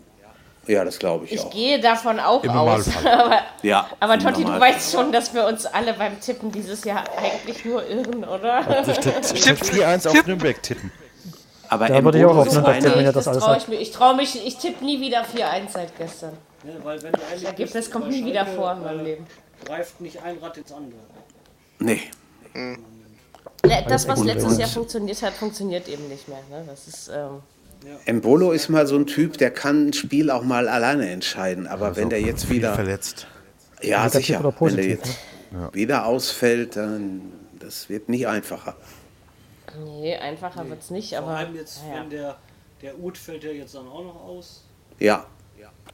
S6: Ja, das glaube ich,
S2: Ich
S6: auch.
S2: gehe davon auch
S7: Im
S2: aus.
S7: Normalfall.
S2: Aber,
S6: Ja,
S2: aber
S6: im
S2: Totti, du
S6: Normalfall.
S2: weißt schon, dass wir uns alle beim Tippen dieses Jahr eigentlich nur irren, oder?
S7: Ich tipp- ich tipp 4-1 auf Nürnberg tippen.
S6: Aber
S4: Da würde ich
S6: Embolo
S4: auch auf
S6: ist
S4: Nürnberg
S6: einer-
S4: tippen, wenn er das
S2: das
S4: alles
S2: traue
S4: hat.
S2: ich mir. Ich traue mich, ich tippe nie wieder 4-1 seit gestern.
S8: Ne, weil wenn du ehrlich bist,
S2: Ergebnis kommt
S8: bei
S2: nie wieder
S8: Schalke,
S2: vor in meinem
S8: äh,
S2: Leben.
S8: Greift nicht ein Rad ins andere.
S6: Nee.
S2: Le- Das, was letztes Jahr funktioniert hat, funktioniert eben nicht mehr. Ne? Das ist, ähm,
S6: Embolo ist mal so ein Typ, der kann ein Spiel auch mal alleine entscheiden. Aber wenn der jetzt
S7: Viel
S6: wieder.
S7: verletzt.
S6: Ja,
S4: Also Negativ
S6: sicher.
S4: oder
S6: Wenn
S4: positiv, ne?
S6: der jetzt wieder ausfällt, dann. Das wird nicht einfacher.
S2: nee, einfacher wird's wird es nicht,
S8: Vor
S2: aber
S8: allem jetzt, wenn der, der Ut fällt ja jetzt dann auch noch aus.
S6: Ja.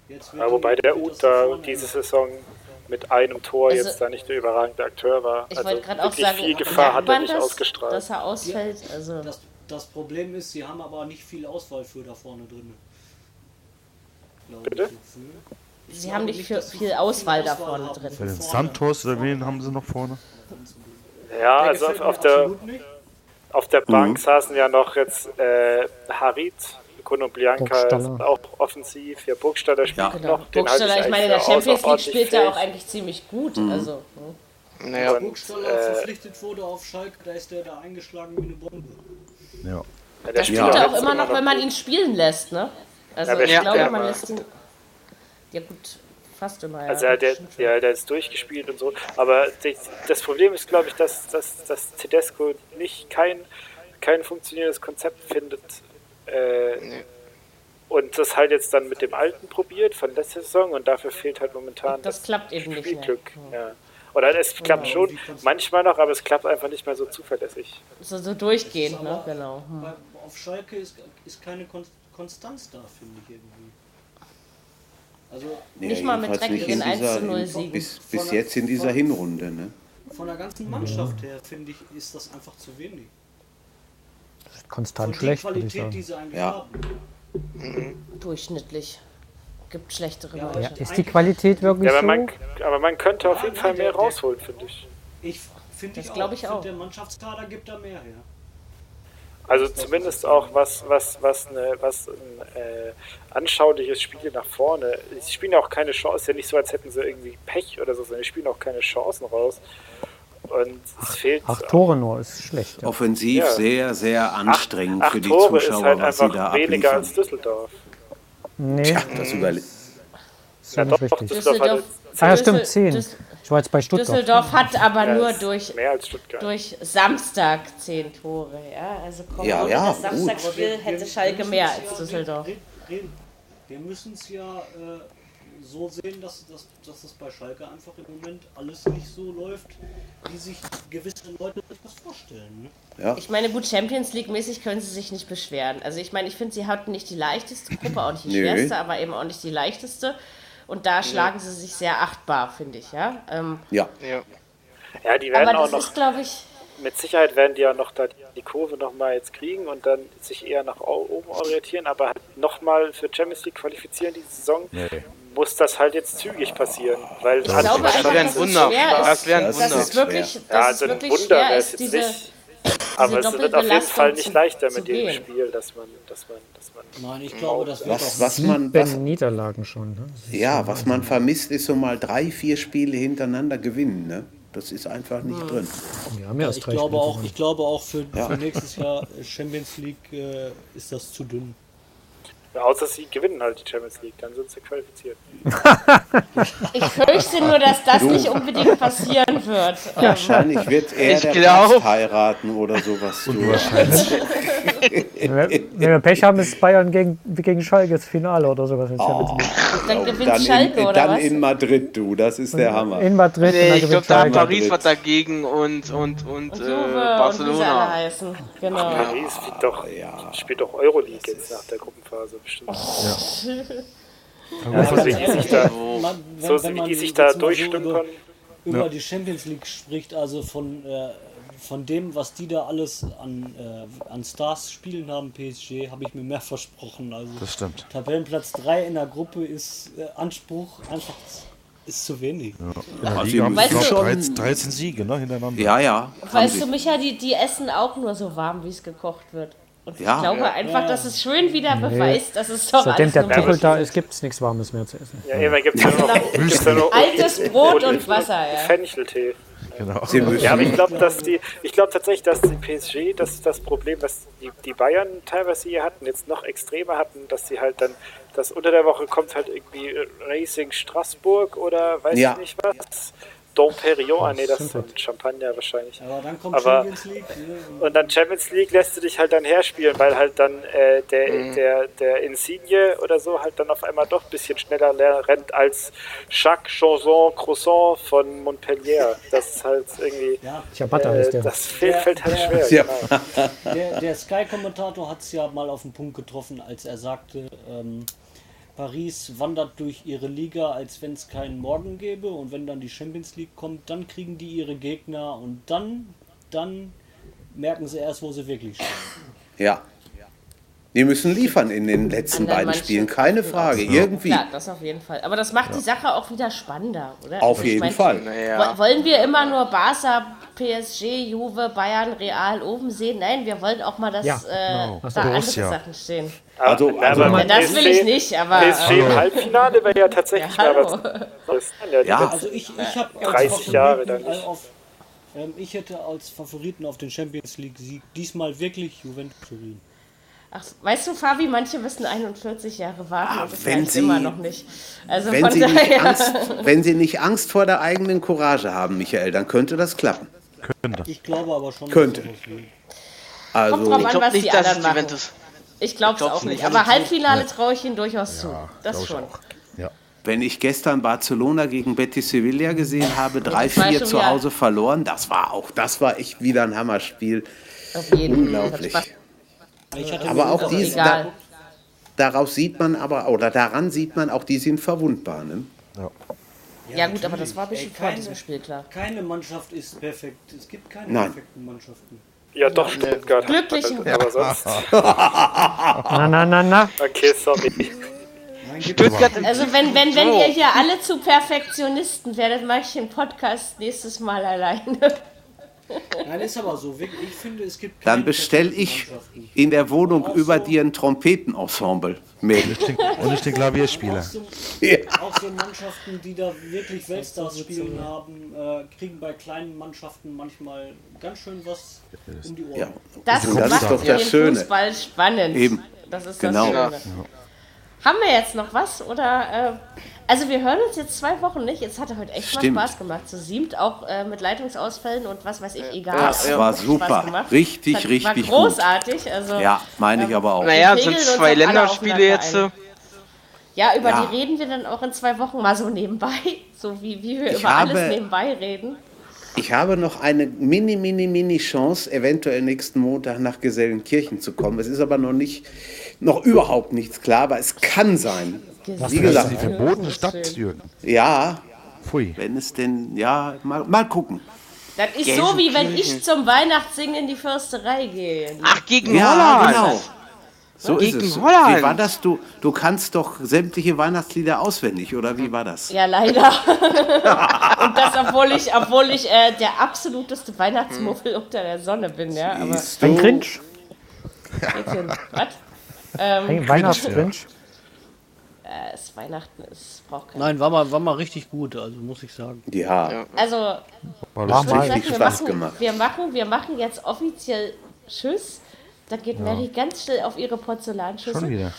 S8: Jetzt wird
S3: Ja, wobei
S8: die-
S3: der
S8: wird das
S3: Ut da
S8: vorne-
S3: diese Saison mit einem Tor
S2: Also-
S3: jetzt da nicht der überragende Akteur war.
S2: ich
S3: also
S2: wollte gerade auch
S3: wirklich
S2: sagen,
S3: viel Gefahr hat
S2: merkt
S3: er
S2: man
S3: nicht
S2: das,
S3: ausgestrahlt.
S2: dass er ausfällt. Also,
S8: Das, das Problem ist, sie haben aber nicht viel Auswahl für da vorne drin. Glaube
S3: Bitte?
S8: Ich jetzt, ne?
S2: sie haben nicht
S8: nicht,
S2: viel,
S8: dass sie
S2: viel
S8: viel
S2: Auswahl da
S8: Auswahl
S2: vorne
S8: haben.
S2: drin.
S7: Bei den
S8: Vorne.
S7: Santos oder wen haben sie noch vorne?
S3: ja, also auf,
S8: Gefällt mir
S3: auf der
S8: absolut nicht.
S3: Auf der Bank saßen ja noch jetzt äh, Harit, Kun und Bianca,
S4: Burgstaller.
S3: ist auch offensiv. Ja, Burgstaller spielt
S2: Genau.
S3: noch. Den halte
S2: Burgstaller, ich meine, in der
S3: eigentlich für
S2: Champions League
S3: außerordentlich Mhm.
S2: spielt er auch
S3: fähig.
S2: eigentlich ziemlich gut. Also, hm.
S5: Naja,
S3: Und, äh,
S8: Burgstaller verpflichtet wurde auf Schalke, da ist der da eingeschlagen wie eine Bombe.
S7: Ja.
S3: ja,
S2: er
S3: der
S2: spielt
S3: ja
S2: er auch
S3: jetzt
S2: immer noch, wenn man
S3: gut.
S2: ihn spielen lässt, ne? Also
S3: Ja, aber
S2: ich
S3: er
S2: glaube,
S3: spielt ja
S2: man
S3: mal.
S2: lässt ihn. Ja gut, fast immer. Ja.
S3: Also ja, der, der, der ist durchgespielt und so. Aber die- das Problem ist, glaube ich, dass, dass, dass Tedesco nicht kein, kein funktionierendes Konzept findet. Äh,
S5: Nee.
S3: Und das halt jetzt dann mit dem alten probiert von letzter Saison und dafür fehlt halt momentan
S2: das klappt eben nicht mehr.
S3: Spielglück. Ja. Oder es klappt schon manchmal noch, aber es klappt einfach nicht mehr so zuverlässig.
S2: So, so durchgehend, ne? Genau. Hm.
S8: Weil auf Schalke ist, ist keine Kon Konstanz da, finde ich irgendwie. Also
S6: Nee,
S2: Nicht mal mit
S6: jedenfalls nicht
S2: dreckigen
S6: in dieser-
S2: 1 zu 0
S6: in-
S2: Siegen.
S6: Bis, bis jetzt in dieser Hinrunde, ne?
S8: von der ganzen Mannschaft her, finde ich, ist das einfach zu wenig.
S4: Konstant
S8: die
S4: schlecht, würde ich
S8: Qualität, die
S4: sagen.
S8: sie eigentlich
S6: Ja.
S8: haben.
S2: Durchschnittlich. Gibt schlechtere
S8: Ja,
S4: Ja,
S2: Leute.
S4: ist die Qualität wirklich
S3: Ja, aber,
S4: so?
S3: man, aber man könnte auf jeden Fall mehr rausholen, finde ich.
S8: Ich finde
S2: Das
S8: ich
S2: glaub
S8: auch.
S2: ich
S8: find,
S2: auch.
S8: Der Mannschaftskader gibt da mehr her.
S3: Also zumindest auch was, was, was, ne, was ein äh, anschauliches Spiel nach vorne. Sie spielen ja auch keine Chance, ist ja nicht so, als hätten sie irgendwie Pech oder so, sondern sie spielen auch keine Chancen raus. Und es fehlt.
S4: Acht Tore nur, ist schlecht. Ja.
S6: Offensiv
S3: Ja.
S6: sehr, sehr anstrengend
S3: acht
S6: für die
S3: Tore ist
S6: Zuschauer,
S3: halt
S6: was sie
S3: einfach
S6: da
S3: weniger
S6: abliefern.
S3: als Düsseldorf.
S4: Nee,
S6: Das überle
S4: ist ja nicht richtig.
S3: Düsseldorf hatte
S4: Ah ja, stimmt, zehn.
S2: Düssel-
S4: Ich war jetzt bei Stuttgart.
S2: Düsseldorf hat aber
S3: ja,
S2: nur
S3: ist
S2: durch,
S3: mehr als Stuttgart.
S2: durch Samstag zehn Tore. Ja, also komm,
S6: Ja,
S2: ohne
S6: ja,
S2: das Samstagspiel hätte Schalke mehr als Düsseldorf.
S8: Wir müssen es ja äh, so sehen, dass, dass, dass das bei Schalke einfach im Moment alles nicht so läuft, wie sich gewisse Leute sich das vorstellen. ne?
S2: Ich meine, gut, Champions League-mäßig können sie sich nicht beschweren. Also ich meine, ich finde, sie hatten nicht die leichteste Gruppe, auch nicht die
S6: Nö.
S2: schwerste, aber eben auch nicht die leichteste. Und da schlagen sie sich sehr achtbar, finde ich, ja. Ähm,
S6: Ja,
S5: Ja.
S3: Ja, die werden
S2: aber
S3: auch
S2: das
S3: noch,
S2: ist, glaube ich,
S3: mit Sicherheit werden die ja noch da die Kurve nochmal jetzt kriegen und dann sich eher nach au- oben orientieren, aber halt nochmal für Champions League qualifizieren diese Saison. Muss das halt jetzt zügig passieren, weil
S2: ich glaube
S5: das
S2: einfach,
S5: wäre ein
S2: dass es
S5: Wunder.
S2: schwer
S5: Das
S2: ist,
S5: wäre ein
S2: dass
S5: Wunder.
S2: es wirklich, dass
S3: Ja,
S2: es
S3: also ein
S2: wirklich
S3: Wunder wäre
S2: schwer
S3: es
S2: ist,
S3: jetzt
S2: diese...
S3: nicht. Aber es wird auf jeden
S2: Doppelbelastung
S3: Fall nicht
S2: zu-
S3: leichter
S2: zu
S3: mit jedem
S2: gehen.
S3: Spiel, dass man, dass man, dass man.
S8: Nein, ich glaube, das wird
S6: was,
S8: auch
S6: was man, was,
S4: Sieben Niederlagen schon. Ne?
S6: ja, was man vermisst, ist so mal drei, vier Spiele hintereinander gewinnen, ne? Das ist einfach nicht drin.
S4: Ja, mehr als
S8: ich
S4: drei
S8: glaube
S4: Spiele
S8: auch,
S4: gewonnen.
S8: ich glaube auch für,
S6: Ja.
S8: für nächstes Jahr Champions League äh, ist das zu dünn.
S3: Ja, außer sie gewinnen halt die Champions League, dann sind sie qualifiziert.
S2: Ich fürchte nur, dass das nicht unbedingt passieren wird. Ähm,
S6: Wahrscheinlich wird eher
S5: Ich
S6: der
S5: glaub-
S6: Papst heiraten oder sowas. Du.
S4: Wenn wir, wenn wir Pech haben, ist Bayern gegen, gegen Schalke das Finale oder sowas. in der Champions League.
S2: dann gewinnt
S6: Dann,
S2: Schalke,
S6: in,
S2: oder
S6: dann
S2: was?
S6: in
S5: äh,
S6: Madrid, du, das ist der Hammer.
S4: In Madrid, und
S5: Nee,
S4: dann
S5: ich glaube,
S4: gewinnt
S5: da haben
S4: Schalke.
S5: Paris was dagegen und, und,
S2: Juve und
S5: und, äh,
S2: wie sie alle
S5: Barcelona.
S2: heißen. Genau.
S3: Paris spielt doch, spielt doch Euroleague jetzt nach der Gruppenphase bestimmt. Ja, also wie die sich da,
S8: Man- wenn-
S3: so,
S8: wenn
S3: wie
S8: man
S3: die sich
S8: jetzt
S3: da
S8: mal so
S3: durchstümpern.
S8: über, über die Champions League spricht, also von, äh, von dem, was die da alles an, äh, an Stars spielen haben, PSG, habe ich mir mehr versprochen. Also
S7: Das stimmt.
S8: Tabellenplatz 3 in der Gruppe ist äh, Anspruch einfach z- ist zu wenig.
S7: Ja,
S6: sie
S7: die haben, ich
S2: müssen
S7: glaube,
S6: schon-
S7: 13, 13 Siege ne, hintereinander.
S6: Ja, ja. haben sie.
S2: Weißt du, Micha, die, die essen auch nur so warm, wie es gekocht wird. Und
S6: Ja.
S2: ich glaube einfach, dass es schön wieder beweist, dass es doch
S4: Seitdem
S2: alles
S4: der
S2: nur
S4: Tuchel
S2: Bullshit
S4: da
S2: ist.
S4: ist, gibt es nichts Warmes mehr zu essen.
S3: Ja, immer gibt es nur noch, gibt's nur noch
S2: Altes Brot und Wasser, ja.
S3: Fencheltee.
S7: Genau.
S6: Sie müssen,
S3: Ja, aber ich glaube, dass die, ich glaube tatsächlich, dass die PSG, dass das Problem, was die, die Bayern teilweise hier hatten, jetzt noch extremer hatten, dass sie halt dann, dass unter der Woche kommt halt irgendwie Racing Straßburg oder weiß
S6: Ja.
S3: ich nicht was. Dom Perignon, ah nee, das ist ein Champagner wahrscheinlich.
S8: Aber dann kommt
S3: Aber-
S8: Champions League. Ne?
S3: Und dann Champions League lässt du dich halt dann herspielen, weil halt dann äh, der, der, der Insigne oder so halt dann auf einmal doch ein bisschen schneller le- rennt als Jacques Chanson Croissant von Montpellier. Das ist halt irgendwie.
S8: Ja,
S4: Ciabatta
S3: Äh,
S4: heißt der.
S3: das fällt, fällt halt schwer.
S6: Ja.
S3: Genau.
S8: der, der Sky-Kommentator hat es ja mal auf den Punkt getroffen, als er sagte, ähm, Paris wandert durch ihre Liga, als wenn es keinen Morgen gäbe und wenn dann die Champions League kommt, dann kriegen die ihre Gegner und dann, dann merken sie erst, wo sie wirklich stehen.
S6: ja. Die müssen liefern in den letzten
S2: Anderen
S6: beiden
S2: Mannschaften.
S6: Spielen, keine Frage. Irgendwie.
S2: Ja, das auf jeden Fall. Aber das macht die Sache auch wieder spannender, oder?
S6: Auf
S2: Also ich
S6: jeden
S2: mein,
S6: Fall.
S5: Naja.
S2: wo- Wollen wir immer nur Barca, PSG, Juve, Bayern, Real oben sehen? Nein, wir wollen auch mal, dass
S4: Ja,
S2: äh,
S4: genau.
S2: da andere
S7: Borussia.
S2: Sachen stehen.
S6: Also, also
S2: Ja, das will ich nicht, aber
S3: PSG
S2: äh,
S3: im Halbfinale wäre ja tatsächlich mal
S2: hallo.
S3: was. Neues. Ja, die
S6: Ja.
S3: letzten-
S8: Also ich, ich habe
S3: 30 Jahre dann nicht.
S8: Äh, auf, ähm, ich hätte als Favoriten auf den Champions League Sieg diesmal wirklich Juventus Turin.
S2: Ach, weißt du, Fabi, manche müssen 41 Jahre warten.
S6: Ah,
S2: und das
S6: wenn
S2: reicht
S6: sie-
S2: immer noch nicht. Also
S6: Wenn
S2: von
S6: Sie, nicht
S2: daher.
S6: Angst, wenn Sie nicht Angst vor der eigenen Courage haben, Michael, dann könnte das klappen.
S7: Könnte.
S8: Ich glaube aber schon. dass
S6: Könnte.
S8: sowas wie-
S2: Kommt
S6: Also,
S2: drauf
S5: Ich
S2: an, was
S5: glaube
S2: die
S5: nicht, dass es
S2: anderen machen.
S5: Juventus.
S2: Ich glaube es
S5: glaub's
S2: auch nicht.
S5: nicht.
S2: Aber
S5: Also,
S2: Halbfinale traue ich Ihnen durchaus zu. Das
S7: glaub ich
S2: schon.
S7: auch. Ja.
S6: wenn ich gestern Barcelona gegen Betis Sevilla gesehen habe,
S2: war
S6: 3-4
S2: schon
S6: zu
S2: wieder-
S6: Hause verloren, das war auch, das war echt wieder ein Hammerspiel.
S2: Auf jeden Fall.
S6: Unglaublich.
S2: Hat Spaß.
S8: Ich hatte
S6: Aber
S8: mir
S6: auch
S8: gedacht,
S6: die,
S2: egal.
S6: da, daraus sieht man aber, oder daran sieht man auch, die sind verwundbar. Ne?
S2: Ja, gut, aber das war ein bisschen
S8: Ey,
S2: vor
S8: keine-
S2: diesem Spiel, klar.
S8: Keine Mannschaft ist perfekt. Es gibt keine
S6: Nein.
S8: perfekten Mannschaften.
S3: Ja, doch, Stuttgart.
S2: Glücklich.
S3: Aber sonst.
S4: Na, na, na, na.
S3: Okay, sorry.
S5: Stuttgart im
S2: Also wenn, wenn, wenn
S5: So.
S2: ihr hier alle zu Perfektionisten werdet, mache ich den Podcast nächstes Mal alleine.
S8: Nein, ist aber so. Wirklich, Ich finde, es gibt keine
S6: Dann bestelle
S8: perfekten
S6: ich
S8: Mannschaften.
S6: in der Wohnung über dir ein Trompetenensemble. Mädel.
S7: Ich denk- Und ich den Klavierspieler.
S8: So, Auch so Mannschaften, die da wirklich Weltstars spielen haben, äh, kriegen bei kleinen Mannschaften manchmal ganz schön was um die Ohren.
S6: Ja.
S2: Das,
S6: Und das
S2: macht
S6: ist doch
S2: den
S6: das Schöne.
S2: Fußball spannend.
S6: Eben.
S2: Das ist
S6: Genau.
S2: das Schöne. Haben wir jetzt noch was? Oder äh, also wir hören uns jetzt zwei Wochen nicht. Es hatte heute echt
S6: Stimmt.
S2: mal Spaß gemacht. Zu siebt auch äh, mit Leitungsausfällen und was weiß ich, egal.
S6: Das
S2: Hat
S6: war
S2: Spaß
S6: super.
S2: gemacht.
S6: Richtig,
S2: Das war
S6: richtig
S2: großartig. Also
S6: gut. Ja, meine ich aber auch.
S5: Naja,
S2: Die
S5: sind
S2: Regeln und
S5: zwei
S2: sind alle
S5: Länderspiele jetzt. äh.
S2: aufeinander Ja, über
S6: Ja.
S2: die reden wir dann auch in zwei Wochen mal so nebenbei, so wie, wie wir
S6: Ich
S2: über
S6: habe-
S2: alles nebenbei reden.
S6: Ich habe noch eine mini, mini, mini Chance, eventuell nächsten Montag nach Gelsenkirchen zu kommen. Es ist aber noch nicht, noch überhaupt nichts klar, aber es kann sein. Wie
S7: Das ist die
S6: gesagt,
S7: verbotene Stadt, Jürgen.
S6: ja,
S7: Pui.
S6: wenn es denn, ja, mal, mal gucken.
S2: Das ist so, wie wenn ich zum Weihnachtssingen in die Försterei gehe.
S5: Ach, gegen
S6: Ja,
S5: Holland.
S6: genau. So ist
S5: Gegen
S6: es.
S5: Holland.
S6: Wie war das? Du, du kannst doch sämtliche Weihnachtslieder auswendig, oder wie war das?
S2: Ja, leider. Und das, obwohl ich, obwohl ich äh, der absoluteste Weihnachtsmuffel
S6: Hm.
S2: unter der Sonne bin, ja. Aber
S6: Siehst
S4: Ein
S6: du?
S4: Cringe.
S2: Mädchen, was?
S4: Ein Weihnachtscringe.
S2: Äh, Es ist Weihnachten, es braucht keiner.
S9: Nein, war mal, war mal richtig gut, also muss ich sagen.
S6: Ja,
S2: Also,
S7: War
S4: Mach
S7: lustig.
S2: ich
S4: mal.
S2: sag, wir,
S6: Spaß
S2: machen,
S6: gemacht.
S2: wir machen, wir machen jetzt offiziell Tschüss. Da geht Mary ganz schnell auf ihre Porzellanschüssel.
S7: Schon wieder.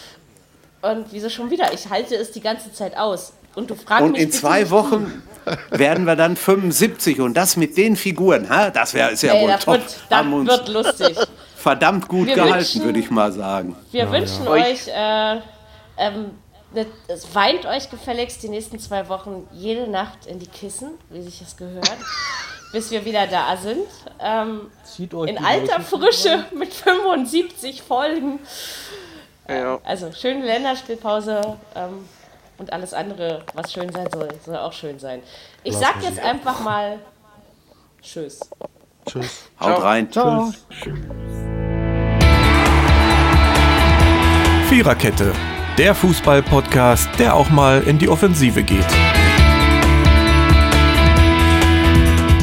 S2: Und wieso schon wieder? Ich halte es die ganze Zeit aus. Und du fragst
S6: Und
S2: mich.
S6: in
S2: bitte
S6: zwei
S2: nicht-
S6: Wochen werden wir dann 75 und das mit den Figuren. Ha? Das wäre ist ja
S2: Ey,
S6: wohl
S2: das
S6: top.
S2: wird, das
S6: Haben uns
S2: wird lustig.
S6: verdammt gut
S2: Wir
S6: gehalten,
S2: wünschen-
S6: würde ich mal sagen.
S2: Wir wünschen euch, äh, ähm, ne- es weint euch gefälligst die nächsten zwei Wochen jede Nacht in die Kissen, wie sich das gehört, bis wir wieder da sind. Ähm,
S9: Zieht euch
S2: in
S9: die
S2: alter
S9: Leute-
S2: Frische mit 75 Folgen.
S5: Ja.
S2: Also schöne Länderspielpause ähm, und alles andere, was schön sein soll, soll auch schön sein. Ich sag jetzt einfach mal Tschüss.
S7: Tschüss.
S6: Haut rein. Tschüss.
S1: Viererkette, der Fußball-Podcast, der auch mal in die Offensive geht.